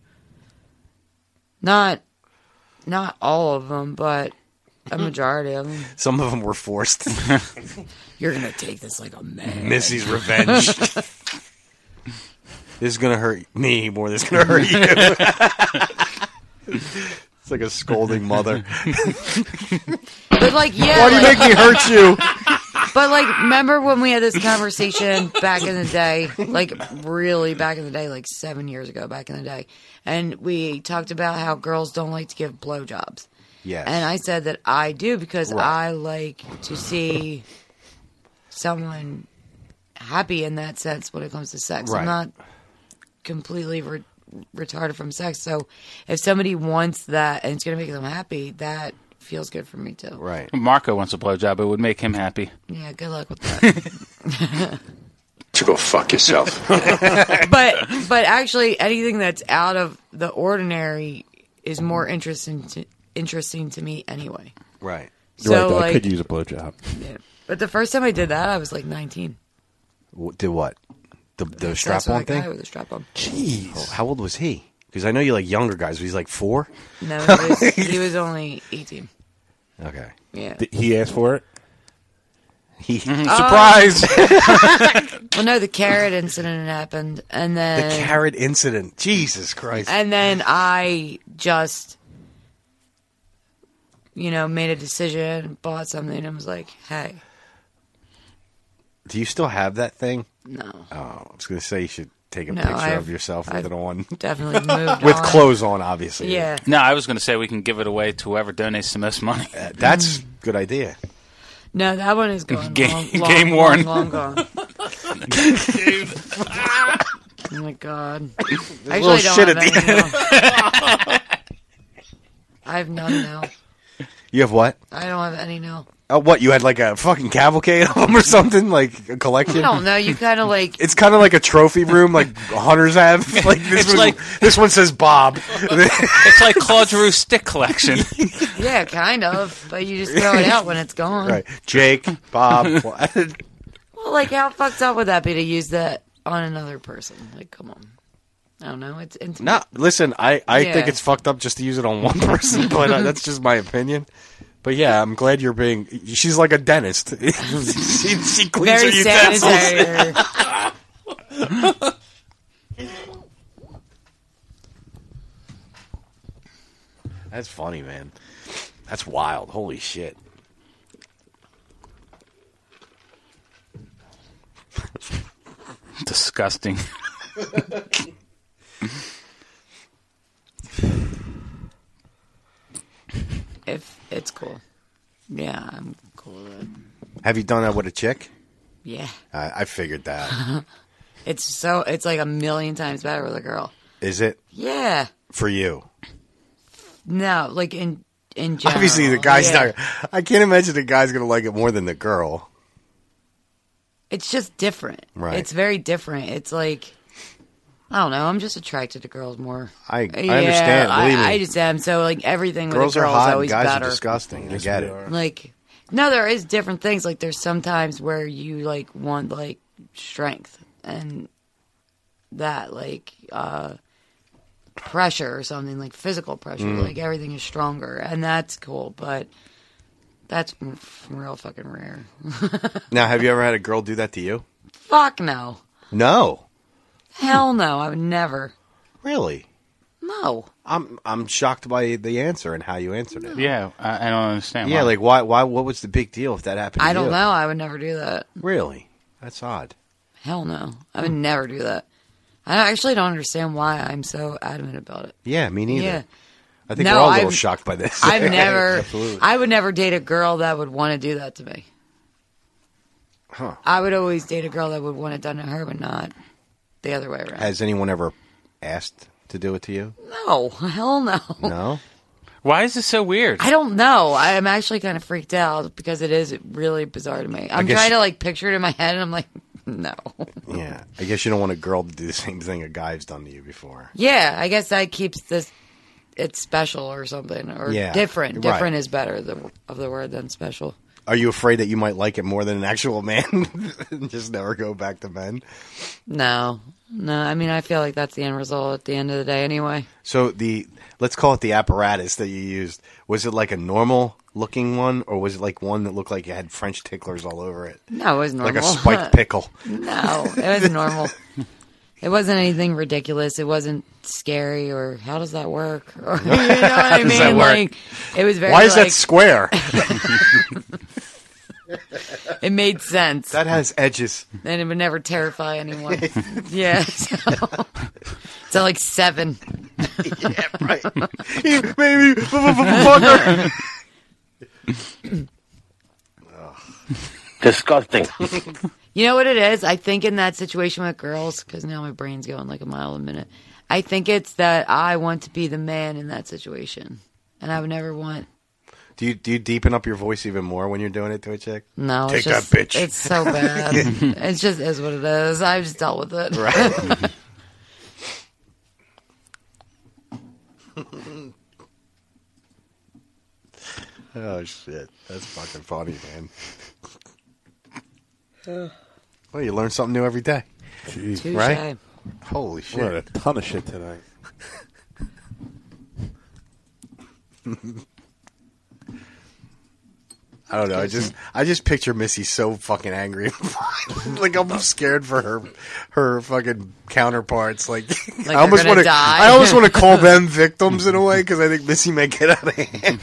B: not not all of them, but a majority of them.
C: Some of them were forced.
B: You're gonna take this like a man.
C: Missy's revenge. this is gonna hurt me more than it's gonna hurt you. it's like a scolding mother.
B: But like, yeah.
C: Why do you
B: like-
C: make me hurt you?
B: But like, remember when we had this conversation back in the day? Like, really back in the day, like seven years ago, back in the day, and we talked about how girls don't like to give blowjobs.
C: Yes.
B: And I said that I do because
C: Right.
B: I like to see someone happy in that sense when it comes to sex.
O: Right.
B: I'm not completely re- retarded from sex. So if somebody wants that and it's going to make them happy, that feels good for me too.
C: Right.
F: Marco wants a blowjob. It would make him happy.
B: Yeah, good luck with that.
F: To go fuck yourself.
B: but but actually, anything that's out of the ordinary is more interesting to, interesting to me anyway.
C: Right.
I: You're
B: So,
I: right, though. I
B: like-
I: could use a blowjob.
B: Yeah. But the first time I did that, I was like 19.
C: W- Did what? The, the strap
B: what
C: on
B: I got
C: thing?
B: with the strap-on.
C: Jeez. Oh, how old was he? Because I know you like younger guys. But he's like four?
B: No, he was, he was only 18.
C: Okay.
B: Yeah.
I: Did he asked for it.
C: He
F: Uh,
B: Um, well, no, the carrot incident happened, and
C: the
B: then
C: carrot incident. Jesus Christ.
B: and then I just, you know, made a decision, bought something, and was like, "Hey,
C: Do you still have that thing?
B: No.
C: Oh, I was going to say you should take a
B: No,
C: picture
B: I've-
C: of yourself with
B: I've
C: it on.
B: definitely moved
C: with
B: on.
C: clothes on, obviously.
B: Yeah.
F: No, I was going to say we can give it away to whoever donates the most money.
C: that's good idea.
B: no, that one is gone,
F: Game-
B: long, long,
F: game
B: long,
F: worn.
B: long gone." Oh my god!
F: There's
B: I
F: a little
B: actually don't
F: shit
B: have
F: at the
B: any now.
F: end.
B: I have none now.
C: You have what?
B: I don't have any now.
C: Uh, what you had like a fucking cavalcade of them or something like a
B: I
C: collection?
B: don't know. You kind of like
C: It's kind of like a trophy room, like hunters have. Like this,
F: It's
C: one,
F: like-
C: this one says Bob.
F: it's like Claude Giroux's stick collection.
B: Yeah, kind of. But you just throw it out when it's gone.
C: right, Jake, Bob. what?
B: Well, like how fucked up would that be to use that on another person? Like, come on. I don't know. It's intimate.
C: no, listen, I, I think
B: Yeah.
C: it's fucked up just to use it on one person, but uh, that's just my opinion. But yeah, I'm glad you're being. She's like a dentist. she, she cleans
B: Very
C: her utensils.
B: sanitary.
C: That's funny, man. That's wild. Holy shit.
F: Disgusting.
B: If it's cool. Yeah, I'm cool with it.
C: Have you done that with a chick?
B: Yeah.
C: I, I figured that.
B: It's so it's like a million times better with a girl.
C: Is it
B: Yeah.
C: for you?
B: No, like in in general.
C: Obviously, the guy's
B: Oh, Yeah.
C: not. I can't imagine the guy's going to like it more than the girl.
B: It's just different.
C: Right.
B: It's very different. It's like I don't know. I'm just attracted to girls more.
C: I, I
B: Yeah,
C: understand. Believe me.
B: I, I just am. So like everything
C: girls
B: with a
C: are
B: girl is
C: hot. and
B: always
C: Guys
B: better.
C: are disgusting. I get it.
B: Like no, there is different things. Like there's sometimes where you like want like strength and that like uh pressure or something like physical pressure.
O: Mm.
B: Like everything is stronger and that's cool, but that's m- f- real fucking rare.
C: now, have you ever had a girl do that to you?
B: Fuck no.
C: No,
B: Hell no. I would never.
C: really.
B: No.
C: I'm I'm shocked by the answer and how you answered it.
F: Yeah, I, I don't understand.
C: Yeah,
F: why.
C: like why why what was the big deal if that happened? to
B: I don't
C: you?
B: know. I would never do that.
C: Really? That's odd.
B: Hell no. I would never do that. I actually don't understand why I'm so adamant about it.
C: Yeah, me neither.
B: Yeah.
C: I think
B: No,
C: we're all a little
B: I've-
C: shocked by this.
B: I've never, I would never date a girl that would want to do that to me.
C: Huh.
B: I would always date a girl that would want it done to her, but not the other way around.
C: Has anyone ever asked to do it to you?
B: no, hell no.
C: No.
F: Why is this so weird?
B: I don't know. I am actually kind of freaked out because it is really bizarre to me. I'm
C: guess-
B: trying to like picture it in my head, and I'm like, no.
C: Yeah. I guess you don't want a girl to do the same thing a guy's done to you before.
B: Yeah, I guess that keeps this. It's special or something, or
C: Yeah,
B: different.
C: right.
B: Different is better the, of the word than special.
C: Are you afraid that you might like it more than an actual man? and Just never go back to men.
B: No, no. I mean, I feel like that's the end result at the end of the day, anyway.
C: So the let's call it the apparatus that you used. Was it like a normal looking one, or was it like one that looked like it had French ticklers all over it?
B: No, it was normal.
C: Like a spiked pickle.
B: no, it was normal. It wasn't anything ridiculous. It wasn't scary, or how does that work? Or, you know what
C: How
B: I
C: does
B: mean?
C: that work?
B: Like it was very.
C: Why is
B: like,
C: that square?
B: It made sense.
C: That has edges.
B: and it would never terrify anyone. yeah. So, so like seven. yeah,
C: right. Maybe fucker.
P: Disgusting.
B: You know what it is? I think in that situation with girls, because now my brain's going like a mile a minute. I think it's that I want to be the man in that situation, and I would never want.
C: Do you do you deepen up your voice even more when you're doing it to a chick?
B: No,
C: take
B: it's just,
C: that bitch.
B: It's so bad. it's just is what it is. I've just dealt with it.
C: Right. oh shit, that's fucking funny, man. Well, you learn something new every day,
B: Touche.
C: right? Holy shit!
I: Learned a ton of shit tonight.
C: I don't know. I just I just picture Missy so fucking angry, like I'm scared for her her fucking counterparts. Like,
B: Like
C: I almost
B: they're gonna
C: want to
B: die.
C: I almost want to call them victims in a way because I think Missy may get out of hand.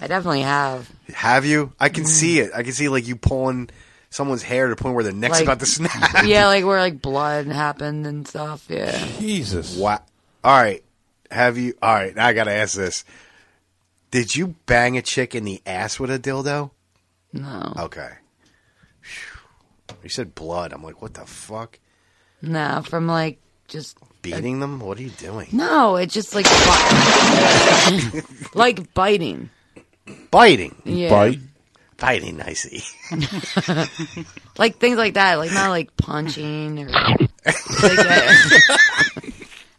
B: I definitely have.
C: Have you? I can see it. I can see like you pulling someone's hair to the point where their neck's
B: Mm. Like-
C: about to snap.
B: yeah, like where like blood happened and stuff. Yeah.
C: Jesus. Wow. All right. Have you? All right. Now I gotta ask this. Did you bang a chick in the ass with a dildo?
B: No.
C: Okay. Phew. You said blood. I'm like, what the fuck?
B: No, from like just
C: Beating them? What are you doing?
B: No, it's just like bi- like biting.
C: Biting.
B: Yeah. Bite?
C: Biting. I see.
B: like things like that, like not like punching or like, uh,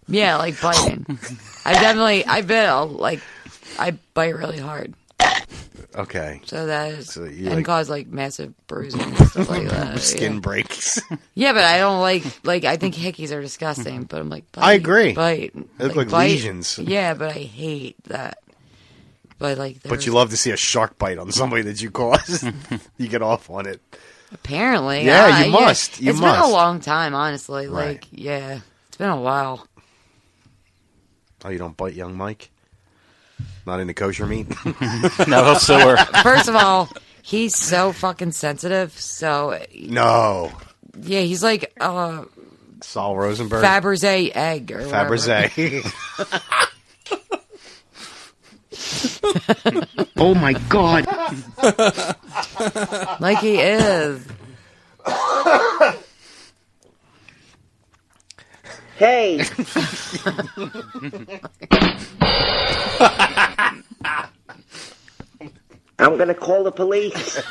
B: yeah, like biting. I definitely, I bit a- like I bite really hard,
C: Okay.
B: so that is
C: So you
B: and
C: like-
B: cause like massive bruising and stuff like that.
C: Skin
B: yeah.
C: breaks.
B: Yeah, but I don't like like I think hickeys are disgusting, but I'm like bite,
C: I agree.
B: Bite.
C: They look like
B: bite.
C: lesions.
B: Yeah, but I hate that. But like, there
C: But you
B: was-
C: love to see a shark bite on somebody that you caused. you get off on it.
B: apparently.
C: Yeah,
B: I-
C: you must. You
B: It's been
C: must.
B: a long time, honestly.
C: Right.
B: Like, yeah, it's been a while.
C: Oh, you don't bite young Mike? Not into kosher meat.
F: No, so
B: First of all, he's so fucking sensitive. So
C: no.
B: yeah, he's like uh,
C: Saul Rosenberg.
B: Fabergé egg or whatever.
C: Fabergé.
H: Oh my god.
B: like he is.
H: Hey. I'm gonna call the police.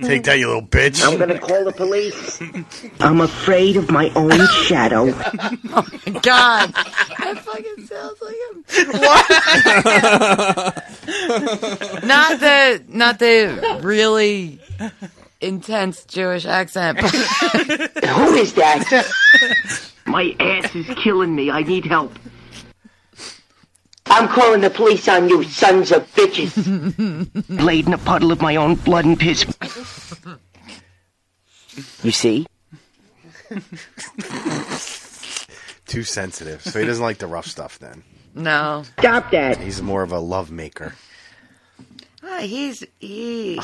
C: Take that, you little bitch.
H: I'm gonna call the police. I'm afraid of my own shadow.
B: Oh God, that fucking sounds like him.
H: What?
B: not the not the really intense Jewish accent. Who
H: is that? My ass is killing me. I need help. I'm calling the police on you, sons of bitches. Laid in a puddle of my own blood and piss. You see?
C: Too sensitive, so he doesn't like the rough stuff. Then
B: No,
H: stop that.
C: He's more of a love maker.
B: Uh, he's he.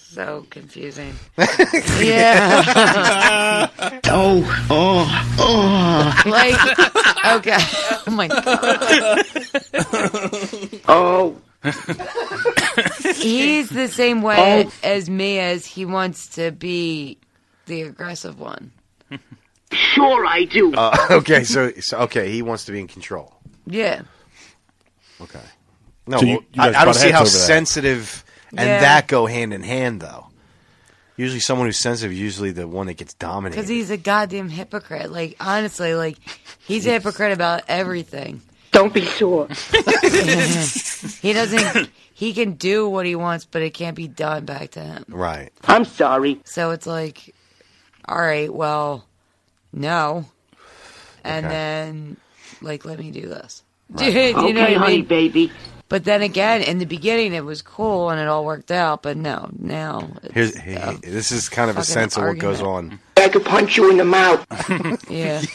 B: So confusing. Yeah.
H: oh, oh, oh.
B: like, okay. Oh my god.
H: Oh.
B: He's the same way
H: Oh.
B: as me as he wants to be the aggressive one.
H: Sure, I do.
C: Uh, okay, so, so okay, he wants to be in control.
B: Yeah.
C: Okay. No,
I: So you-
C: well,
I: you guys
C: I, I don't
I: butt
C: see
I: heads
C: how
I: over that.
C: sensitive and
B: Yeah.
C: that go hand in hand, though. Usually, someone who's sensitive is usually the one that gets dominated.
B: Because he's a goddamn hypocrite. Like, honestly, like, he's a hypocrite about everything.
H: Don't be sure.
B: He doesn't, he can do what he wants, but it can't be done back to him.
C: Right.
H: I'm sorry.
B: So it's like, all right, well, no. And
H: Okay.
B: then, like, let me do this.
H: Right.
B: Dude, you know
H: Okay,
B: what I
H: honey,
B: mean?
H: baby.
B: But then again, in the beginning, it was cool and it all worked out. But no, now.
C: Here's, he- he- this is kind of a
B: fucking
C: sense of what goes on.
B: argument.
H: I could punch you in the mouth.
B: Yeah.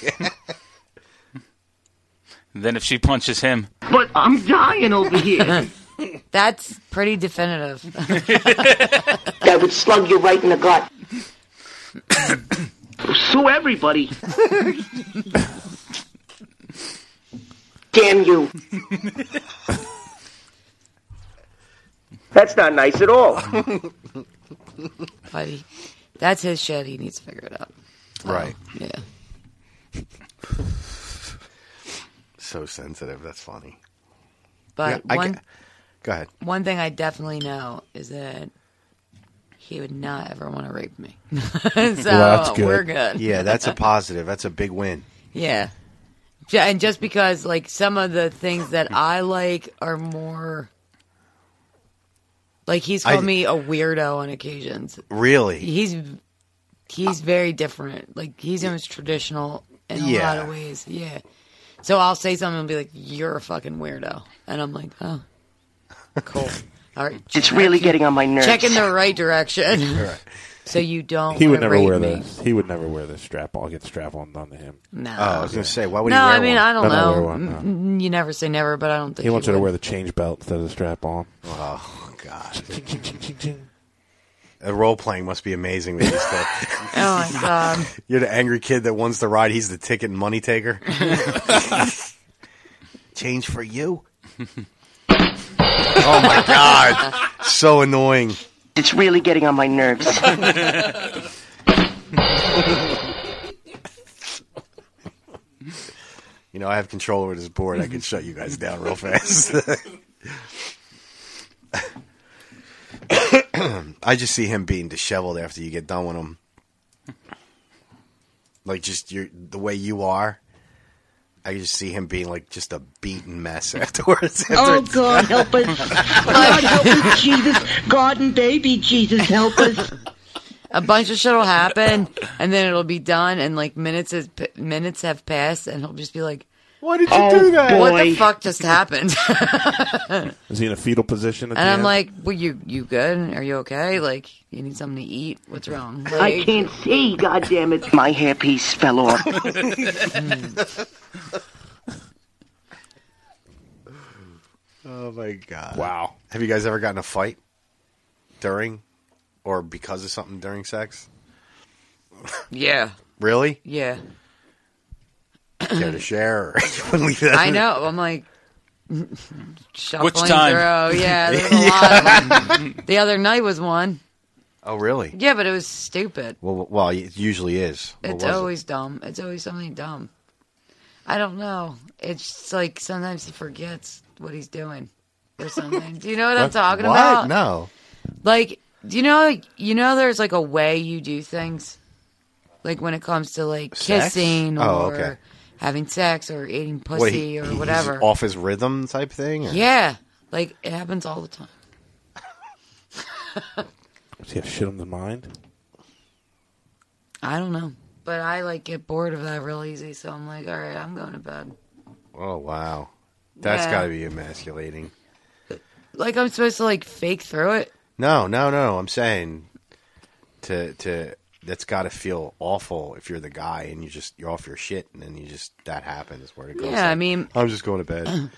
F: then if she punches him,
H: But I'm dying over here.
B: That's pretty definitive.
H: that would slug you right in the gut. Sue everybody. Damn you. That's not nice at all.
B: But he- that's his shit. He needs to figure it out. Oh.
C: Right.
B: Yeah.
C: So sensitive. That's funny.
B: But
C: Yeah, I
B: one
C: ca- Go ahead.
B: one thing I definitely know is that he would not ever want to rape me. so we're good.
C: Yeah, that's a positive. That's a big win.
B: yeah. Ju- And just because like some of the things that I like are more like he's called
C: I-
B: me a weirdo on occasions.
C: Really?
B: He's he's very different. Like he's almost traditional in a lot
C: Yeah.
B: of ways. Yeah. So I'll say something and be like, "You're a fucking weirdo," and I'm like, "Oh, cool." All right.
H: It's really getting on my nerves.
B: Check in the right direction.
I: Right.
B: So you don't.
I: He would
B: wanna
I: never wear
B: rape me.
I: this. He would never wear the strap. I'll get the strap on done to him.
B: No.
C: Oh, I was gonna say, why would
B: no,
I: he wear
B: I mean
I: one?
B: I don't
I: No, no,
B: know.
I: wear one, no.
B: Mm, You never say never, but I don't think
I: He wants her to
B: would.
I: wear the change belt instead of the strap on.
C: Oh God. Uh, role playing must be amazing with these days.
B: Oh my god.
C: You're the angry kid that wants the ride. He's the ticket and money taker. Change for you. oh my god, so annoying.
H: It's really getting on my nerves.
C: You know, I have control over this board. I can shut you guys down real fast. I just see him being disheveled after you get done with him. Like just your the way you are. I just see him being like just a beaten mess afterwards.
H: Oh God, help us! God help us, Jesus! God and baby Jesus, help us!
B: a bunch of shit will happen, and then it'll be done, and like minutes is, minutes have passed, and he'll just be like,
C: "Why did
I: you Oh, do that?
B: What the
I: boy.
B: fuck just happened?"
I: Is he in a fetal position? At
B: and
I: the
B: I'm
I: end?
B: like, "Well, you you good? Are you okay? Like, you need something to eat? What's wrong?"
H: I
B: Like,
H: can't see. God damn it! My hairpiece fell off.
C: Oh my god! Wow. Have you guys ever gotten in a fight during or because of something during sex?
B: Yeah.
C: Really?
B: Yeah.
C: Care to share? or you wouldn't leave that
B: I
C: in?
B: know. I'm like shuffling
C: time?
B: through. Yeah, there's a lot. of them. the other night was one.
C: Oh, really?
B: Yeah, but it was stupid.
C: Well, well, it usually is. What
B: It's
C: was it?
B: always dumb. It's always something dumb. I don't know. It's just like sometimes he forgets what he's doing or something. do you know what, I'm
C: What?
B: talking
C: What?
B: about?
C: No.
B: Like, do you know? You know, there's like a way you do things, like when it comes to like
C: Sex?
B: kissing or
C: Oh, okay.
B: having sex or eating pussy
C: What, he-
B: or
C: he's
B: whatever.
C: off his rhythm type thing. or-
B: Yeah, like it happens all the time.
I: Does he have shit on the mind?
B: I don't know, but I like get bored of that real easy, so I'm like, all right, I'm going to bed.
C: Oh wow, that's
B: Yeah.
C: got to be emasculating.
B: Like I'm supposed to like fake through it.
C: No, no, no. I'm saying to to that's got to feel awful if you're the guy and you just you're off your shit and then you just that happens where it goes.
B: Yeah, I
C: like,
B: mean-
C: I'm just going to bed.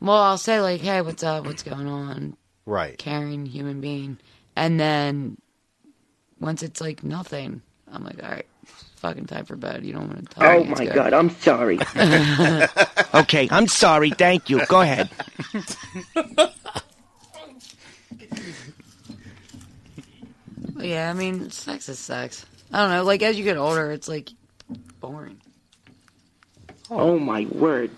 B: Well, I'll say like, "Hey, what's up? What's going on?"
C: Right.
B: Caring human being, and then once it's like nothing, I'm like, "All right, fucking time for bed. You don't want to talk."
G: Oh
B: It's
G: my
B: good."
G: God, I'm sorry. okay, I'm sorry. Thank you. Go ahead.
B: yeah, I mean, sex is sex. I don't know. Like as you get older, it's like boring.
G: Oh my word.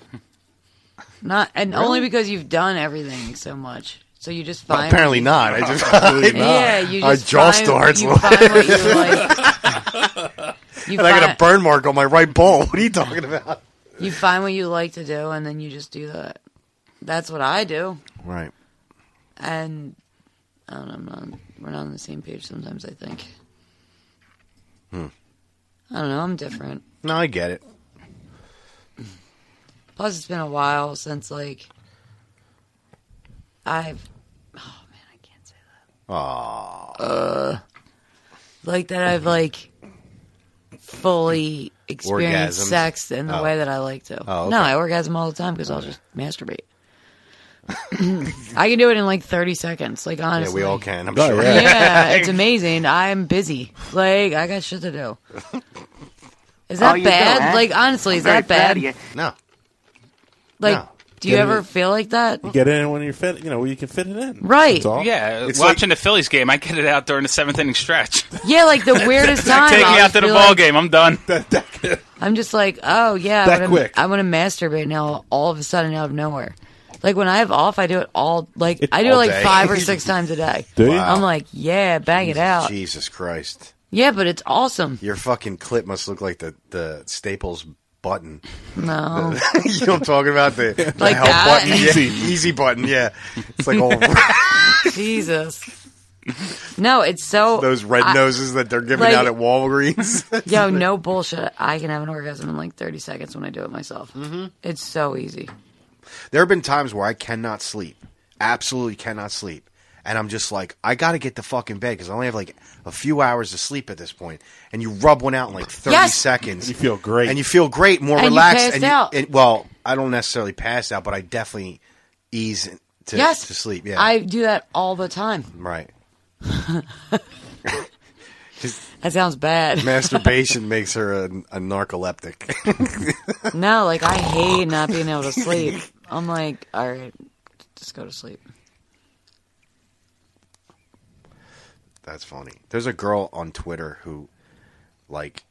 B: Not and
G: Really?
B: only because you've done everything so much, so you just find.
C: Apparently not. I just
B: yeah, you
C: I
B: just
C: jaw
B: find-
C: starts.
B: You find what you like. You
C: and I got a
B: find-
C: burn mark on my right ball. What are you talking about?
B: You find what you like to do, and then you just do that. That's what I do.
C: Right.
B: And I don't know, I'm not, we're not on the same page sometimes, I think.
C: Hmm.
B: I don't know, I'm different.
C: No, I get it.
B: Plus, it's been a while since, like, I've, oh,
C: Aww.
B: uh, like, that I've, like, fully experienced
C: Orgasms?
B: sex in the
C: Oh.
B: way that I like to.
C: Oh, okay.
B: No, I orgasm all the time because I'll just masturbate. I can do it in like 30 seconds. Like, honestly.
C: Yeah, we all can. I'm
I: Oh,
C: sure.
I: yeah.
B: yeah, it's amazing. I'm busy. Like I got shit to do. Is that
G: Oh, you do,
B: bad?
G: huh?
B: Like honestly, is
G: I'm very
B: that
G: proud
B: bad?
G: of you.
C: No.
B: Like,
I: No.
B: do you
I: Get
B: ever
I: it.
B: feel like that?
I: You get in when you're fit. You know where you can fit it in.
B: Right.
I: That's all.
F: Yeah,
I: It's
F: watching the Phillies game, I get it out during the seventh inning stretch.
B: Yeah, like the weirdest time.
F: Take
B: I'll
F: me
B: just
F: out to the
B: be
F: ball
B: like-
F: game. I'm done.
B: I'm just like, oh yeah,
F: That
B: I wanna,
F: quick.
B: I want to masturbate now. All of a sudden, out of nowhere. Like when I have off, I do it all. Like I do it
C: all
B: like
C: day.
B: five or six times a day.
C: Do you?
B: I'm like, yeah, bang it out.
C: Jesus Christ.
B: Yeah, but it's awesome.
C: Your fucking clip must look like the, the Staples button.
B: No.
C: you know what I'm talking about? The, the
B: Like
C: help
B: that?
C: button. Yeah,
B: Easy.
C: easy button, yeah. It's like all
B: Jesus. No, it's so
C: those red
B: I-
C: noses that they're giving
B: like-
C: out at Walgreens.
B: Yo, no bullshit. I can have an orgasm in like 30 seconds when I do it myself. Mm-hmm. It's so easy.
C: there have been times where I cannot sleep. Absolutely cannot sleep. And I'm just like, I got to get the fucking bed because I only have like a few hours of sleep at this point. And you rub one out in like 30
B: Yes!
C: seconds.
I: You feel great.
C: And you feel great, more
B: And you
C: relaxed.
B: passed out.
C: and- well, I don't necessarily pass out, but I definitely ease in- to,
B: yes.
C: to sleep. Yeah.
B: I do that all the time.
C: right.
B: That sounds bad.
C: Masturbation makes her a, a narcoleptic.
B: no, like I hate not being able to sleep. I'm like, all right, just go to sleep.
C: That's funny. There's a girl on Twitter who, like,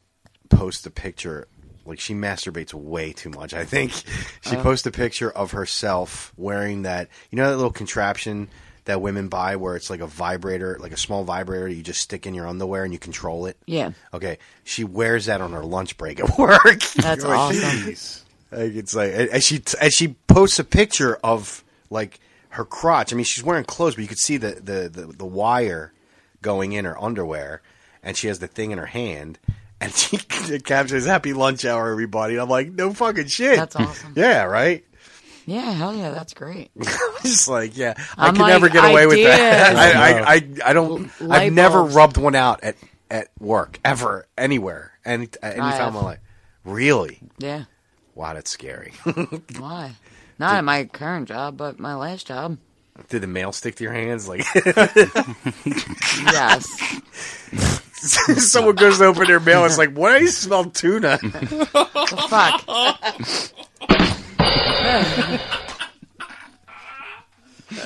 C: posts a picture. Like, she masturbates way too much, I think. She
O: Oh.
C: posts a picture of herself wearing that, you know, that little contraption that women buy where it's like a vibrator, like a small vibrator you just stick in your underwear and you control it?
B: Yeah.
C: Okay. She wears that on her lunch break at work.
B: That's
C: Like,
B: awesome.
C: Like, it's like, and and she, and she posts a picture of, like, her crotch. I mean, she's wearing clothes, but you could see the, the, the, the wire going in her underwear, and she has the thing in her hand, and she captures "Happy Lunch Hour, everybody." And I'm like, "No fucking shit."
B: That's awesome.
C: yeah, right.
B: Yeah, hell yeah, that's great.
C: Just like, yeah, i
B: I'm
C: can never
B: like,
C: get away with that.
B: ideas.
C: I, I, I, I don't.
B: L- light
C: I've never
B: bulbs.
C: rubbed one out at at work ever anywhere any at any
B: I
C: time.
B: have.
C: I'm like, really?
B: Yeah.
C: Wow, that's scary.
B: Why? Not at my current job, but my last job.
C: Did the mail stick to your hands? Like,
B: yes.
C: Someone goes to open their mail. It's like, what? I smell tuna.
B: The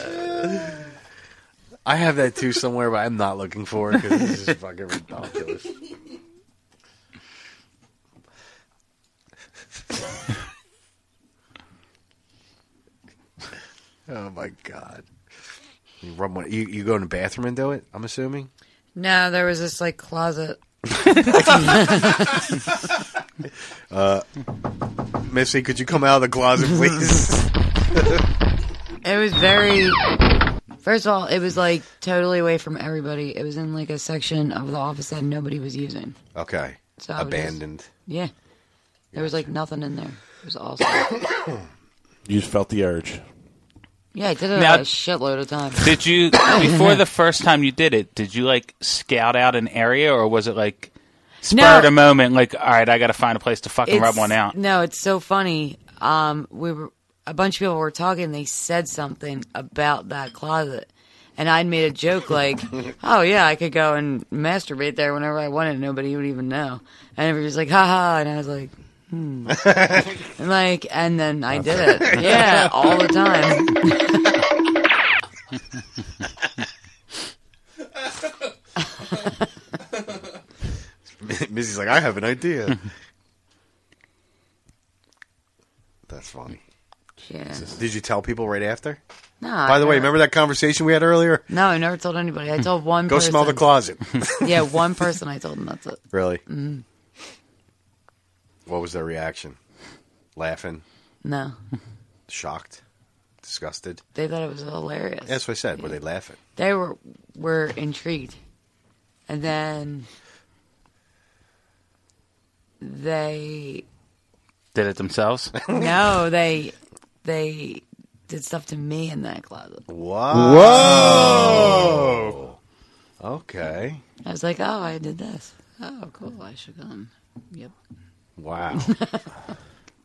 C: I have that too somewhere, but I'm not looking for it because this is fucking ridiculous. oh my god! You rub one. You, you go in the bathroom and do it. I'm assuming.
B: No, there was this like closet.
C: Uh, Missy, could you come out of the closet, please?
B: It was very. First of all, it was like totally away from everybody. It was in like a section of the office that nobody was using.
C: okay.
B: So I would just-
C: Abandoned.
B: Yeah. There was like nothing in there. It was awesome.
I: You just felt the urge.
B: yeah, I did it
F: Now-
B: a shitload of times.
F: Did you before the first time you did it? Did you like scout out an area, or was it like spur
B: No.
F: of the moment? Like, all right, I got to find a place to fucking rub
B: It's-
F: one out.
B: No, it's so funny. Um, we were a bunch of people were talking. They said something about that closet, and I'd made a joke like, "Oh yeah, I could go and masturbate there whenever I wanted. Nobody would even know." And everybody's like, "Ha ha!" And I was like, "Hmm." and like, and then I did it. Yeah, all the time.
C: Missy's like, I have an idea. That's funny.
B: Yeah.
C: Did you tell people right after?
B: No,
C: By
B: I
C: the way,
B: never-
C: remember that conversation we had earlier?
B: no, I never told anybody. I told one.
C: Go
B: person.
C: smell
P: uh,
C: the closet.
B: yeah, one person I told, and that's it.
C: Really?
B: Mm.
C: What was their reaction? Laughing,
B: No,
C: shocked, disgusted.
B: they thought it was hilarious.
C: That's what I said. Were they laughing?
B: They were were intrigued, and then they
F: Did it themselves?
B: no they they did stuff to me in that closet.
C: Wow.
F: Whoa.
C: Okay.
B: I was like, oh, I did this. Oh, cool. I should come. Yep.
C: Wow.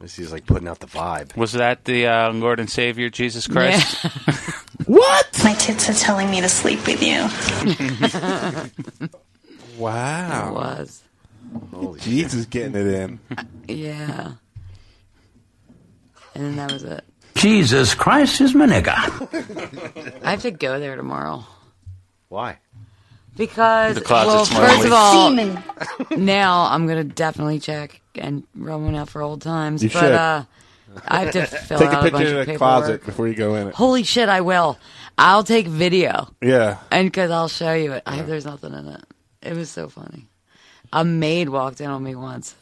C: Missy's like putting out the vibe.
F: Was that the uh, Lord and Savior Jesus Christ?
E: What? My tits are telling me to sleep with you.
I: Wow.
B: It was.
I: Jesus getting it in.
B: Yeah. And then that was it.
O: Jesus Christ is my nigga.
B: I have to go there tomorrow.
C: Why?
B: Because
O: The closet's
B: well, first
O: smelly.
B: of all, now I'm gonna definitely check and run one out for old times.
I: You
B: but
I: should.
B: uh I have to fill
I: Take
B: out
I: a
B: bunch
I: picture of
B: of
I: the
B: paperwork.
I: closet before you go in it.
B: Holy shit! I will. I'll take video
I: Yeah.
B: and because I'll show you it. I hope there's nothing in it. It was so funny. A maid walked in on me once.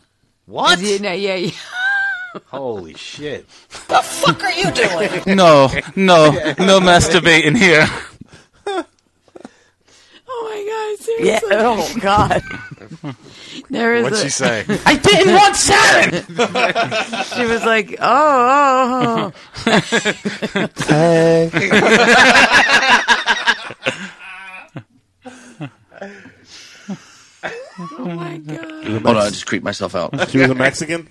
C: What?
B: You know, yeah, yeah.
C: Holy shit.
B: The fuck are you doing?
F: no, no, no masturbating here.
B: Oh my god!
F: Yeah,
B: Seriously. Oh god. There is.
F: What'd
B: a-
F: she say?
O: I didn't want salad!
B: she was like, "Oh." oh, oh. oh my god.
O: Hold on, I just creep myself out.
I: She was a Mexican?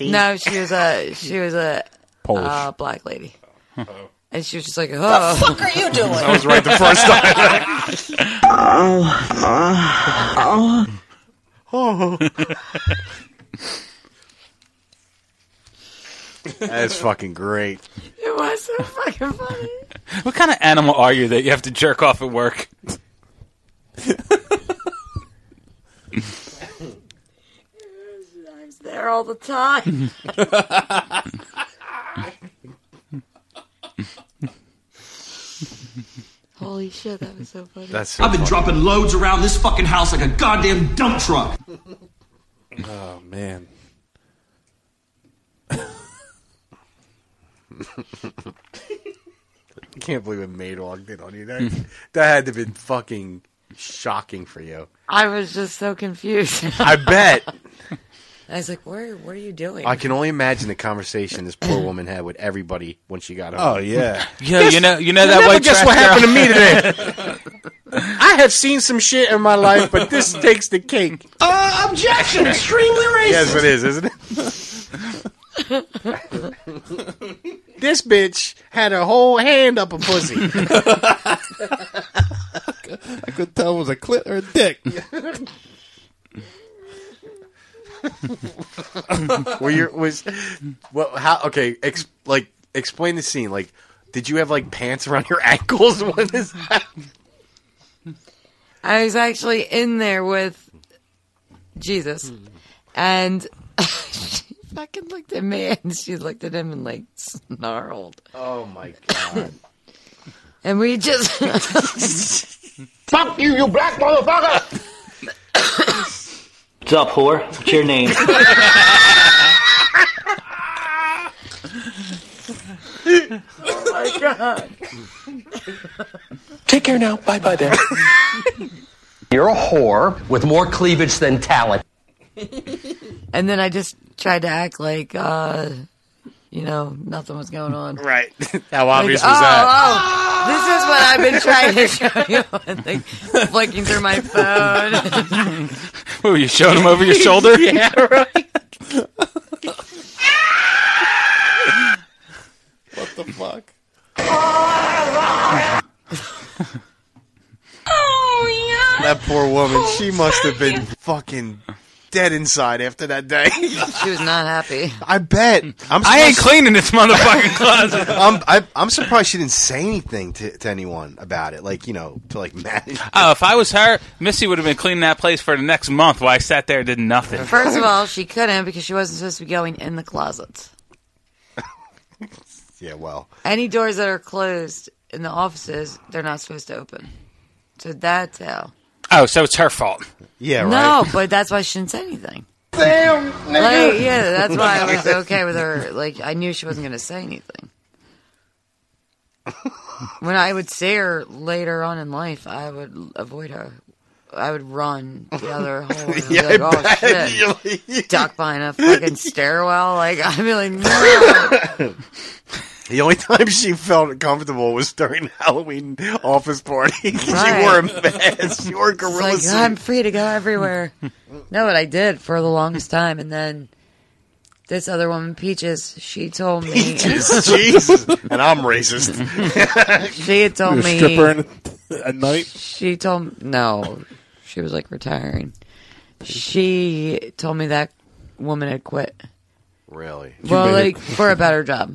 B: No, she was a she was a
I: Polish.
B: uh, black lady, and she was just like, "Oh,
O: fuck are you doing?"
B: I
O: I was right the first time.
B: oh,
C: That is fucking great.
B: it was so fucking funny.
F: What kind of animal are you that you have to jerk off at work?
B: I was there all the time. Holy shit, that was so funny.
P: I've been dropping loads around this fucking house like a goddamn dump truck.
I: Oh, man.
C: I can't believe a maid walked in on you. That, that had to have been fucking shocking for you.
B: I was just so confused.
C: I bet.
B: I was like, "Where? What are you doing?"
C: I can only imagine the conversation this poor woman had with everybody when she got home.
I: Oh, yeah.
F: Yeah, you know- you know
C: you'll
F: that
C: never
F: white
C: Guess
F: trash
C: what
F: girl.
C: happened to me today? I have seen some shit in my life, but this takes the cake.
O: Uh, objection! Extremely racist!
C: Yes, it is, isn't it? this bitch had her whole hand up a pussy.
I: I could tell it was a clit or a dick.
C: Were your was well how okay ex, like explain the scene like did you have like pants around your ankles when this happened?
B: I was actually in there with Jesus, and she fucking looked at me, and she looked at him and like snarled.
C: Oh my god!
B: And we just
H: Fuck you, you black motherfucker!
Q: What's up, whore? What's your name?
H: oh my god.
Q: Take care now. Bye bye there.
R: You're a whore with more cleavage than talent.
B: and then I just tried to act like uh, you know nothing was going on.
C: Right? How
B: Like,
C: obvious
B: oh,
C: was that?
B: Oh, this is what I've been trying to show you. And, like, flicking through my phone.
F: What, were you showing him over your shoulder?
B: yeah, right.
I: What the fuck?
C: That poor woman. She
B: Oh,
C: must have been fucking dead inside after that day.
B: she was not happy.
C: I bet. I'm
F: I ain't
C: surprised-
F: cleaning this motherfucking closet.
C: I'm I, I'm surprised she didn't say anything to, to anyone about it. Like you know, to like manage.
F: Oh, if I was her, Missy would have been cleaning that place for the next month while I sat there and did nothing.
B: First of all, she couldn't because she wasn't supposed to be going in the closet.
C: Yeah, well,
B: Any doors that are closed in the offices, they're not supposed to open. So that's how.
F: Oh, so it's her fault.
C: Yeah,
B: no, but that's why she didn't say anything.
H: Damn,
B: Like, yeah, that's why I was okay with her. Like, I knew she wasn't going to say anything. When I would see her later on in life, I would avoid her. I would run the other hole. And
H: Yeah,
B: be
H: I
B: like,
H: bet.
B: oh shit! Duck behind a fucking stairwell. Like I'd be like, no.
C: The only time she felt comfortable was during Halloween office party.
B: Right.
C: She wore a mask. She wore a gorilla
B: It's
C: suit.
B: like, I'm free to go everywhere. no, but I did for the longest time, and then this other woman, Peaches, she told me.
C: Jesus, Jesus. and I'm racist.
B: she had told
I: You're a
B: me.
I: stripper and a night?
B: She told no. She was like retiring. She told me that woman had quit.
C: Really?
B: Well, like for a better job.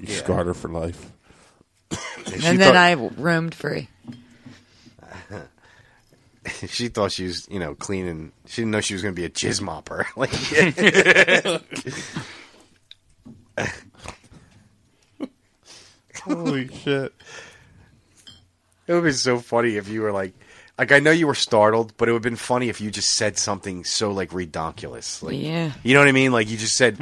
I: You scarred her for life.
B: And then I roamed free.
C: she thought she was, you know, cleaning. She didn't know she was going to be a jizz mopper. Like,
I: Holy shit!
C: It would be so funny if you were like, like I know you were startled, but it would have been funny if you just said something so like redonkulous. Like,
B: Yeah.
C: you know what I mean? Like you just said,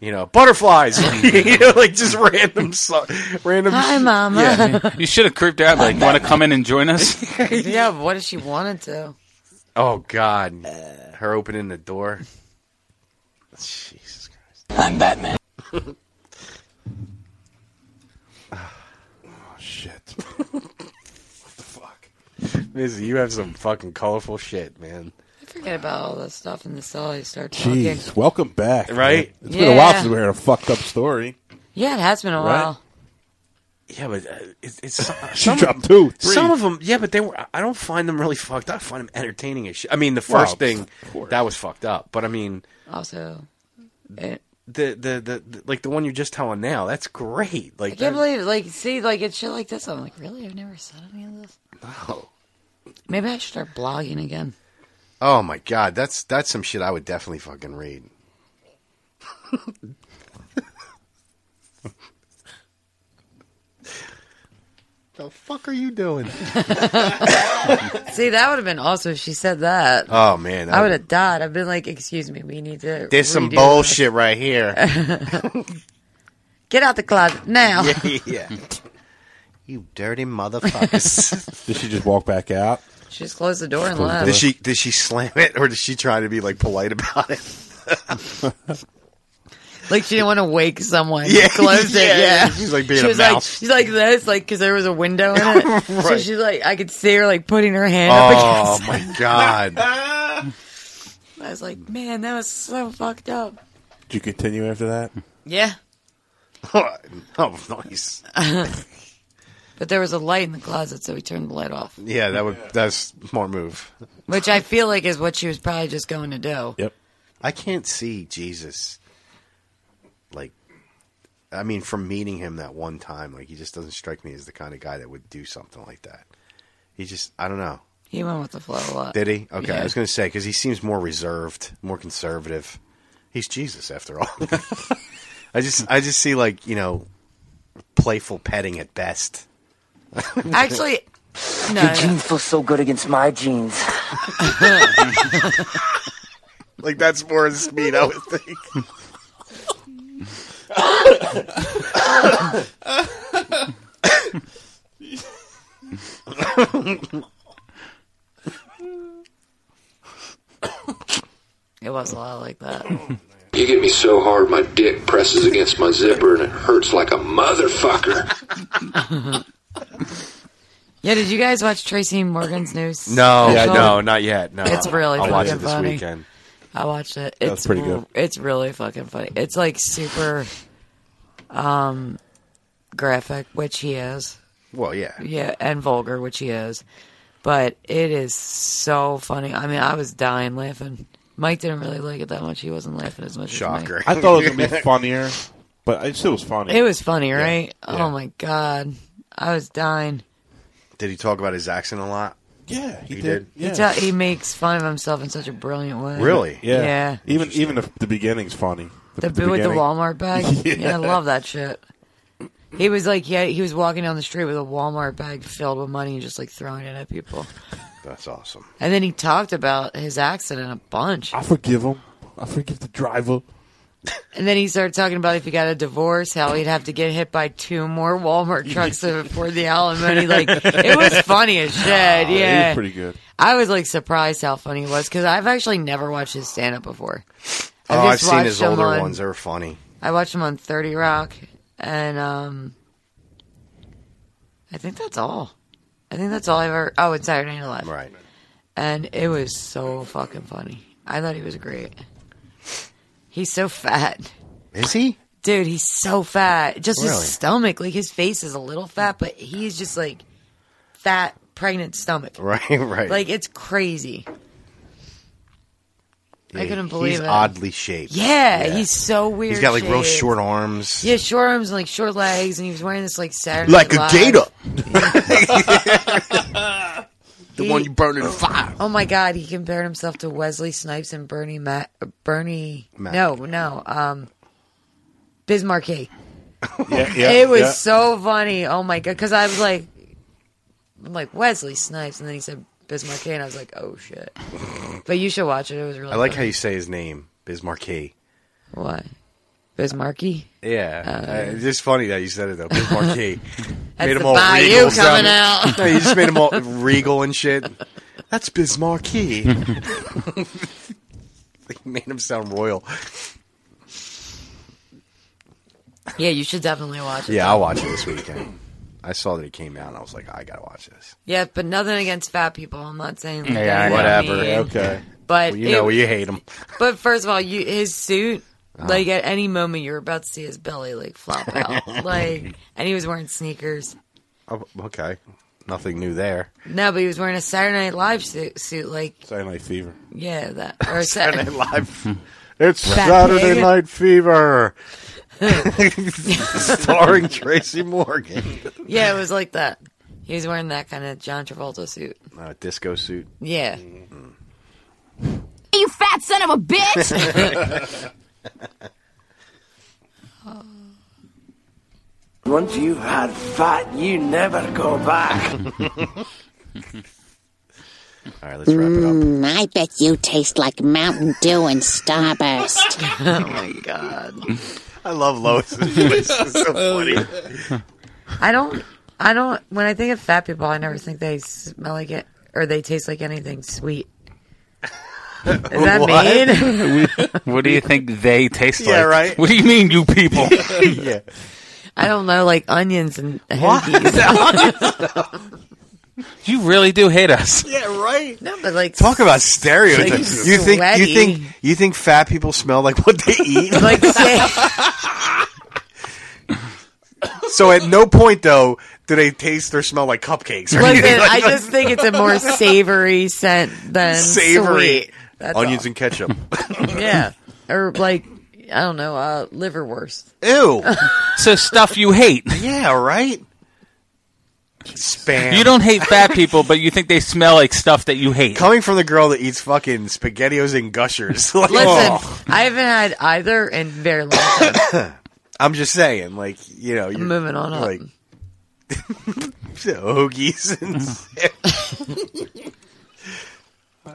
C: you know, butterflies. Like, you know, like just random, so- random.
B: Hi,
C: shit.
B: Mama.
C: Yeah.
F: You should have creeped her out. Like, want to come in and join us?
B: yeah, but what if she wanted to?
C: Oh God, her opening the door. Jesus Christ!
H: I'm Batman.
I: Shit.
C: Missy, you have some fucking colorful shit, man.
B: Forget about all this stuff in the cell. You start talking.
I: Jeez, welcome back.
C: Right?
I: man. It's been a while
B: Yeah.
I: since we heard a fucked up story.
B: Yeah, it has been a
I: Right?
B: while.
C: Yeah, but uh, it, it's some,
I: She
C: some-
I: dropped two, three.
C: Some of them, yeah, but they were. I- I don't find them really fucked. I find them entertaining as shit. I mean, the
B: Well,
C: first thing that was fucked up, but I mean,
B: Also,
C: the, the the the like the one you're just telling now, that's great.
B: I
C: Like,
B: can't believe, like, see, like, it's shit like this. I'm like, really? I've never said any of this?
C: oh,
B: Maybe I should start blogging again.
C: oh my god, that's that's some shit I would definitely fucking read. the fuck are you doing?
B: See, that would have been awesome if she said that.
C: Oh, man, that
B: I would
C: would-
B: have died. I've been like, excuse me, we need to.
C: There's some
B: redo
C: bullshit right here.
B: this. Get out the closet now.
C: yeah, yeah. You dirty motherfuckers.
I: Did she just walk back out?
B: She just closed the door and
I: Close the
B: left.
C: Did she did she slam it or did she try to be like polite about it?
B: Like she didn't want to wake someone.
C: Yeah,
B: closed
C: yeah,
B: it. Yeah,
C: yeah. She's like being
B: she
C: a
B: was like,
C: mouse.
B: she's like this, like because there was a window in it. So
C: Right.
B: she's like, I could see her like putting her hand up
C: Oh
B: against.
C: my god.
B: I was like, man, that was so fucked up.
I: Did you continue after that?
B: Yeah.
C: oh, nice.
B: but there was a light in the closet, so we turned the light off,
C: Yeah, that would that's a smart move.
B: which I feel like is what she was probably just going to do.
C: Yep. I can't see Jesus. Like, I mean, from meeting him that one time, like he just doesn't strike me as the kind of guy that would do something like that. He just, I don't know.
B: He went with the flow a lot.
C: Did he? Okay,
B: Yeah.
C: I was going to say because he seems more reserved, more conservative. He's Jesus after all. I just, I just see like you know, playful petting at best.
B: Actually, no.
S: Your jeans feel so good against my jeans.
C: like that's more his speed, I would think.
B: It was a lot like that.
T: You get me so hard, my dick presses against my zipper and it hurts like a motherfucker.
B: Yeah, did you guys watch Tracy Morgan's news?
C: No,
B: special?
C: no, not yet. No,
B: it's really.
C: I'll watch
B: fucking
C: it this
B: funny.
C: weekend.
B: I watched it.
C: That
B: It's
C: was pretty good.
B: It's really fucking funny. It's like super, um, graphic, which he is.
C: Well, yeah,
B: yeah, and vulgar, which he is. But it is so funny. I mean, I was dying laughing. Mike didn't really like it that much. He wasn't laughing as much. As me.
I: I thought it was gonna be funnier, but it still was funny.
B: It was funny, right?
I: Yeah.
B: Oh my god, I was dying.
C: Did he talk about his accent a lot?
I: Yeah, he,
C: did.
B: He, tell, he makes fun of himself in such a brilliant way.
I: Yeah.
B: Yeah.
I: Even even the, the beginning's funny.
B: The boo with the
I: beginning-
B: Walmart bag.
I: Yeah.
B: yeah. I love that shit. He was like, yeah, he was walking down the street with a Walmart bag filled with money and just like throwing it at people.
C: That's awesome.
B: And then he talked about his accident a bunch.
I: I forgive him. I forgive the driver.
B: And then he started talking about if he got a divorce, how he'd have to get hit by two more Walmart trucks to afford the alimony. Like, it was funny as shit.
I: Ah, he
B: yeah.
I: was pretty good.
B: I was like surprised how funny he was because I've actually never watched his stand up before.
C: Oh, I've
B: just
C: seen his
B: watched him
C: older
B: on-
C: ones. They were funny.
B: I watched him on 30 Rock, and um, I think that's all. I think that's all I ever. Oh, it's Saturday Night Live.
C: Right.
B: And it was so fucking funny. I thought he was great. He's so fat.
C: Is he?
B: Dude, he's so fat. Just
C: Really?
B: his stomach, like his face is a little fat, but he's just like fat, pregnant stomach.
C: Right, right.
B: Like it's crazy. I
C: Yeah,
B: couldn't
C: he's
B: believe it.
C: oddly shaped.
B: Yeah, he's so weird.
C: He's got like real
B: shaped.
C: short arms.
B: Yeah, short arms and like short legs, and he was wearing this like Saturday
C: Like a
B: Night Live.
C: gator.
B: the
C: one you burn in the fire.
B: Oh my God, he compared himself to Wesley Snipes and Bernie Mac. Bernie,
C: Mac.
B: no, no, um, Bismarcky.
I: Yeah,
B: it was
I: yeah.
B: so funny. Oh my God, because I was like, I'm like Wesley Snipes, and then he said Bismarcky, and I was like, oh shit. But you should watch it. It was really.
C: I like how
B: funny.
C: you say his name, Bismarcky.
B: What? Bismarcky.
C: Yeah,
B: Uh,
C: Uh, it's just funny that you said it though. Bismarcky
B: That's the Bayou coming
C: sounding-
B: out.
C: no, you just made him all regal and shit. That's Bismarcky. Like, made him sound royal.
B: Yeah, you should definitely watch it.
C: Yeah, I'll watch it this weekend. I saw that it came out, and I was like, I gotta watch this.
B: Yeah, but nothing against fat people. I'm not saying like,
C: Yeah,
B: that.
C: whatever.
B: mean.
C: Okay.
B: But
C: Well, you know
B: it-
C: you hate him.
B: But first of all, you his suit,
C: Uh-huh.
B: like at any moment you're about to see his belly like flop out, like, and he was wearing sneakers.
C: Oh, okay, nothing new there.
B: No, but he was wearing a Saturday Night Live suit, suit like
I: Saturday Night Fever.
B: yeah, that or
C: Saturday
B: Saturday
C: Night Live. It's
B: Fat
C: Saturday
B: pig.
C: Night Fever, starring Tracy Morgan.
B: Yeah, it was like that. He was wearing that kind of John Travolta suit.
C: Uh, disco suit.
B: Yeah,
C: Mm.
U: You fat son of a
C: bitch!
S: Once you've had fat, you never go back.
C: All right, let's wrap it up.
V: I bet you taste like Mountain Dew and Starburst.
B: oh my god.
C: I love Lois's voice. It's so funny.
B: I don't. I don't. When I think of fat people, I never think they smell like it or they taste like anything sweet. Is that mean?
F: what do you think they taste
B: Yeah,
F: like?
B: right.
F: What do you mean, you people?
C: yeah.
B: I don't know, like onions and
F: What?
B: hankies.
F: You really do hate us.
B: yeah, right. No, but like
C: Talk about stereotypes.
B: Like
C: you think
B: sweaty.
C: you think you think fat people smell like what they eat?
B: like say,
C: So at no point though do they taste or smell like cupcakes. Or
B: Listen,
C: anything.
B: I just think it's a more savory scent than
C: savory
B: sweet. That's
C: onions and ketchup.
B: all. Yeah, or like I don't know, uh, liverwurst.
C: Ew.
F: so stuff you hate.
C: Yeah, right. Spam.
F: You don't hate fat people, but you think they smell like stuff that you hate.
C: Coming from the girl that eats fucking spaghettios and gushers. like,
B: Listen,
C: oh,
B: I haven't had either in very long. time.
C: I'm just saying, like you know, you're
B: moving on up.
C: Like hoagies
F: Hmm.
C: and.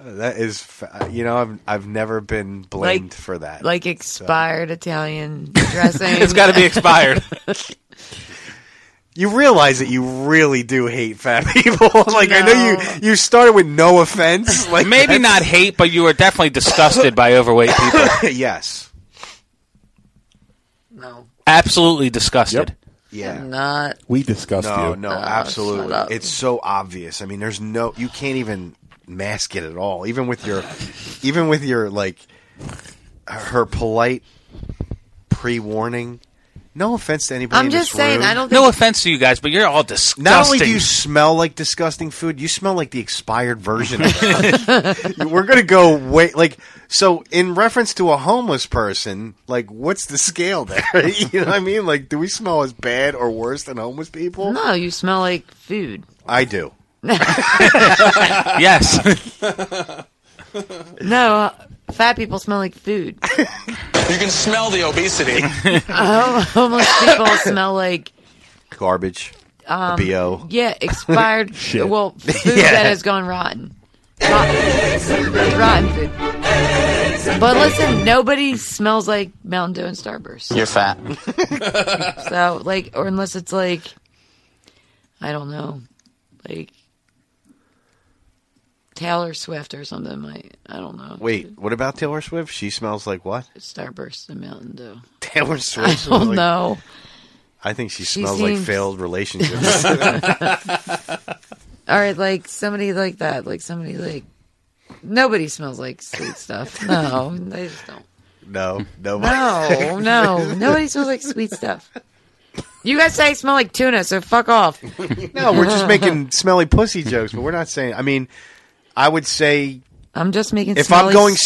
C: That is, fa- you know, I've I've never been blamed
B: Like-
C: for that.
B: Like expired Italian dressing.
C: It's gotta be expired. you realize that you really do hate fat people. like I know you you started with no offense. Like
F: Maybe
C: that's-
F: not hate, but you were definitely disgusted by overweight people.
C: yes.
F: Absolutely disgusted.
C: Yeah.
B: Not
I: We discussed
C: no,
I: you.
C: no,
I: Uh,
C: absolutely.
I: shut up.
C: It's so obvious. I mean, there's no you can't even mask it at all. Even with your even with your like her polite pre-warning. No offense to anybody. in this room.
F: No offense to you guys, but you're all disgusting.
C: Not only do you smell like disgusting food, you smell like the expired version. of it. We're gonna go way like so. In reference to a homeless person, like what's the scale there? you know what I mean? Like, do we smell as bad or worse than homeless people?
B: No, you smell like food.
C: I do.
F: yes.
B: No, fat people smell like food.
Q: You can smell the obesity.
B: Oh, homeless people smell like
C: Garbage.
B: um,
C: bo.
B: Yeah, expired.
C: Shit.
B: Well, food
C: Yeah.
B: that has gone rotten. Rotten, rotten food. But listen, nobody smells like Mountain Dew and Starburst.
Q: You're fat.
B: So, like, or unless it's like, I don't know, like Taylor Swift or something. Might I don't know.
C: Wait, what about Taylor Swift? She smells like what?
B: Starburst and Mountain Dew. Oh,
C: Taylor Swift.
B: I
C: smells
B: don't
C: like-
B: know.
C: I think she
B: She
C: smells like
B: seems-
C: failed relationships.
B: All right, like somebody like that, like somebody like nobody smells like sweet stuff. No, they just don't.
C: no, no,
B: No, no, nobody smells like sweet stuff. You guys say I smell like tuna, so fuck off.
C: No, we're just making smelly pussy jokes, but we're not saying. I mean, I would say
B: I'm just making.
C: if I'm
B: smelly
C: going
B: succulents.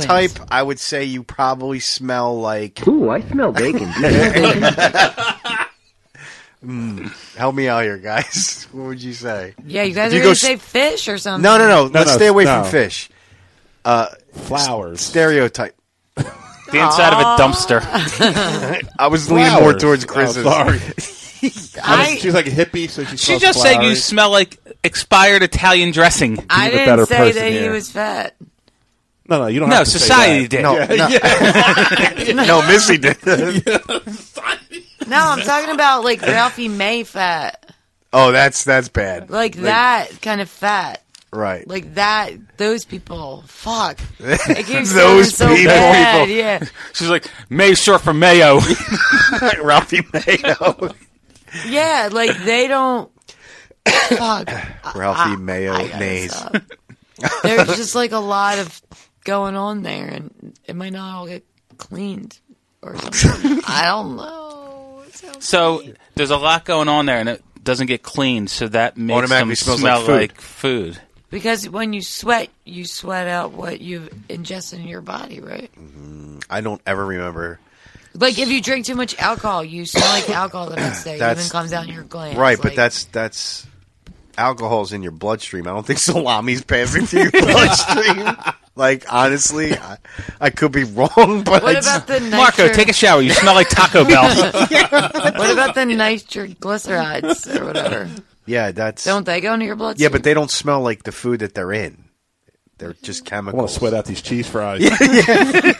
C: stereotype, I would say you probably smell like.
G: Ooh, I smell bacon.
C: Mm, help me out here, guys. What would you say?
B: Yeah, you guys
C: If
B: are gonna
C: s-
B: say fish or something.
C: No, no, no.
I: No,
C: Let's
I: no,
C: stay away
I: no.
C: from fish. Uh,
I: Flowers.
C: stereotype.
F: The inside of a dumpster.
C: I was leaning more
I: Flowers.
C: towards
I: Oh,
C: Chris's.
I: sorry.
B: I-
I: she's like a hippie, so she.
F: She
I: smells
F: just said you
I: flowers.
F: smell like expired Italian dressing.
B: I
I: a
B: didn't
I: better
B: say
I: person
B: that he
I: here.
B: was fat.
I: No, no, you don't.
F: No,
I: have to say
F: society
I: that.
F: did.
I: No,
F: Yeah,
I: yeah.
C: no, Missy did.
B: No, I'm talking about like Ralphie May fat,
C: oh, that's that's bad.
B: like that kind of fat.
C: Right.
B: Like that, those people. Fuck. It keeps
F: Those
B: sounding so
F: people.
B: bad,
F: People.
B: Yeah.
F: She's like May short for Mayo.
C: Ralphie Mayo.
B: Yeah, like they don't. Fuck.
C: Ralphie Mayo
B: I gotta
C: Nays.
B: stop. There's just like a lot of going on there, and it might not all get cleaned or something. I don't know.
F: So there's a lot going on there, and it doesn't get cleaned, so that makes
C: Automatically
F: them
C: smells
F: smell
C: like food.
F: like food.
B: Because when you sweat, you sweat out what you've ingested in your body, right?
C: I don't ever remember.
B: Like if you drink too much alcohol, you smell like alcohol the next day. it even
C: That's-
B: comes out in your glands.
C: right, but
B: like-
C: that's that's alcohol's in your bloodstream. I don't think salami's passing through your bloodstream. Like honestly, I, I could be wrong, but
B: What
C: I just-
B: about the nitro-
F: Marco, take a shower. You smell like Taco Bell.
B: what about the nitroglycerides or whatever?
C: yeah, that's
B: Don't they go into your blood?
C: yeah, but they don't smell like the food that they're in. They're just
B: Mm-hmm.
I: I want
C: chemicals.
I: to sweat out these cheese fries.
C: Yeah, yeah.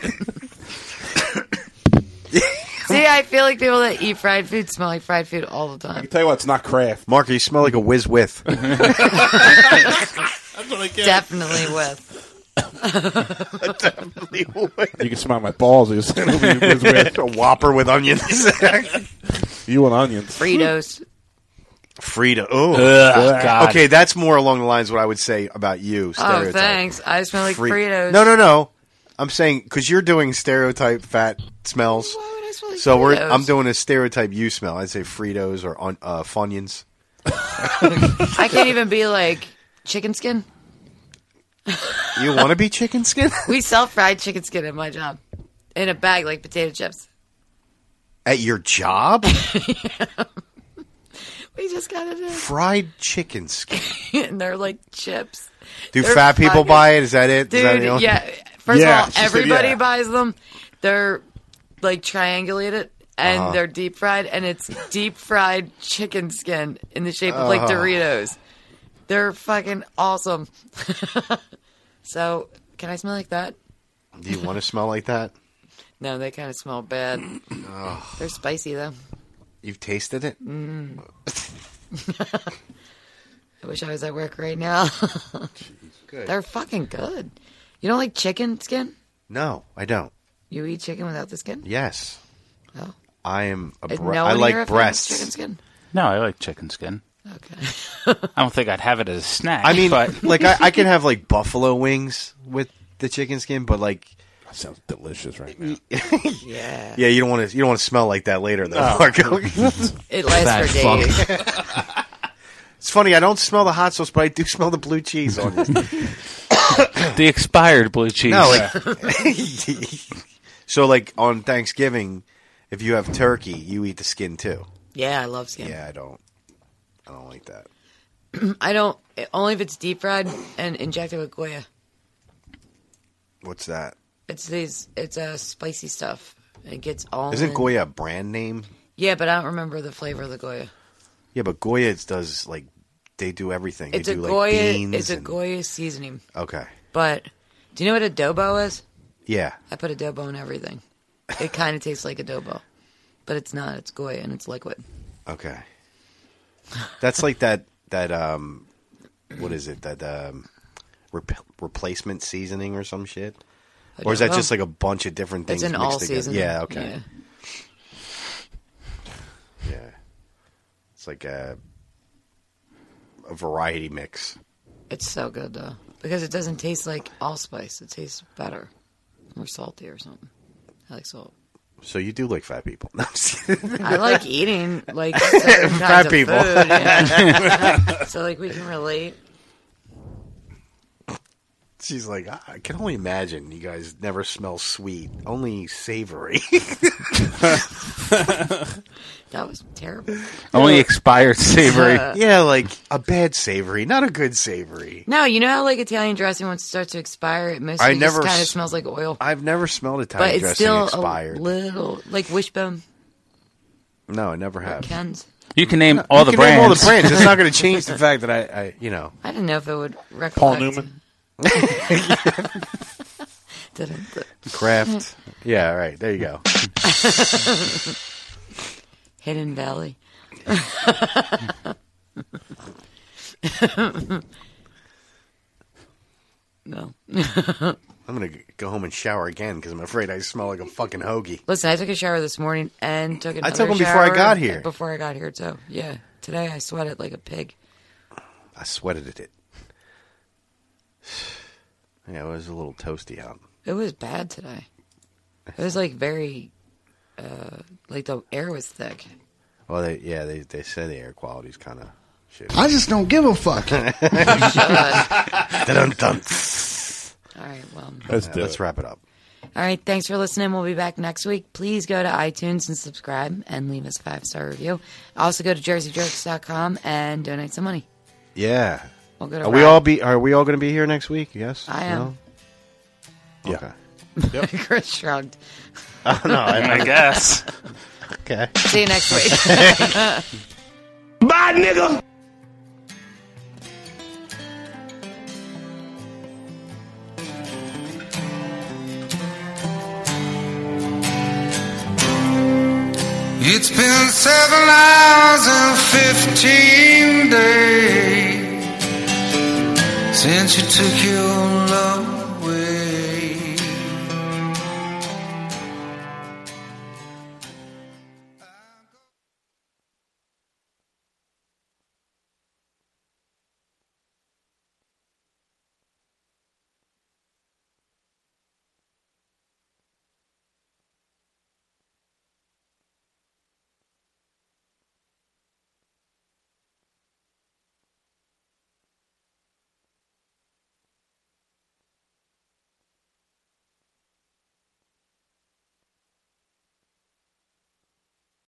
B: See, I feel like people that eat fried food smell like fried food all the
I: I
B: time.
I: can tell you what, it's not Kraft.
C: Marco, you smell like a whiz with.
B: Mm-hmm. Definitely with.
C: Definitely with.
I: You can smell my balls. You smell with
C: a Whopper with onions.
I: you and onions.
B: Fritos.
C: Frida. Oh,
I: Ugh, God.
C: okay. That's more along the lines of what I would say about you.
B: Oh,
C: Stereotype.
B: thanks. I smell like
C: Free-
B: Fritos.
C: No, no, no. I'm saying because you're doing stereotype fat smells.
B: That's really
C: So we're
B: Fritos.
C: I'm doing a stereotype you smell. I'd say Fritos or un, uh, Funyuns.
B: I can't even be like chicken skin.
C: You want to be chicken skin
B: We sell fried chicken skin at my job in a bag like potato chips.
C: at your job?
B: We just got it in.
C: Fried chicken skin.
B: and they're like chips.
C: Do
B: They're
C: fat people
B: fucking-
C: buy it? Is that it? Is that
B: Dude,
C: the only-
B: yeah. First
C: Yeah,
B: of
C: she
B: all,
C: said
B: everybody
C: yeah.
B: buys them. They're like triangulated and
C: Uh-huh.
B: they're deep fried, and it's deep fried chicken skin in the shape of like
C: Uh-huh.
B: Doritos. They're fucking awesome. so, can I smell like that?
C: Do you want to smell like that?
B: No, they kind of smell bad.
C: Ugh.
B: They're spicy though.
C: You've tasted it?
B: Mm. I wish I was at work right now.
C: Good.
B: They're fucking good. You don't like chicken skin?
C: No, I don't.
B: You eat chicken without the skin?
C: Yes.
B: Oh.
C: I am a
B: Uh,
C: bre-
B: no
C: I
B: one here
C: like
B: offends Chicken
C: breasts.
B: skin.
F: No, I like chicken skin. Okay. I don't think I'd have it as a snack.
C: I mean,
F: but
C: like I, I can have like buffalo wings with the chicken skin, but like
I: That sounds delicious right now.
B: yeah.
C: yeah, you don't want to you don't want to smell like that later though, Marco.
B: It lasts for
C: Fat
B: days.
C: fuck. it's funny. I don't smell the hot sauce, but I do smell the blue cheese on it.
F: the expired blue cheese.
C: No, like, so like on Thanksgiving, if you have turkey, you eat the skin too.
B: Yeah, I love skin.
C: Yeah, I don't. I don't like that.
B: I don't only if it's deep fried and injected with goya.
C: What's that?
B: It's these. It's a uh, spicy stuff. It gets all.
C: Isn't Goya a brand name?
B: Yeah, but I don't remember the flavor of the goya.
C: Yeah, but Goya does like they do everything.
B: It's
C: they
B: a
C: do like
B: goya.
C: beans.
B: it's a
C: and-
B: goya seasoning.
C: okay.
B: But do you know what adobo is?
C: Yeah.
B: I put adobo in everything. It kind of tastes like adobo, but it's not. It's goya and it's liquid.
C: Okay. That's like that that um what is it? That um rep- replacement seasoning or some shit?
B: I
C: Or is
B: don't
C: that just
B: know.
C: like a bunch of different
B: It's
C: things
B: an
C: mixed
B: all
C: together?
B: seasoning.
C: Yeah, okay.
B: Yeah.
C: Yeah. It's like a a variety mix.
B: It's so good though because it doesn't taste like allspice. It tastes better, more salty or something. I like salt.
C: So you do like fat people. No, I'm just kidding.
B: I like eating like certain kinds
C: Fat
B: of
C: people.
B: food, yeah. so like we can relate.
C: She's like, I I can only imagine you guys never smell sweet, only savory.
B: That was terrible.
F: Only expired savory.
B: Uh.
C: yeah, like a bad savory, not a good savory.
B: No, you know how like Italian dressing once it starts to expire, it mostly
C: I
B: just
C: never
B: kind of
C: s-
B: smells like oil,
C: I've never smelled Italian
B: but it's
C: dressing
B: still
C: expired.
B: a little like wishbone
C: no, I never have.
B: Ken's.
F: You can name all the
C: You can
F: brands.
C: name all the brands. It's not going to change the fact that I, I you know.
B: I didn't know if it would recollect. Didn't. Mm.
C: Kraft. Yeah, all right. There you go.
B: Hidden Valley. no.
C: I'm going to go home and shower again because I'm afraid I smell like a fucking hoagie.
B: Listen, I took a shower this morning and took another
C: I took one before I
B: shower
C: got here.
B: Before I got here, too. Yeah. Today I sweated like a pig.
C: I sweated at it. Yeah, it was a little toasty out.
B: It was bad today. It was like very, uh, like the air was thick.
C: Well, they, yeah, they, they say the air quality's kind of shit.
L: I just don't give a fuck.
C: Dun, dun.
B: All right, well.
C: Let's,
B: do
C: let's wrap it up.
B: All right, thanks for listening. We'll be back next week. Please go to iTunes and subscribe and leave us a five star review. Also, go to jerseyjerks.com and donate some money.
C: Yeah.
B: We'll go to
C: Are we
B: Rob.
C: all be? Are we all going to be here next week? Yes.
B: I am.
C: No? Okay.
B: Chris shrugged.
C: Oh, no, I- I guess. Okay.
B: See you next week.
G: Bye, nigga.
H: It's been seven hours and fifteen days since you took your